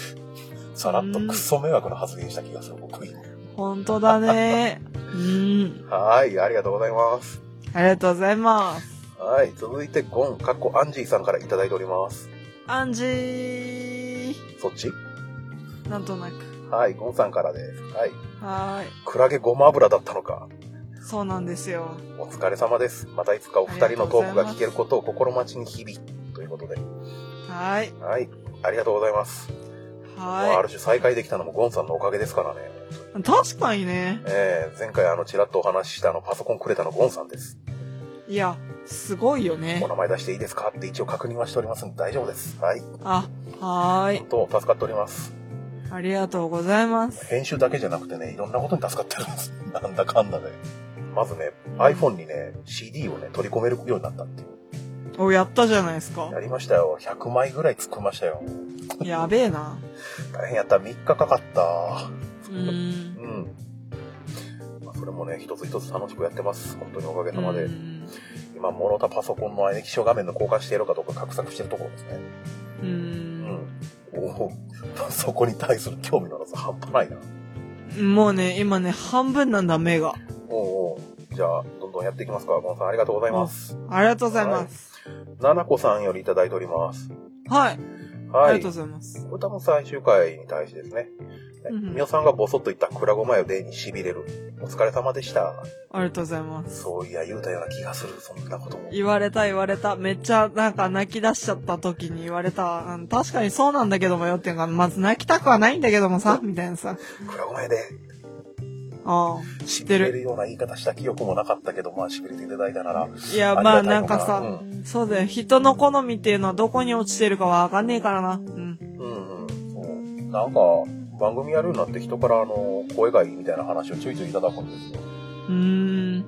[SPEAKER 2] さらっとクソ迷惑な発言した気がする、僕今。
[SPEAKER 1] 本当だ ね。うん。
[SPEAKER 2] はーい、ありがとうございます。
[SPEAKER 1] ありがとうございます。
[SPEAKER 2] はい、続いてゴン、かっこアンジーさんからいただいております。
[SPEAKER 1] アンジー。
[SPEAKER 2] そっち
[SPEAKER 1] なんとなく。
[SPEAKER 2] はい、ゴンさんからです。はい。
[SPEAKER 1] はーい。
[SPEAKER 2] クラゲごま油だったのか。
[SPEAKER 1] そうなんですよ。
[SPEAKER 2] お疲れ様です。またいつかお二人のトークが聞けることを心待ちに日々。ということで。
[SPEAKER 1] はい。
[SPEAKER 2] はい。ありがとうございます。もうあ
[SPEAKER 1] は
[SPEAKER 2] る種再会できたのもゴンさんのおかげですからね。
[SPEAKER 1] い。確かにね。
[SPEAKER 2] えー、前回あのちらっとお話ししたあのパソコンくれたのゴンさんです。
[SPEAKER 1] いや、すごいよね
[SPEAKER 2] お。名前出していいですかって一応確認はしておりますんで大丈夫です。はい。
[SPEAKER 1] あ、はーい
[SPEAKER 2] 本。当助かっております。
[SPEAKER 1] ありがとうございます。
[SPEAKER 2] 編集だけじゃなくてね、いろんなことに助かってるんです。 なんだかんだで、まずね、iPhone にね、CD をね、取り込めるようになったっていう。
[SPEAKER 1] お、やったじゃないですか
[SPEAKER 2] や。りましたよ。100枚ぐらい作りましたよ。
[SPEAKER 1] やべえな。
[SPEAKER 2] 大変やった。3日かかった。
[SPEAKER 1] うーん。
[SPEAKER 2] うん。まあ、それもね、一つ一つ楽しくやってます。本当におかげさまで。
[SPEAKER 1] うん
[SPEAKER 2] 今、もろたパソコンの液晶画面の交換してやろうかどうか画策してるところですね。
[SPEAKER 1] う。
[SPEAKER 2] うんん。お お、そこに対する興味のなさ半端ないな。
[SPEAKER 1] もうね、今ね、半分なんだ、目が。
[SPEAKER 2] おうおうじゃあ、どんどんやっていきますか。ゴンさん、ありがとうございます。
[SPEAKER 1] ありがとうございます。
[SPEAKER 2] ななこさんよりいただいております。
[SPEAKER 1] はい。あ
[SPEAKER 2] は
[SPEAKER 1] り
[SPEAKER 2] い。
[SPEAKER 1] がとうござ
[SPEAKER 2] こ
[SPEAKER 1] います。
[SPEAKER 2] れ多分最終回に対してですね。
[SPEAKER 1] うんうん
[SPEAKER 2] みおさんがボソッと言ったクラゴマヨデーに痺れる。お疲れ様でした。
[SPEAKER 1] ありがとうございます。
[SPEAKER 2] そういや、言うたような気がする。そんなことも。
[SPEAKER 1] 言われた言われた。めっちゃなんか泣き出しちゃった時に言われた。うん確かにそうなんだけどもよっていうか、まず泣きたくはないんだけどもさ、みたいなさ。
[SPEAKER 2] クラゴマヨデ
[SPEAKER 1] ああ。
[SPEAKER 2] ー。
[SPEAKER 1] 知ってる
[SPEAKER 2] 痺れるような言い方した記憶もなかったけど、まあ、痺れていただいたなら。
[SPEAKER 1] いや、
[SPEAKER 2] あ
[SPEAKER 1] ま
[SPEAKER 2] りがた
[SPEAKER 1] あ
[SPEAKER 2] い
[SPEAKER 1] なんか
[SPEAKER 2] も
[SPEAKER 1] さ
[SPEAKER 2] ん、
[SPEAKER 1] そうだよ。人の好みっていうのはどこに落ちてるかわかんねえからな。うん。
[SPEAKER 2] うんうん。そうなんか、番組やるようになって人から、あの、声がいいみたいな話をちょいちょいいただくんですよ。
[SPEAKER 1] うーん。
[SPEAKER 2] うん、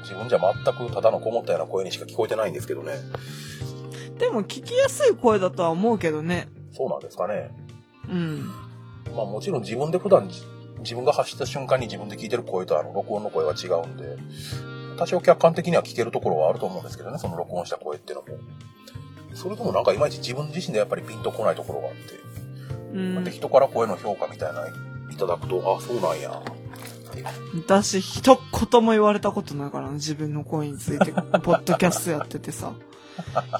[SPEAKER 2] 自分じゃ全くただのこもったような声にしか聞こえてないんですけどね。
[SPEAKER 1] でも聞きやすい声だとは思うけどね。
[SPEAKER 2] そうなんですかね。
[SPEAKER 1] うん。
[SPEAKER 2] まあもちろん自分で普段じ自分が発した瞬間に自分で聞いてる声とあの録音の声は違うんで、多少客観的には聞けるところはあると思うんですけどね、その録音した声っていうのも。それともなんかいまいち自分自身でやっぱりピンとこないところがあって、
[SPEAKER 1] うん
[SPEAKER 2] で。人から声の評価みたいなのいただくと、あ、そうなんや。
[SPEAKER 1] 私、一言も言われたことないからな、自分の声につい て、ポッドキャストやっててさ。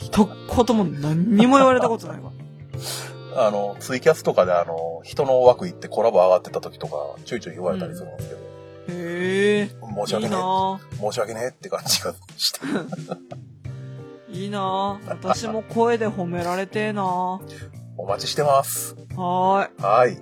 [SPEAKER 1] 一言も何にも言われたことない わ。
[SPEAKER 2] あの、ツイキャスとかであの、人の枠行ってコラボ上がってた時とか、ちょいちょい言われたりするんですけど、
[SPEAKER 1] へえ。
[SPEAKER 2] 申し
[SPEAKER 1] い
[SPEAKER 2] 訳
[SPEAKER 1] い
[SPEAKER 2] ね
[SPEAKER 1] な
[SPEAKER 2] え、申し訳ねえって感じがして
[SPEAKER 1] ぁ。いいなぁ。私も声で褒められてえなぁ。
[SPEAKER 2] お待ちしてます。
[SPEAKER 1] は
[SPEAKER 2] は
[SPEAKER 1] ー
[SPEAKER 2] い。
[SPEAKER 1] い。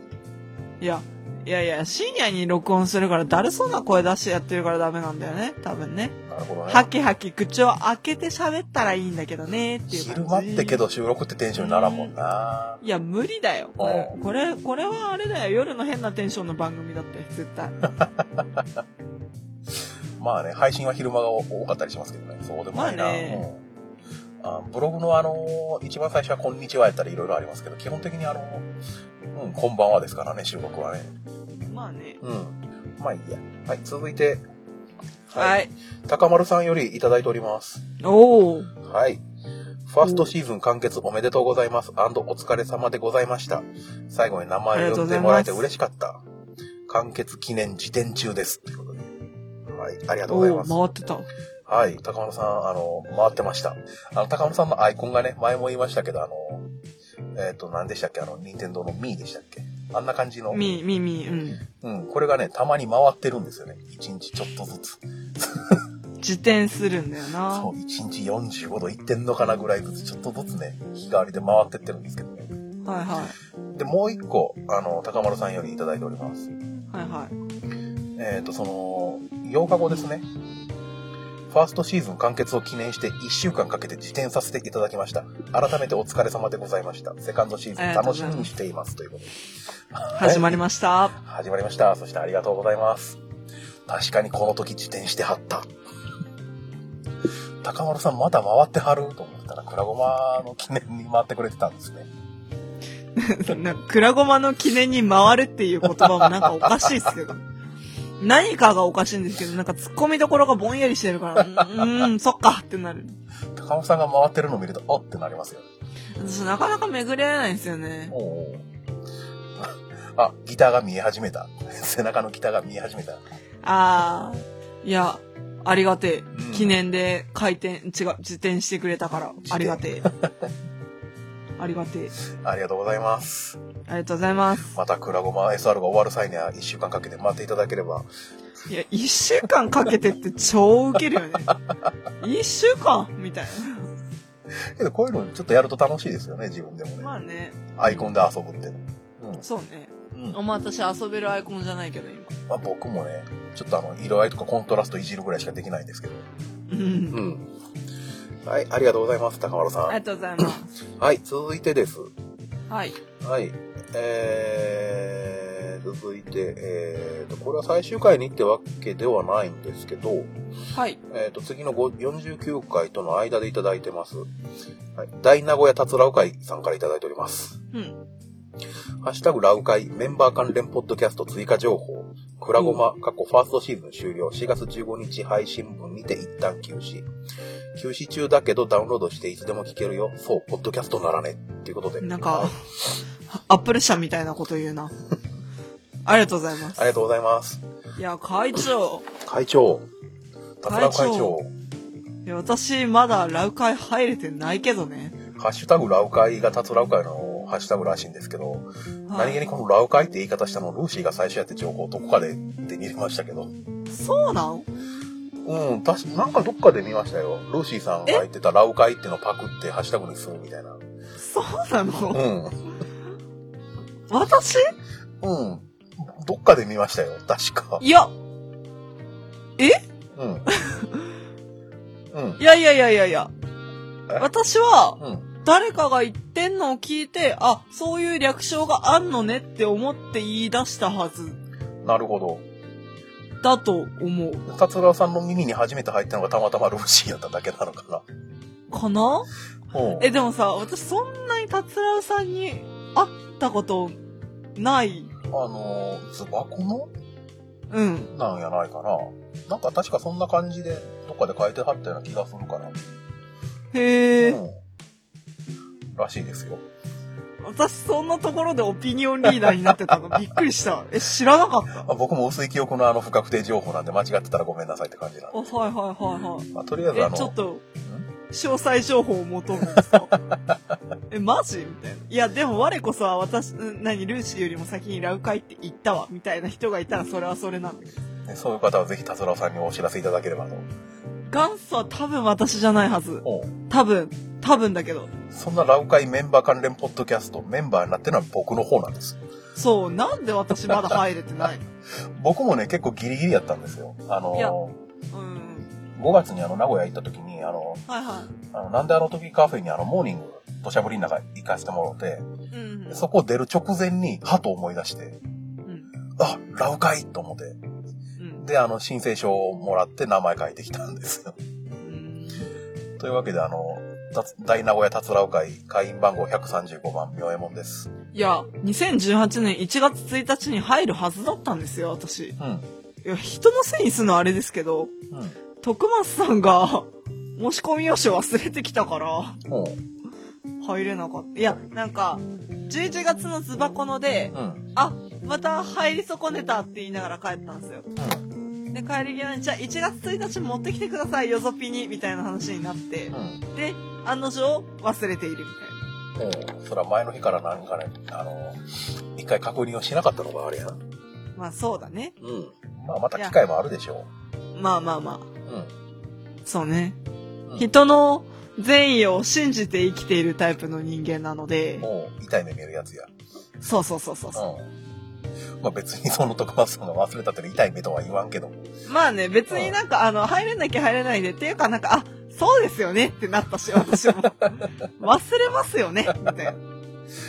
[SPEAKER 1] いや、いやいや、深夜に録音するから、だるそうな声出してやってるからダメなんだよね。多分ね。
[SPEAKER 2] なるほどね。
[SPEAKER 1] はきはき口を開けて喋ったらいいんだけどね、っていう感じ。
[SPEAKER 2] 昼間ってけど収録ってテンションにならんもんな。
[SPEAKER 1] いや、無理だよ。これ
[SPEAKER 2] う、
[SPEAKER 1] これ、これはあれだよ。夜の変なテンションの番組だって、絶対。
[SPEAKER 2] まあね、配信は昼間が多かったりしますけどね。そうでもないな。
[SPEAKER 1] まあね
[SPEAKER 2] うんあブログのあの、一番最初はこんにちはやったりいろいろありますけど、基本的にあの、うん、こんばんはですからね、収録はね。
[SPEAKER 1] まあね。
[SPEAKER 2] うん。まあいいや。はい、続いて、。
[SPEAKER 1] はいい。
[SPEAKER 2] 高丸さんよりいただいております。
[SPEAKER 1] おお。
[SPEAKER 2] はい。ファーストシーズン完結おめでとうございます。and お疲れ様でございました。最後に名前を呼んでもらえて嬉しかった。完結記念時点中です。ということで。はい。ありがとうござい
[SPEAKER 1] おお、
[SPEAKER 2] ます。
[SPEAKER 1] 回ってた。
[SPEAKER 2] はい。高野さん、あの、回ってました。あの、高野さんのアイコンがね、前も言いましたけど、あの、えっ、と、何でしたっけあの、任天堂の Mii でしたっけあんな感じの。
[SPEAKER 1] み、み、み、うん。
[SPEAKER 2] うん。これがね、たまに回ってるんですよね。1日ちょっとずつ。
[SPEAKER 1] 自転するんだよな
[SPEAKER 2] そ。う、1日45度いってんのかなぐらいずつ、ちょっとずつね、日替わりで回ってってるんですけどね。
[SPEAKER 1] はいは
[SPEAKER 2] で、もう一個、あの、高丸さんよりいただいております。
[SPEAKER 1] い。はいはい。
[SPEAKER 2] えっ、と、その、8日後ですね。ファーストシーズン完結を記念して1週間かけて辞典させていただきました。改めてお疲れ様でございました。セカンドシーズン楽しみにしています。ということで。
[SPEAKER 1] 始まりました。
[SPEAKER 2] 始まりました。そしてありがとうございます。確かにこの時辞典してはった。高丸さんまた回ってはると思ったら、クラゴマの記念に回ってくれてたんですね。
[SPEAKER 1] なんかクラゴマの記念に回るっていう言葉もなんかおかしいっす けど。何かがおかしいんですけど、なんか突っ込みどころがぼんやりしてるから、うーん、そっかってなる。
[SPEAKER 2] 高丸さんが回ってるのを見ると、おってなりますよね。
[SPEAKER 1] 私なかなか巡り合えないんですよね。
[SPEAKER 2] おうおう あ、ギターが見え始めた。 背中のギターが見え始めた。
[SPEAKER 1] あー。いや、ありがてえ
[SPEAKER 2] ん。
[SPEAKER 1] 記念で回転、違う、自転してくれたから、ありが てえ。ありがてえ。
[SPEAKER 2] ありがとうございます。
[SPEAKER 1] ありがとうございます。
[SPEAKER 2] またクラゴマ SR が終わる際には1週間かけて待っていただければ、
[SPEAKER 1] いや、一週間かけてって超ウケるよね。一週間みたい
[SPEAKER 2] けどこういうのちょっとやると楽しいですよね、自分でも
[SPEAKER 1] な。
[SPEAKER 2] ね。
[SPEAKER 1] まあね、
[SPEAKER 2] アイコンで遊ぶって。
[SPEAKER 1] そうね。
[SPEAKER 2] うん。うん。
[SPEAKER 1] お前私遊べるアイコンじゃないけど、今。
[SPEAKER 2] まあ僕もね、ちょっとあの、色合いとかコントラストいじるぐらいしかできないんですけど。
[SPEAKER 1] うん。
[SPEAKER 2] ん。はい、ありがとうございます、高丸さ
[SPEAKER 1] ありがとうござい ます。
[SPEAKER 2] ん。はい、続いてです。
[SPEAKER 1] はい。
[SPEAKER 2] はい。えー、続いて、えーと、これは最終回にってわけではないんですけど、
[SPEAKER 1] はい。
[SPEAKER 2] えーと、次のご49回との間でいただいてます。はい、大名古屋たつらう会さんからいただいております。
[SPEAKER 1] うん。
[SPEAKER 2] ハッシュタグラウ会メンバー関連ポッドキャスト追加情報。くらごま、過去ファーストシーズン終了。4月15日配信分にて一旦休止。休止中だけどダウンロードしていつでも聞けるよ。そう、ポッドキャストならね。っていうことで。
[SPEAKER 1] なん
[SPEAKER 2] はい
[SPEAKER 1] か、アップル社みたいなこと言うな。ありがとうございま
[SPEAKER 2] あり
[SPEAKER 1] す。
[SPEAKER 2] がとうございます。
[SPEAKER 1] いや、会長。
[SPEAKER 2] 会長。たつらう会
[SPEAKER 1] 会
[SPEAKER 2] 長
[SPEAKER 1] 長。いや、私、まだ、ラウ会入れてないけどね。
[SPEAKER 2] ハッシュタグラウ会がたつらう会のハッシュタグらしいんですけど、
[SPEAKER 1] はい
[SPEAKER 2] 何気にこのラウ会って言い方したのルーシーが最初やって情報どこかでって見れましたけど。
[SPEAKER 1] そうなん
[SPEAKER 2] うん、確かなんかどっかで見ましたよ。ルーシーさんが言ってたラウ会っていうのをパクってハッシュタグにするみたいな。う
[SPEAKER 1] そうなの
[SPEAKER 2] ん。
[SPEAKER 1] 私
[SPEAKER 2] うん。どっかで見ましたよ。確か。
[SPEAKER 1] いや、
[SPEAKER 2] うん。うん。
[SPEAKER 1] いやいやいやいやいや
[SPEAKER 2] え。
[SPEAKER 1] 私は、
[SPEAKER 2] うん。
[SPEAKER 1] 誰かが言ってんのを聞いて、あ、そういう略称があんのねって思って言い出したはず
[SPEAKER 2] なるほど。
[SPEAKER 1] だと思う。
[SPEAKER 2] 達郎さんの耳に初めて入ったのがたまたまルーシーやっただけなのか
[SPEAKER 1] かな
[SPEAKER 2] な。うん。
[SPEAKER 1] え、でもさ、私そんなに達郎さんに会ったことない。
[SPEAKER 2] あのー、ズバコの
[SPEAKER 1] うん。
[SPEAKER 2] なんやないかな。なんか確かそんな感じで、どっかで書いてはったような気がするから。
[SPEAKER 1] へえ。
[SPEAKER 2] うん。らしいですよ。
[SPEAKER 1] 私そんなところでオピニオンリーダーになってたのび っくりした。え、知らなかった。
[SPEAKER 2] まあ、僕も薄い記憶のあの不確定情報なんで間違ってたらごめんなさいって感じなん
[SPEAKER 1] あ、
[SPEAKER 2] で。
[SPEAKER 1] はいはいはいはい。
[SPEAKER 2] まあ、とりあえずあ
[SPEAKER 1] え、ちょっ
[SPEAKER 2] の、
[SPEAKER 1] と、詳細情報を求むんですか え、マジみたいな。いや、でも我こそは私、ん何、ルーシーよりも先にラウ会って言ったわ、みたいな人がいたらそれはそれなんだけど。
[SPEAKER 2] ねそういう方はぜひ達郎さんにお知らせいただければと。
[SPEAKER 1] 元祖は多分私じゃないはず。
[SPEAKER 2] うん
[SPEAKER 1] 多分、多分だけど。
[SPEAKER 2] そんなラウ会メンバー関連ポッドキャストメンバーになってるのは僕の方なんです。
[SPEAKER 1] そう、なんで私まだ入れてない
[SPEAKER 2] 僕もね、結構ギリギリやったんですよ。あの
[SPEAKER 1] いや
[SPEAKER 2] ー、
[SPEAKER 1] のうん。
[SPEAKER 2] 5月にあの名古屋行った時に、あの、
[SPEAKER 1] はいは
[SPEAKER 2] あのなんであの時カフェにあのモーニング、土砂降りの中行かせてもろって、
[SPEAKER 1] い。うん。
[SPEAKER 2] そこ出る直前に、はと思い出して、
[SPEAKER 1] うん。
[SPEAKER 2] あ、ラウ会と思って。
[SPEAKER 1] うん。
[SPEAKER 2] で、あの、申請書をもらって名前書いてきたんですよ。
[SPEAKER 1] うん
[SPEAKER 2] というわけで、あの、たつ大名古屋たつらう会、会員番号135番、妙右衛門です。
[SPEAKER 1] いや、2018年1月1日に入るはずだったんですよ、私。い
[SPEAKER 2] うん。
[SPEAKER 1] や、人のせいにするのはあれですけど、
[SPEAKER 2] うん。
[SPEAKER 1] 徳松さんが 申し込み用紙を忘れてきたから
[SPEAKER 2] も
[SPEAKER 1] 入れなかったいやなんか11月のズバコので
[SPEAKER 2] う、うん。
[SPEAKER 1] あまた入り損ねたって言いながら帰ったんですよ
[SPEAKER 2] うん。
[SPEAKER 1] で帰り際にじゃあ1月1日持ってきてくださいよぞぴにみたいな話になって
[SPEAKER 2] うん。
[SPEAKER 1] で案の定忘れているみ
[SPEAKER 2] もう、それは前の日からなんかね、あの、一回確認をしなかったのがあれやな。
[SPEAKER 1] たいなまあそうだね
[SPEAKER 2] うん。まあ、また機会もあるでしょ
[SPEAKER 1] まあまあまあ
[SPEAKER 2] う。うん。
[SPEAKER 1] そうね
[SPEAKER 2] うん
[SPEAKER 1] 人の善意を信じて生きているタイプの人間なので
[SPEAKER 2] もう、痛い目見るやつや。
[SPEAKER 1] そうそうそうそうそう
[SPEAKER 2] うん。まあ、別にその徳松さんが忘れたって痛い目とは言わんけど。
[SPEAKER 1] まあね、別になんか、あの、入れなきゃ入れないで、っていうかなんか、あ、そうですよねってなったし、 私も。忘れますよねみたいな。い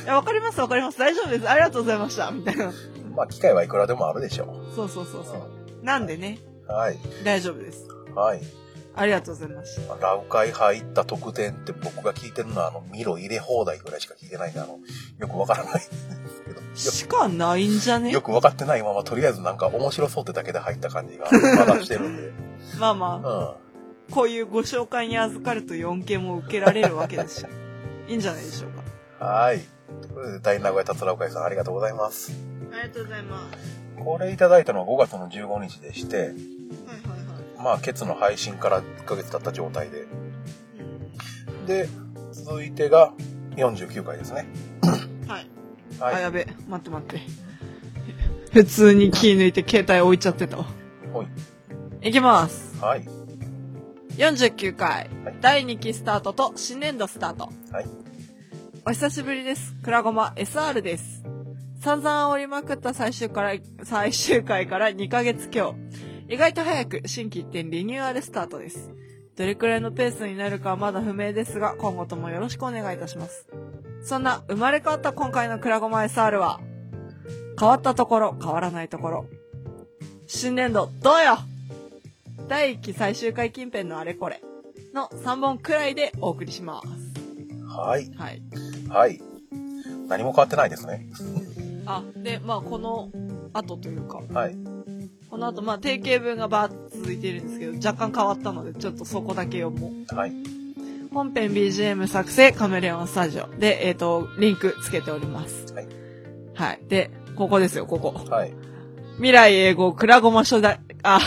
[SPEAKER 1] や、わかりますわかります。大丈夫です。ありがとうございました。みたいな。
[SPEAKER 2] まあ、機会はいくらでもあるでしょ
[SPEAKER 1] そうそうそう
[SPEAKER 2] う。
[SPEAKER 1] そう。
[SPEAKER 2] う
[SPEAKER 1] なんでね、
[SPEAKER 2] ん。はい。
[SPEAKER 1] 大丈夫です。
[SPEAKER 2] はい。
[SPEAKER 1] ありがとうございました。
[SPEAKER 2] ラウ会入った特典って僕が聞いてるのは、あの、ミロ入れ放題ぐらいしか聞いてないんで、あの、よくわからないんですけど。よ
[SPEAKER 1] しかないんじゃね
[SPEAKER 2] よく分かってないまま、とりあえずなんか面白そうってだけで入った感じが、まだしてるんで。うん。
[SPEAKER 1] まあまあ、こういうご紹介に預かると 4K も受けられるわけですし。いいんじゃないでしょうか。
[SPEAKER 2] はい。ということで、大名古屋達郎会さんありがとうございます。
[SPEAKER 1] ありがとうございます。
[SPEAKER 2] これいただいたのは5月の15日でして、
[SPEAKER 1] はいはいはい。
[SPEAKER 2] まあ、ケツの配信から1ヶ月経った状態で。で、続いてが49回ですね。
[SPEAKER 1] はい。
[SPEAKER 2] は
[SPEAKER 1] あ、
[SPEAKER 2] い。
[SPEAKER 1] やべ。待って待って。普通に気抜いて携帯置いちゃってたわ。
[SPEAKER 2] ほい。
[SPEAKER 1] いきます。
[SPEAKER 2] はい。
[SPEAKER 1] 49回、
[SPEAKER 2] はい
[SPEAKER 1] 第2期スタートと新年度スタート。
[SPEAKER 2] はい。
[SPEAKER 1] お久しぶりです。くらごま SR です。散々煽りまくった最終から、最終回から2ヶ月強。意外と早く新規一点リニューアルスタートです。どれくらいのペースになるかはまだ不明ですが、今後ともよろしくお願いいたします。そんな生まれ変わった今回のくらごま SR は、変わったところ、変わらないところ。新年度、どうよ第1期最終回近辺のあれこれの3本くらいでお送りします。
[SPEAKER 2] はい。
[SPEAKER 1] はい。
[SPEAKER 2] はい。何も変わってないですね。
[SPEAKER 1] あ、で、まあこの後というか、
[SPEAKER 2] はい。
[SPEAKER 1] この後まあ定型文がバーッと続いているんですけど、若干変わったので、ちょっとそこだけ読もう。
[SPEAKER 2] はい。
[SPEAKER 1] 本編 BGM 作成カメレオンスタジオで、えっ、と、リンクつけております。
[SPEAKER 2] はい。
[SPEAKER 1] はい。で、ここですよ、ここ。
[SPEAKER 2] はい。
[SPEAKER 1] 未来英語、くらごま書だ、あ、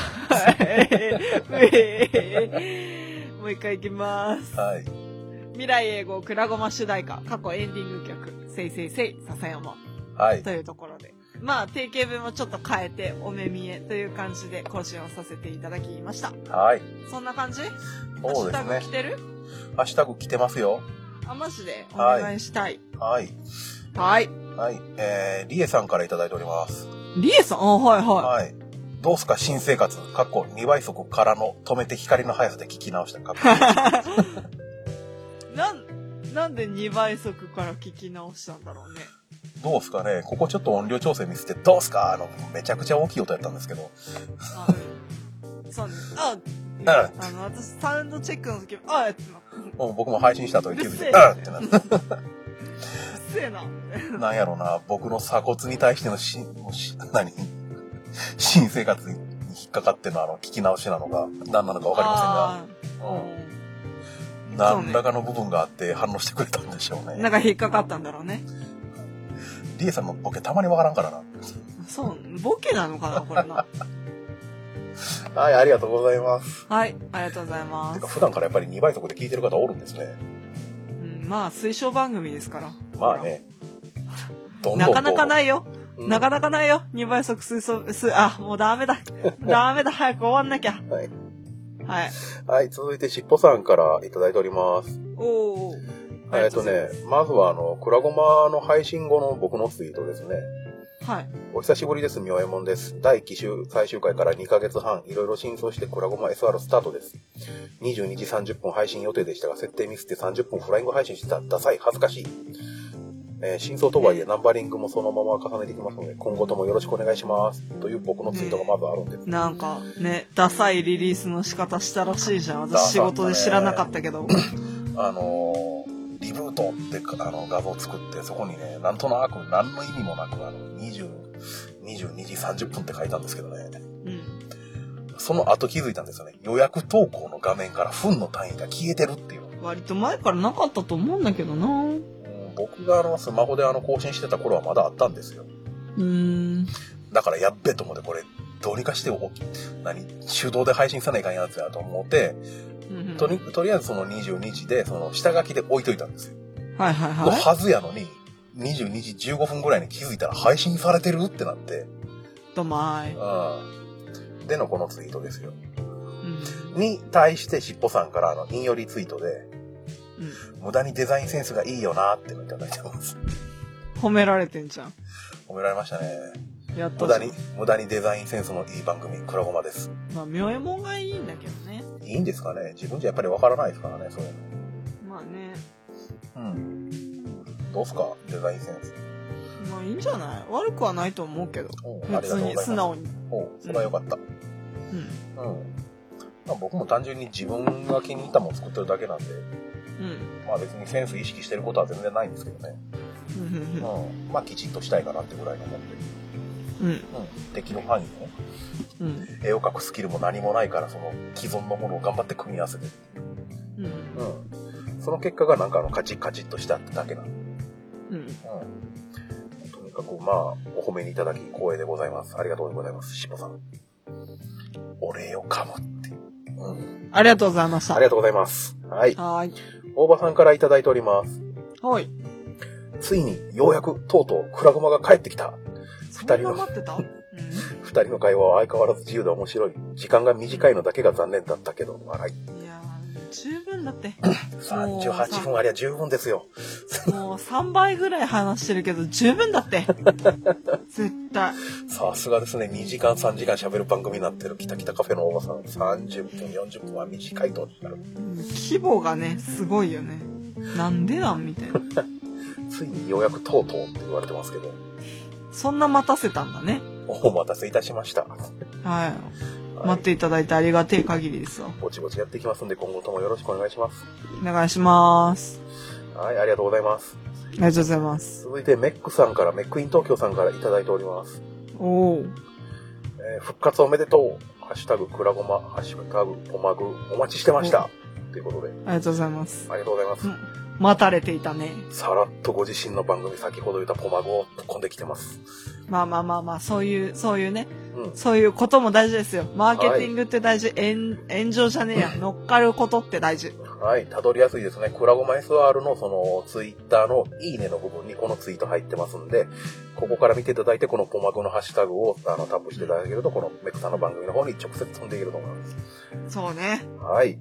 [SPEAKER 1] もう一回いきます。
[SPEAKER 2] はい。
[SPEAKER 1] 未来英語くらごま主題歌、過去エンディング曲、せいせいせい、笹山
[SPEAKER 2] はい
[SPEAKER 1] と。いうところで。まあ、定型文もちょっと変えて、お目見えという感じで更新をさせていただきました。
[SPEAKER 2] はい。
[SPEAKER 1] そんな感じ
[SPEAKER 2] そうで
[SPEAKER 1] ハッシュタ
[SPEAKER 2] すね
[SPEAKER 1] グ来。てる
[SPEAKER 2] ハッシュタグ来てますよ。
[SPEAKER 1] あ、マジでお
[SPEAKER 2] はい
[SPEAKER 1] 願いしたい。
[SPEAKER 2] はい。
[SPEAKER 1] はい。
[SPEAKER 2] はい。えー、リエさんからいただいております。
[SPEAKER 1] リエさんあ、はいは
[SPEAKER 2] はい。どうすか新生活、過去2倍速からの止めて光の速さで聞き直し た。かっこいい
[SPEAKER 1] い。なん、なんで2倍速から聞き直したんだろうね。
[SPEAKER 2] どうすかねここちょっと音量調整見せて、どうすかあの、めちゃくちゃ大きい音やったんですけど。
[SPEAKER 1] あ、うん。そうね。あ、
[SPEAKER 2] ん
[SPEAKER 1] あの、私、サウンドチェックの時も、あ、やってな。うっ
[SPEAKER 2] もう僕も配信した後に気づいて、
[SPEAKER 1] うるせえ
[SPEAKER 2] うんってなって。
[SPEAKER 1] せえな。
[SPEAKER 2] なんやろな、僕の鎖骨に対してのし、もうし何新生活に引っかかってのあの、聞き直しなのか、何なのかわか
[SPEAKER 1] あー
[SPEAKER 2] りませんが、
[SPEAKER 1] うん
[SPEAKER 2] うん、
[SPEAKER 1] そうね
[SPEAKER 2] 何らかの部分があって反応してくれたんでしょう
[SPEAKER 1] な
[SPEAKER 2] ね
[SPEAKER 1] ん。か引っかかったんだろうね。
[SPEAKER 2] リエさんのボケたまにわからんからな。
[SPEAKER 1] そう、ボケなのかな、これな。
[SPEAKER 2] はい、ありがとうございます。
[SPEAKER 1] はい、ありがとうございま
[SPEAKER 2] てか
[SPEAKER 1] す。
[SPEAKER 2] 普段からやっぱり2倍速で聞いてる方おるんですね。
[SPEAKER 1] うん、まあ、推奨番組ですから。
[SPEAKER 2] まあね。どんどん。
[SPEAKER 1] なかなかないいよ。
[SPEAKER 2] うん
[SPEAKER 1] なかなかないよ。2倍速推奨、す、あ、もうダ メだ。ダメだ、早く終わんなきゃ。
[SPEAKER 2] はい。
[SPEAKER 1] はい。
[SPEAKER 2] はい、続いてしっぽさんからいただいております。
[SPEAKER 1] おお。
[SPEAKER 2] えっとね、まずはあの、くらごまの配信後の僕のツイートですね。
[SPEAKER 1] はい。
[SPEAKER 2] お久しぶりです、みょえもんです。第期週最終回から2ヶ月半、いろいろ真相してコラゴマ SR スタートです。22時30分配信予定でしたが、設定ミスって30分フライング配信してた。ダサい、恥ずかしい。えー真相とはいえナンバリングもそのまま重ねていきますので、今後ともよろしくお願いします。という僕のツイートがまずあるんです。
[SPEAKER 1] なんか、ね、ダサいリリースの仕方したらしいじゃん。
[SPEAKER 2] ダサかった
[SPEAKER 1] 私
[SPEAKER 2] ね
[SPEAKER 1] 仕事で知らなかったけ ど。
[SPEAKER 2] あのーリブートってかあの画像を作って、そこにね、なんとなく、何の意味もなく、あの、20、22時30分って書いたんですけどね。
[SPEAKER 1] うん。
[SPEAKER 2] その後気づいたんですよね。予約投稿の画面から分の単位が消えてるっていう。
[SPEAKER 1] 割と前からなかったと思うんだけどな。う
[SPEAKER 2] うん僕があのスマホであの更新してた頃はまだあったんですよ。
[SPEAKER 1] ーん。
[SPEAKER 2] だからやっべと思ってこれどうにかしてお何手動で配信さないかんやつやと思って、
[SPEAKER 1] うん
[SPEAKER 2] とにとりあえずその22時でその下書きで置いといたんですよ。
[SPEAKER 1] はいはい
[SPEAKER 2] の
[SPEAKER 1] は
[SPEAKER 2] はずやのに22時15分ぐらいに気づいたら配信されてるってなって、
[SPEAKER 1] い。とまい。
[SPEAKER 2] うん。でのこのツイートですよ。
[SPEAKER 1] うん。
[SPEAKER 2] に対してしっぽさんからあの引用リツイートで、
[SPEAKER 1] うん
[SPEAKER 2] 無駄にデザインセンスがいいよなっていうのをいただいてます。
[SPEAKER 1] 褒められてんじゃん。
[SPEAKER 2] 褒められましたね。
[SPEAKER 1] やっと
[SPEAKER 2] 無駄に、無駄にデザインセンスのいい番組、くらごまです。
[SPEAKER 1] まあ、妙右衛門がいいんだけどね。
[SPEAKER 2] いいんですかね自分じゃやっぱりわからないですからね、それ。
[SPEAKER 1] まあね。
[SPEAKER 2] うん。どうすかデザインセンス。
[SPEAKER 1] まあいいんじゃない悪くはないと思うけど。
[SPEAKER 2] おうありが
[SPEAKER 1] 別
[SPEAKER 2] とうござい
[SPEAKER 1] に、
[SPEAKER 2] ます
[SPEAKER 1] 素。直に。
[SPEAKER 2] おうそれはよかった。うん。
[SPEAKER 1] うん。
[SPEAKER 2] まあ、僕も単純に自分が気に入ったものを作ってるだけなんで、
[SPEAKER 1] うん。
[SPEAKER 2] まあ別にセンス意識してることは全然ないんですけどね。
[SPEAKER 1] うんうん
[SPEAKER 2] うん。まあきちっとしたいかなってぐらいの思って。
[SPEAKER 1] うん。
[SPEAKER 2] うん。できる範囲でね。
[SPEAKER 1] うん。
[SPEAKER 2] 絵を描くスキルも何もないから、その既存のものを頑張って組み合わせて
[SPEAKER 1] うん。
[SPEAKER 2] うん、その結果がなんかあのカチッカチッとしたってだけなの、
[SPEAKER 1] うん。
[SPEAKER 2] うん、とにかくまあお褒めいただき光栄でございますありがとうございますしぼさんお礼をかむっていう、うん、
[SPEAKER 1] ありがとうございました。
[SPEAKER 2] ありがとうございますはい
[SPEAKER 1] はーい。
[SPEAKER 2] 大場さんからいただいております
[SPEAKER 1] はい。
[SPEAKER 2] ついにようやくとうとうクラグマが帰ってきた
[SPEAKER 1] そ
[SPEAKER 2] 人の
[SPEAKER 1] んな待ってたうん。
[SPEAKER 2] 二人の会話は相変わらず自由で面白い。時間が短いのだけが残念だったけど、笑い。
[SPEAKER 1] いやー十分だって。
[SPEAKER 2] 38分ありゃ十分ですよ。
[SPEAKER 1] もう3倍ぐらい話してるけど、十分だって。絶対。
[SPEAKER 2] さすがですね、2時間3時間喋る番組になってるキタキタカフェのおばさん、30分40分は短いとおっしゃる。
[SPEAKER 1] うん規模がね、すごいよね。なんでなんみたいな。
[SPEAKER 2] ついにようやくとうとうって言われてますけど、
[SPEAKER 1] そんな待たせたんだね。
[SPEAKER 2] お待たせいたしました。は
[SPEAKER 1] はい。
[SPEAKER 2] い
[SPEAKER 1] 待っていただいてありがてえ限りですわ。
[SPEAKER 2] ぼちぼちやっていきますんで、今後ともよろしくお願いします。
[SPEAKER 1] お願いします。
[SPEAKER 2] はい、ありがとうございます。
[SPEAKER 1] ありがとうございます。
[SPEAKER 2] 続いて、メックさんから、メックイン東京さんからいただいております。
[SPEAKER 1] おー
[SPEAKER 2] えー復活おめでとう。ハッシュタグ、くらごま、ハッシュタグ、ポマグ、お待ちしてました。ということで、
[SPEAKER 1] ありがとうございます。
[SPEAKER 2] ありがとうございます。
[SPEAKER 1] 待たれていたね。
[SPEAKER 2] さらっとご自身の番組、先ほど言ったポマグを突っ込んできてます。
[SPEAKER 1] まあまあまあまあ、そういう、そういうね、
[SPEAKER 2] うん。
[SPEAKER 1] そういうことも大事ですよ。マーケティングって大事。炎炎上じゃねえや。乗っかることって大事。
[SPEAKER 2] はい、たどりやすいですね。くらごま SR のその、ツイッターのいいねの部分にこのツイート入ってますんで、ここから見ていただいて、このポマグのハッシュタグをあのタップしていただけると、このメックさんの番組の方に直接飛んでいると思います。
[SPEAKER 1] そうね。
[SPEAKER 2] はい。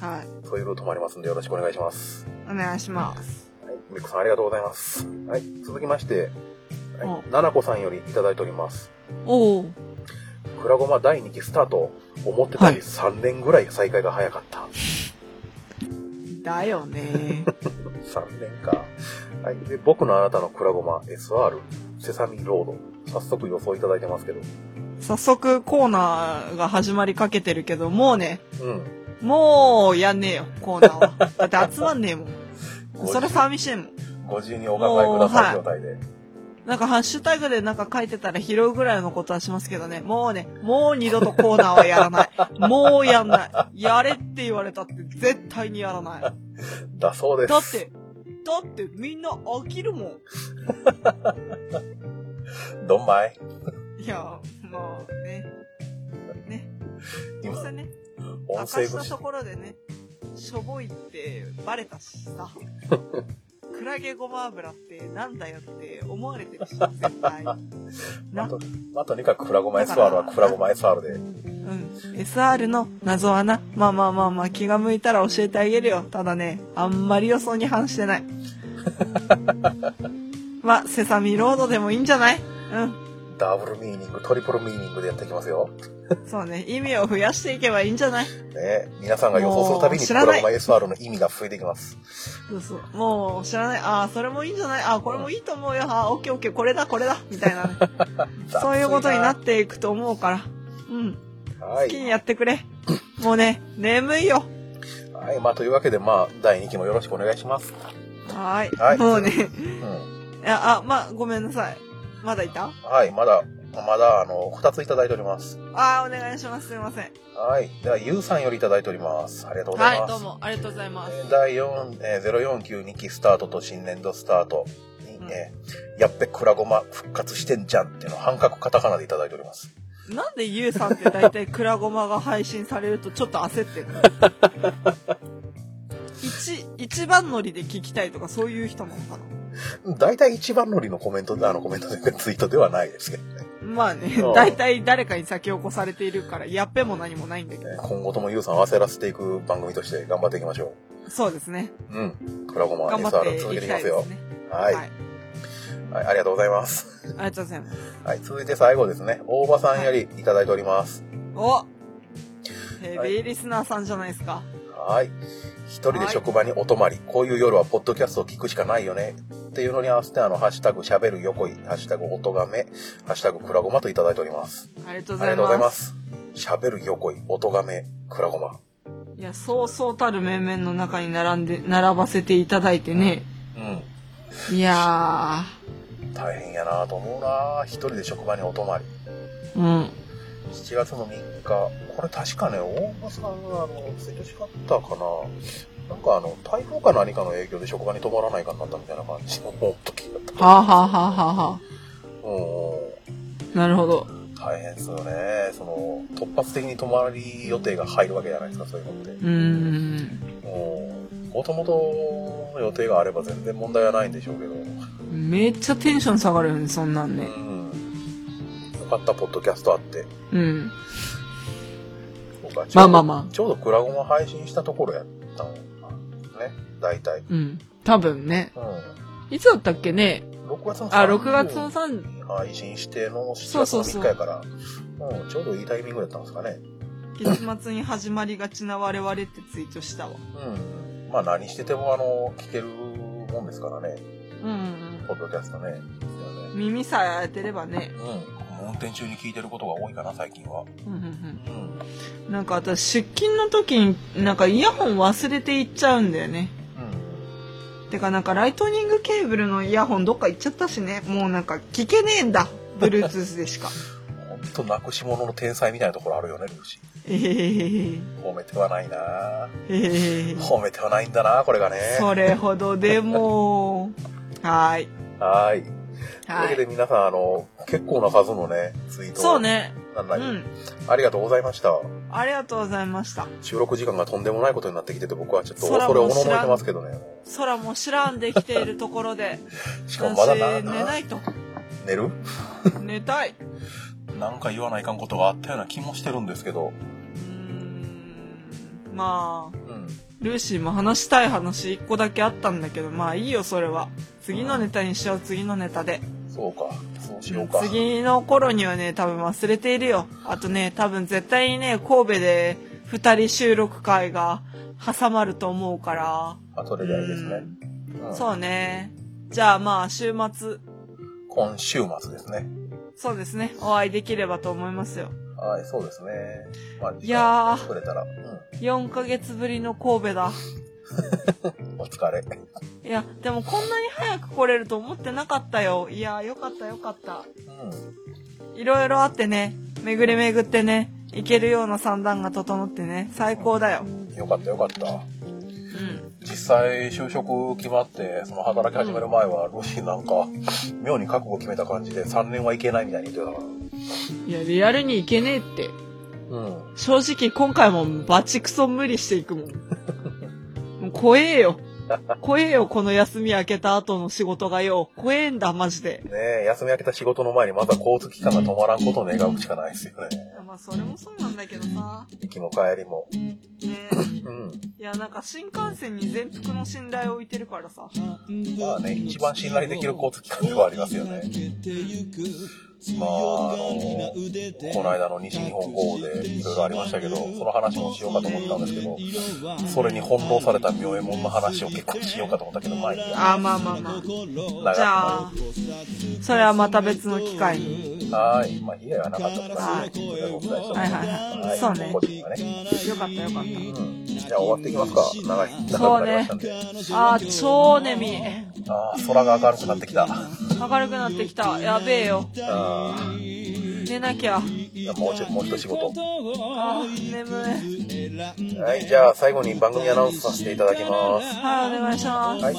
[SPEAKER 1] はい。
[SPEAKER 2] そういうルートもありますんで、よろしくお願いします。
[SPEAKER 1] お願いします。
[SPEAKER 2] はい、ミクさんありがとうございます。はい、続きまして、は
[SPEAKER 1] お
[SPEAKER 2] い、ななこさんよりいただいております。
[SPEAKER 1] おお。
[SPEAKER 2] くらごま第2期スタート、思ってた
[SPEAKER 1] は
[SPEAKER 2] より
[SPEAKER 1] い
[SPEAKER 2] 3年ぐらい再開が早かった。
[SPEAKER 1] だよね。
[SPEAKER 2] 3年か。はい、で、僕のあなたのくらごま SR、セサミロード、早速予想いただいてますけど、
[SPEAKER 1] 早速コーナーが始まりかけてるけど、もうね、
[SPEAKER 2] うん、
[SPEAKER 1] もうやんねえよ、コーナーは。だって集まんねえもん。それ寂しいもん。
[SPEAKER 2] ご自由にお考えください状態で。
[SPEAKER 1] なんかハッシュタグでなんか書いてたら拾うぐらいのことはしますけどね。もうね、もう二度とコーナーはやらない。もうやんない。やれって言われたって絶対にやらない。だ
[SPEAKER 2] だそうです。
[SPEAKER 1] って、だってみんな飽きるも
[SPEAKER 2] どんまい
[SPEAKER 1] ん。いや、もうね。ね。どう
[SPEAKER 2] 今
[SPEAKER 1] せ、ね、明
[SPEAKER 2] 音
[SPEAKER 1] か
[SPEAKER 2] 声
[SPEAKER 1] し
[SPEAKER 2] 越
[SPEAKER 1] た
[SPEAKER 2] し
[SPEAKER 1] と。ころでね、しょぼいってバレたしさ。クラゲごま油ってなんだよって思われてるし、絶対。
[SPEAKER 2] まあ
[SPEAKER 1] な
[SPEAKER 2] と、まあとにかくくらごま SR はくらごま SR で。
[SPEAKER 1] うん。SR の謎はな、まあまあまあまあ気が向いたら教えてあげるよ。ただね、あんまり予想に反してない。 まあ、セサミロードでもいいんじゃないうん。
[SPEAKER 2] ダブルミーニング、トリプルミーニングでやっていきますよ。
[SPEAKER 1] そうね、意味を増やしていけばいいんじゃない
[SPEAKER 2] ね、皆さんが予想するた
[SPEAKER 1] も
[SPEAKER 2] びに
[SPEAKER 1] う
[SPEAKER 2] プ
[SPEAKER 1] 知
[SPEAKER 2] ラ
[SPEAKER 1] ら
[SPEAKER 2] グ
[SPEAKER 1] ない
[SPEAKER 2] マ SR の意味が増えてきます。
[SPEAKER 1] そうそう。もう知らない。ああ、それもいいんじゃないああ、これもいいと思うよ。ああ、オッケーオッケー、これだ、これだ。みたいな ね。そういうことになっていくと思うから。うん。
[SPEAKER 2] て、は
[SPEAKER 1] 好きに
[SPEAKER 2] い、
[SPEAKER 1] やってくれ。もうね、眠いよ。
[SPEAKER 2] はい、まあというわけでまあ第2期もよろしくお願いします。
[SPEAKER 1] はーい。
[SPEAKER 2] はい
[SPEAKER 1] もうね。
[SPEAKER 2] うん、
[SPEAKER 1] いや、あ、まあ、ごめんなさい。まだいた
[SPEAKER 2] はい、まだまだあの2ついただいております。
[SPEAKER 1] あー、お願いします。すいません。
[SPEAKER 2] はい、ではゆうさんよりいただいております。ありがとうござ
[SPEAKER 1] はい
[SPEAKER 2] ま
[SPEAKER 1] い、
[SPEAKER 2] す。
[SPEAKER 1] どうも。ありがとうございます。
[SPEAKER 2] えー第4、えー、0492期スタートと新年度スタートに、
[SPEAKER 1] うん
[SPEAKER 2] えーやっべくらごま復活してんじゃんっていうのを半角カタカナでいただいております。
[SPEAKER 1] なんでゆうさんって大体クラゴマが配信されるとちょっと焦ってるの 一、一番乗りで聞きたいとかそういう人なのかな
[SPEAKER 2] 大体一番乗りのコメントで、あのコメントでツイートではないですけどね。
[SPEAKER 1] まあね
[SPEAKER 2] うん、
[SPEAKER 1] 大体誰かに先を越されているから、やっべも何もないんだけど。
[SPEAKER 2] 今後ともゆうさんを焦らせていく番組として頑張っていきましょ
[SPEAKER 1] そうですね。
[SPEAKER 2] う。うん。クラゴマ
[SPEAKER 1] 頑張ってい
[SPEAKER 2] SR
[SPEAKER 1] き
[SPEAKER 2] 続けていき
[SPEAKER 1] た
[SPEAKER 2] ま
[SPEAKER 1] い
[SPEAKER 2] す
[SPEAKER 1] で
[SPEAKER 2] よ
[SPEAKER 1] す。ね。
[SPEAKER 2] はい、
[SPEAKER 1] はい。
[SPEAKER 2] はいありがとうございます。
[SPEAKER 1] ありがとうございます。
[SPEAKER 2] はい。続いて最後ですね。大場さんよりいただいております。
[SPEAKER 1] おヘビーリスナーさんじゃないですか。
[SPEAKER 2] はい。一人で職場にお泊まり、こういう夜はポッドキャストを聞くしかないよね。っていうのに合わせて、あの、ハッシュタグしゃべる横井、ハッシュタグ音がめ、ハッシュタグくらごまといただいております。
[SPEAKER 1] ありがとう
[SPEAKER 2] あ
[SPEAKER 1] ござ
[SPEAKER 2] りが
[SPEAKER 1] い
[SPEAKER 2] とうござい
[SPEAKER 1] ま。
[SPEAKER 2] ますす。しゃべる横井、音がめ、くらごま。
[SPEAKER 1] いや、そうそうたる面々の中に並んで、並ばせていただいてね。
[SPEAKER 2] うん。
[SPEAKER 1] いや
[SPEAKER 2] 大変やなと思うな一人で職場にお泊まり
[SPEAKER 1] ー、うん。
[SPEAKER 2] 7月の3日これ確かね大場さんがあのツイートしかったかななんかあの台風か何かの影響で職場に泊まらないかになったみたいな感じの時だった
[SPEAKER 1] はあ、はあはあはあは
[SPEAKER 2] うん
[SPEAKER 1] あ、なるほど。
[SPEAKER 2] うん大変ですよねその突発的に泊まり予定が入るわけじゃないですかそういうのって
[SPEAKER 1] うーん。
[SPEAKER 2] うんもともと予定があれば全然問題はないんでしょうけど
[SPEAKER 1] めっちゃテンション下がるよね、そんなん
[SPEAKER 2] う
[SPEAKER 1] ね。
[SPEAKER 2] んかったポッドキャストあって。
[SPEAKER 1] うん。
[SPEAKER 2] そうかちょうど
[SPEAKER 1] まあまあま
[SPEAKER 2] ちょうどクラゴマ配信したところやったもんな。ね。大体。
[SPEAKER 1] あ。うん。多分ね。
[SPEAKER 2] うん。
[SPEAKER 1] いつだったっけね
[SPEAKER 2] 6月の
[SPEAKER 1] あ、
[SPEAKER 2] 30
[SPEAKER 1] 6月の3、
[SPEAKER 2] に配信して
[SPEAKER 1] そう
[SPEAKER 2] の7月
[SPEAKER 1] そ
[SPEAKER 2] の
[SPEAKER 1] うそ
[SPEAKER 2] 3
[SPEAKER 1] う
[SPEAKER 2] 日やから、うん、ちょうどいいタイミングだったんですかね。
[SPEAKER 1] 月末に始まりがちな我々ってツイートしたわ。
[SPEAKER 2] うん。まあ何してても、あの、聞けるもんですからね。
[SPEAKER 1] うんうん
[SPEAKER 2] ポッドキャストね。
[SPEAKER 1] うん。耳さえ当てればね。
[SPEAKER 2] うん。運転中に聞いてることが多いかな、最近は。
[SPEAKER 1] うんうんうん。
[SPEAKER 2] うん。
[SPEAKER 1] なんか私出勤の時になんかイヤホン忘れて行っちゃうんだよね。てかなんかライトニングケーブルのイヤホンどっか行っちゃったしね。もうなんか聞けねえんだ。Bluetooth で しか。
[SPEAKER 2] うん。ほんと、なくし物の天才みたいなところあるよね、ルーシ
[SPEAKER 1] えー、
[SPEAKER 2] ー。褒めてはないな
[SPEAKER 1] えー。
[SPEAKER 2] 褒めてはないんだなこれがね。
[SPEAKER 1] それほどでも。はーい。
[SPEAKER 2] はーい。というわ
[SPEAKER 1] は
[SPEAKER 2] け
[SPEAKER 1] い。
[SPEAKER 2] で皆さん、あの、結構な数のね、ツイートを
[SPEAKER 1] そう。ね。
[SPEAKER 2] なん
[SPEAKER 1] う
[SPEAKER 2] なり、
[SPEAKER 1] ん。
[SPEAKER 2] ありがとうございました。
[SPEAKER 1] ありがとうございました。
[SPEAKER 2] 収録時間がとんでもないことになってきてて、僕はちょっと
[SPEAKER 1] そら
[SPEAKER 2] それをおの
[SPEAKER 1] もう
[SPEAKER 2] の
[SPEAKER 1] 知
[SPEAKER 2] の
[SPEAKER 1] らん
[SPEAKER 2] いてますけどね。
[SPEAKER 1] 空も知らんできているところ で、
[SPEAKER 2] しかもまだ
[SPEAKER 1] 私
[SPEAKER 2] な、
[SPEAKER 1] 寝ないと。
[SPEAKER 2] 寝る
[SPEAKER 1] 寝たい。
[SPEAKER 2] なんか言わないかんことはあったような気もしてるんですけど。
[SPEAKER 1] うーん。まあ、
[SPEAKER 2] うん。
[SPEAKER 1] ルーシーも話したい話一個だけあったんだけど、まあいいよ、それは。次のネタにしよう、次のネタで。
[SPEAKER 2] そうか。そうしようか。
[SPEAKER 1] 次の頃にはね、多分忘れているよ。あとね、多分絶対にね、神戸で二人収録会が挟まると思うから。
[SPEAKER 2] あとで大事ですね。
[SPEAKER 1] う
[SPEAKER 2] うんん
[SPEAKER 1] そうね。じゃあまあ、週末、
[SPEAKER 2] 今週末ですね。
[SPEAKER 1] そうですね、お会いできればと思いますよ。
[SPEAKER 2] はい、そうですね。まあ、
[SPEAKER 1] いやー
[SPEAKER 2] 時間くれたら、う
[SPEAKER 1] 4ヶ月ぶりの神戸だ。
[SPEAKER 2] ん。お疲れ。
[SPEAKER 1] いや、でもこんなに早く来れると思ってなかったよ。いや、よかったよかった。
[SPEAKER 2] う
[SPEAKER 1] いろいろあってね、巡り巡ってね、行けるような三段が整ってね、最高だよ。
[SPEAKER 2] ん。よかったよかった。
[SPEAKER 1] うん。
[SPEAKER 2] 実際就職決まってその働き始める前はロシーなんか妙に覚悟決めた感じで3年はいけないみたいに言ってたか
[SPEAKER 1] いや、リアルに行けねえって。
[SPEAKER 2] らうん
[SPEAKER 1] 正直今回もバチクソ無理していくもん。もう怖えよ。怖えよ、この休み明けた後の仕事がよ。怖えんだ、マジで。
[SPEAKER 2] ねえ休み明けた仕事の前にまずは交通機関が止まらんことを願うしかないですよね
[SPEAKER 1] まあ、それもそうなんだけどさ。
[SPEAKER 2] 行きも帰りも
[SPEAKER 1] ね
[SPEAKER 2] うん
[SPEAKER 1] いや、なんか新幹線に全幅の信頼を置いてるからさ。
[SPEAKER 2] まあね一番信頼できる交通機関ではありますよねまああのこの間の西日本豪雨でいろいろありましたけどその話もしようかと思ったんですけどそれに翻弄された妙右衛門の話を結構しようかと思ったけどまあいいや
[SPEAKER 1] あー、まあまあまあ。じ
[SPEAKER 2] 長くなる
[SPEAKER 1] ゃあ、それはまた別の機会に。
[SPEAKER 2] はーい。まあ、被害はなかったから、
[SPEAKER 1] はい
[SPEAKER 2] とりあえずお伝えしておきます
[SPEAKER 1] はいはいはいそうね
[SPEAKER 2] 個人がね。
[SPEAKER 1] よかったよかっ
[SPEAKER 2] うん。じゃあ、終わっていきますか。長い、長
[SPEAKER 1] そう
[SPEAKER 2] くな
[SPEAKER 1] ね
[SPEAKER 2] りましたんで。
[SPEAKER 1] た。あー、超眠い。
[SPEAKER 2] ああ、空が明るくなってきた。あ
[SPEAKER 1] 明るくなってきた。やべえよ。
[SPEAKER 2] あー、
[SPEAKER 1] 寝なきゃ。
[SPEAKER 2] じゃあもうちょ、もう一仕事。
[SPEAKER 1] あー、眠い。
[SPEAKER 2] はい。じゃあ、最後に番組アナウンスさせていただきます。
[SPEAKER 1] はい、お願いします。
[SPEAKER 2] はい。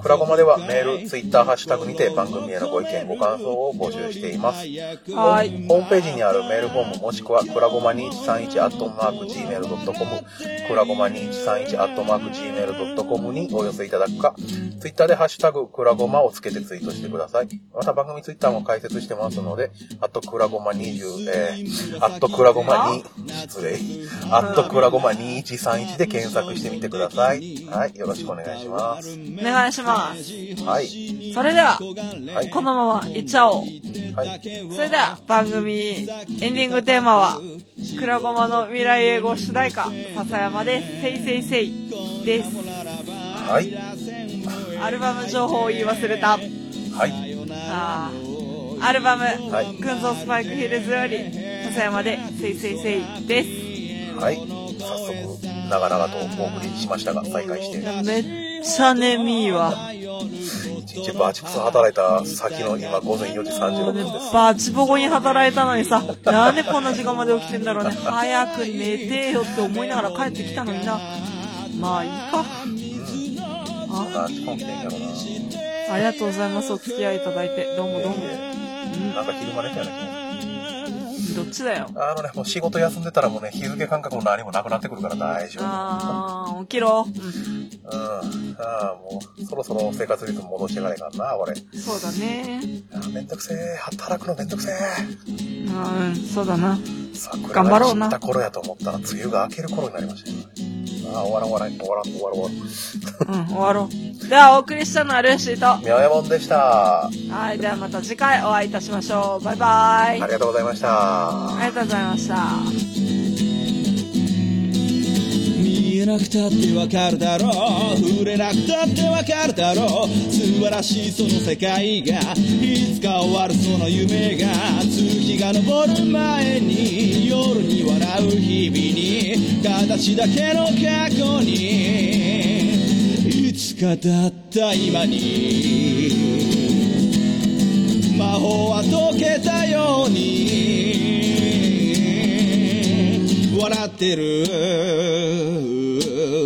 [SPEAKER 2] クラゴマではメール、ツイッター、ハッシュタグにて番組へのご意見、ご感想を募集しています。
[SPEAKER 1] は
[SPEAKER 2] ホ
[SPEAKER 1] い。
[SPEAKER 2] ームページにあるメールフォームもしくはくらごま2131アットマーク Gmail.com くらごま2131アットマーク Gmail.com にお寄せいただくか Twitter でハッシュタグくらごまをつけてツイートしてくださいまた番組 Twitter も解説してますのであとくらごま20えー、あとくらごま2失礼あとくらごま2131で検索してみてくださいはいよろしくお願いします
[SPEAKER 1] お願いします。
[SPEAKER 2] はい
[SPEAKER 1] それでは、
[SPEAKER 2] はい
[SPEAKER 1] このまま行っちゃおう。
[SPEAKER 2] はい
[SPEAKER 1] それでは番組エンディングテーマは「くらごまの未来英語主題歌」「笹山でせいせいせい」です
[SPEAKER 2] はい
[SPEAKER 1] アルバム情報を言い忘れた
[SPEAKER 2] はい
[SPEAKER 1] あーアルバム
[SPEAKER 2] はい
[SPEAKER 1] 「群像スパイクヒルズ」より「笹山でせいせいせい」です
[SPEAKER 2] はい早速長々とお送りしましたが再開して
[SPEAKER 1] めっちゃ眠いわ
[SPEAKER 2] 一日バチクソ働いた先の今午前4時36分です。
[SPEAKER 1] バチボコに働いたのにさなんでこんな時間まで起きてんだろうね早く寝てよって思いながら帰ってきたのになまあいいかあ
[SPEAKER 2] あ、時間来てんやろな。
[SPEAKER 1] ありがとうございます。お付き合いいただいて。どうもどうも。
[SPEAKER 2] なんか昼間寝たよね。
[SPEAKER 1] どっちだよ。
[SPEAKER 2] あのね、もう仕事休んでたらもうね、日付感覚も何もなくなってくるから大丈夫。
[SPEAKER 1] あー、起きろ。うん。
[SPEAKER 2] うん。ああ、もう、そろそろ生活リズム戻していかないかんな、俺。
[SPEAKER 1] そうだね。
[SPEAKER 2] ああめんどくせえ。働くのめんどくせえ。
[SPEAKER 1] うん、そうだな。
[SPEAKER 2] 桜
[SPEAKER 1] 頑張
[SPEAKER 2] が
[SPEAKER 1] ろ
[SPEAKER 2] 散
[SPEAKER 1] うな
[SPEAKER 2] った頃やと思ったら、梅雨が明ける頃になりましたよ、ああ、終わらん終わらん、終わらん、終わらん、終わ
[SPEAKER 1] うん、終わろう。では、お送りしたのはルーシーと。
[SPEAKER 2] らん。みやもんでした。
[SPEAKER 1] はい、ではまた次回お会いいたしましょう。バイバイ。
[SPEAKER 2] あ
[SPEAKER 1] あ
[SPEAKER 2] りがとうございました。
[SPEAKER 1] りがとうございました。
[SPEAKER 3] 見えなくたってわかるだろう触れなくたってわかるだろう素晴らしいその世界がいつか終わるその夢が月が昇る前に夜に笑う日々に形だけの過去にいつかだった今に魔法は溶けたように笑ってる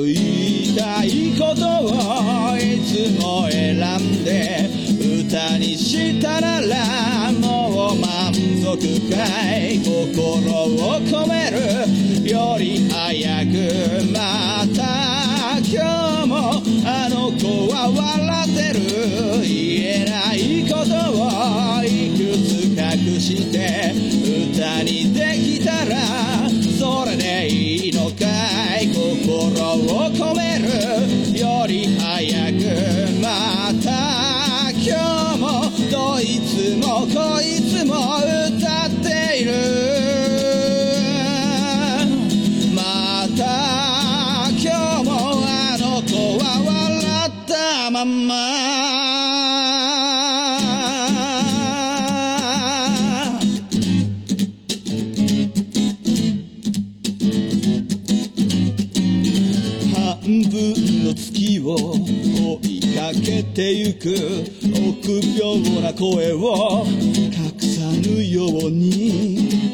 [SPEAKER 3] 言いたいことをいつも選んで歌にしたならもう満足かい心を込めるより早くまた今日もあの子は笑ってる言えないことをいくつ隠して歌にできたらそれでいいのかい心を込めるより早くまた今日もどいつもこいつも歌っているまた今日もあの子は笑ったまんま半分の月を追いかけてゆく臆病な声を隠さぬように